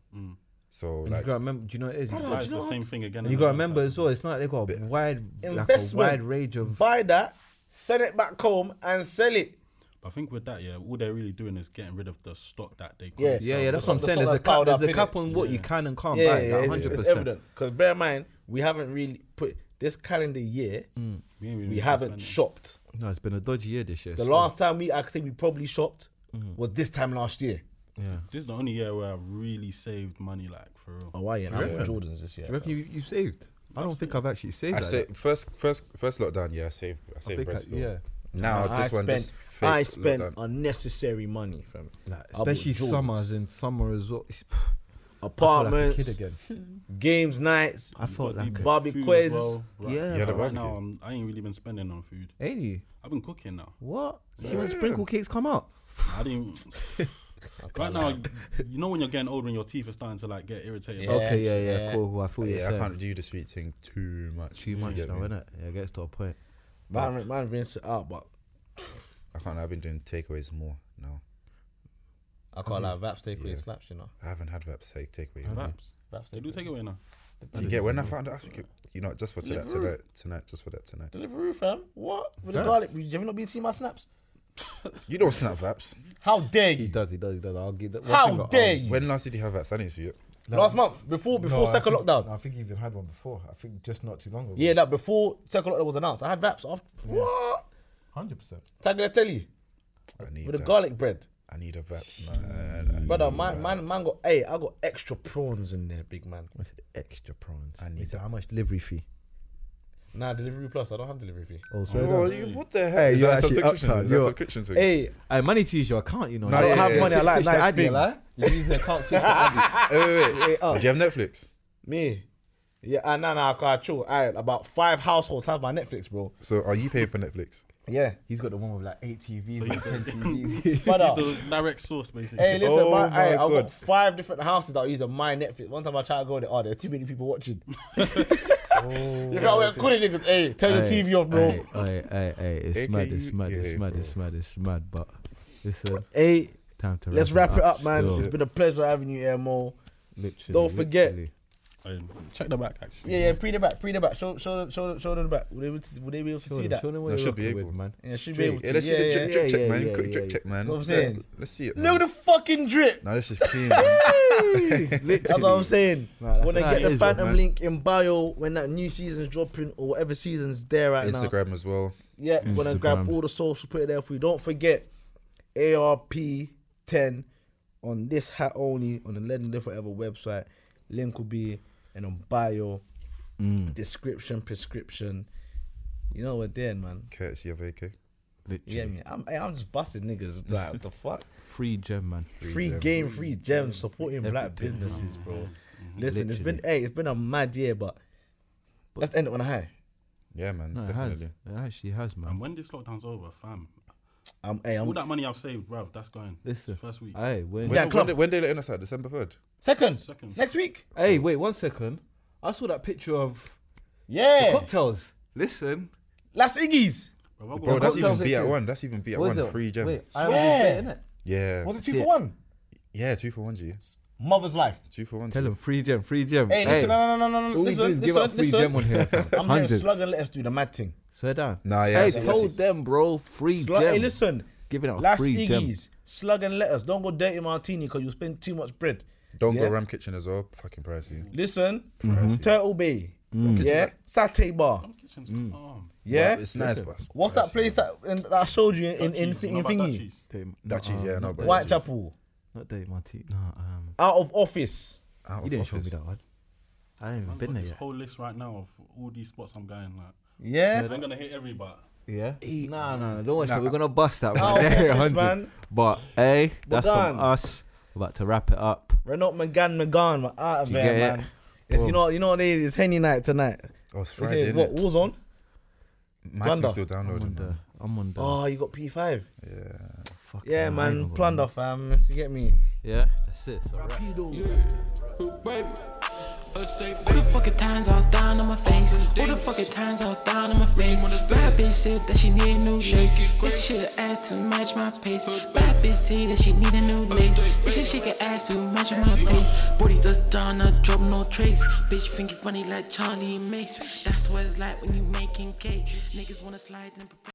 So,
And you
like,
gotta remember, do you know what it is? You
Why is the same thing again?
And you gotta remember as well, it's not like they got a wide, like a
Investment.
wide range of.
Buy that, send it back home, and sell it.
But I think with that, yeah, all they're really doing is getting rid of the stock that they.
Yeah.
couldn't
Yeah,
sell.
yeah, that's what I'm
That's
saying.
all
There's a
that's
cap,
piled
there's
up,
a
innit?
cap on what you can and can't
yeah,
buy.
yeah,
like,
it's-
100%.
It's evident because bear in mind we haven't really put this calendar year.
Mm.
We, ain't really
We
been
haven't
spending.
shopped.
No, it's been a dodgy year this year.
The
still.
last time we, I could say we probably shopped
Mm-hmm.
was this time last year.
Yeah.
This is the only year where I've really saved money, like for real.
Oh, I ain't. I'm on Jordans this year.
You reckon you, you saved? I don't think I've actually saved.
I
like
say
that.
first, first, first lockdown, yeah, I saved, I
I
saved
think
bread
I-
still.
yeah.
Now,
I
this
spent,
one, this fake
I spent
lockdown.
unnecessary money from it.
Like,
I bought
especially
Jordans.
summers in summer as well. It's- I feel like a
apartments,
kid again.
games nights.
I felt
Gotta
like
do
a-
Barbie
food as
quiz.
well. Right.
Yeah,
Yeah, the
But right
barbecue.
now, I'm, I ain't really been spending on food.
Ain't you?
I've been cooking now.
What? See when sprinkle cakes come out?
I didn't. right now, you know when you're getting older and your teeth are starting to like get irritated.
Yeah.
okay, yeah, yeah,
yeah.
cool. cool. I feel you.
yeah, I
Yeah,
can't do the sweet thing too much.
too
you
much
get
now,
me?
innit? Yeah, it gets to a point.
Man, man, rinse it out, but
I can't. I've been doing takeaways more now.
I can't like Vaps take away
Yeah.
slaps, you know.
I haven't had Vaps take takeaway.
Perhaps.
Vaps
They
take
do take away now.
You get when I found out, I think it- you know, just for tonight, tonight, tonight, just for that tonight.
Deliveroo, fam. What with the garlic? You have not been seeing my snaps?
You don't snap Vaps.
How dare
He
you?
does, he does, he does. I'll give that. one thing
How
I'll-
dare you?
When last did you have Vaps? I didn't see it.
Last month, before before
I
second
think-
lockdown.
no, I think you even had one before. I think just not too long ago.
Yeah, that before second lockdown was announced. I had Vaps after what?
hundred percent.
Tagliatelle
I need
with the
that.
garlic bread.
I need a Vaps, man. I
Brother,
need
man,
Vaps.
man, man got hey, I got extra prawns in there, big man.
I said extra prawns.
I
he
need
said,
that.
how much delivery fee?
Nah, delivery plus. I don't have delivery fee.
Oh, sorry.
Oh, you, what the heck? Is
you're
that a
actually
subscription?
uptight.
Is that a
You're-
subscription to
Hey, I money to use your account, you know.
No,
I don't
yeah,
have
yeah,
money.
yeah.
I like
Six
like
days
Addy,
things.
like. You use the account six Addy.
Wait, wait,
Straight
wait.
up.
Do you have Netflix?
Me. ah, Yeah, uh, nah, nah, I can't chill. All right, about five households have my Netflix, bro.
So are you paying for Netflix?
Yeah.
He's got the one with like eight TVs,
So
like
you-
10 TVs.
But, uh,
the direct source, basically.
Hey, listen,
Oh
my,
my
hey, I've
God.
got five different houses that I use on my Netflix. One time I tried to go in there, oh, there's too many people watching. if I were calling niggas, hey, turn the TV off, bro.
Aye, aye, aye, aye. It's mad, it's mad,
AKA,
it's mad, it's mad, it's mad. But listen, hey, time to
Let's wrap it up, man.
still.
It's been a pleasure having you here, Mo.
Literally,
Don't forget.
literally.
Um, check the back, actually.
Yeah, yeah, pre the back, pre the back. Show, show, them, show, them, show them the back. Would they, be- would they be able to
Show
see
them,
that?
show them what
That
you're
should be
rocking with,
able.
man.
Yeah, should be
Yeah,
able to.
let's see
yeah,
the
yeah.
drip, drip
yeah,
check,
yeah,
man.
yeah,
Quick
yeah,
drip
yeah.
check, man.
That's what I'm
Yeah,
saying.
Let's see it.
Know
man.
the fucking drip.
Now this is clean. man.
That's what I'm saying.
Nah, that's
when they
how
get
it
the
is,
Phantom
man.
link in bio, when that new season's dropping or whatever season's there right now.
Instagram as well.
Yeah, we're gonna grab
Instagram.
all the socials, put it there for you. Don't forget ARP10 on this hat only on the Legend Live Forever website. Link will be in on bio, description, prescription. You know we're there, man.
Courtesy of AK.
You get
Literally.
me? I'm, hey, I'm just busting niggas. Like, what the fuck?
Free gem, man.
Free game, free gems, supporting black
Everything,
businesses, bro.
Mm-hmm.
Listen, it's been hey, it's been a mad year, but let's end it on a high.
Yeah, man.
No, it has.
definitely.
It actually has,
And
man.
when this lockdown's over, fam,
Um, hey,
all
I'm
that money I've saved, bruv, that's going.
Listen,
First week.
Aye, when,
When,
Yeah,
when,
club.
they- when they letting us out? December third.
second,
Second.
next week.
Hey, wait one second. I saw that picture of the
Yeah,
cocktails. Listen,
Las Iggy's.
Bruv, I've got
Bro,
a
that's
cocktail
even
cocktails
B at
too.
one. That's even B at
what is
one.
it?
Free gem.
Wait, I
Swear.
was there, innit?
Yeah.
Was it two
Shit.
for one?
Yeah, two for one G.
Mother's life.
Two for one.
Tell
G.
them free gem, free gem.
Hey, listen, no, no, no, no, no.
All we do is
Listen,
give
listen,
out free gem on
listen.
here.
I'm here,
Hundred.
Slug and let us do the mad thing.
Swear down.
Nah, yeah,
Hey,
that's-
told them, bro. Free
Slug,
gem.
hey, listen.
Giving out
Last
free gem.
Iggy's, Slug and let us. Don't go dirty martini because you'll spend too much bread.
Don't
Yeah.
go Ram Kitchen as well. Fucking pricey.
Listen,
Mm-hmm.
Pricey.
Turtle Bay.
Mm.
Yeah, satay bar.
Kitchen's calm.
Yeah.
It's nice, but it's
What's that
pricey,
place that, in, that I showed you in, in, in,
Cheese,
thi-
know
in
about that
Thingy?
cheese?
Dame-
That
nah,
cheese, yeah, no,
not
but-
Dame-
Whitechapel.
Not Dave Marti. No, um,
Out of office.
Out of
you didn't show me
office.
that one. I haven't even
I've
been
got
there
this
yet.
whole list right now of all these spots I'm going. Like,
Yeah.
I'm gonna hit every but
Yeah. Nah, nah, nah. Don't watch that. We're gonna bust that one.
Out of
Yeah,
office,
100.
man.
But hey, that's
done.
from us. We're about to wrap it up.
Renault McGann McGann. We're out of
You
there,
get it?
man. It's, you know, you know what it is. It's Henny night tonight.
Oh, it's
They
Friday.
say,
innit?
What was on?
My
Plunder.
team's still
I'm
downloading.
on
man.
the. I'm on the.
Oh, you got P5.
Yeah.
fuck it,
Yeah,
I'm
man.
hungover,
Plunder, fam. You get me?
Yeah, that's it. So wrap.
All the fucking times I was down on my face. All the fucking times I was down on my face. Bad bitch said that she need new legs. This shit ass to match my pace. Bad bitch say that she need a new name. Bitch, she shake her ass to match my pace. Booty just done, I drop no trace. Bitch, think you funny like Charlie Mace. That's what it's like when you making cake. Niggas wanna slide and prepare.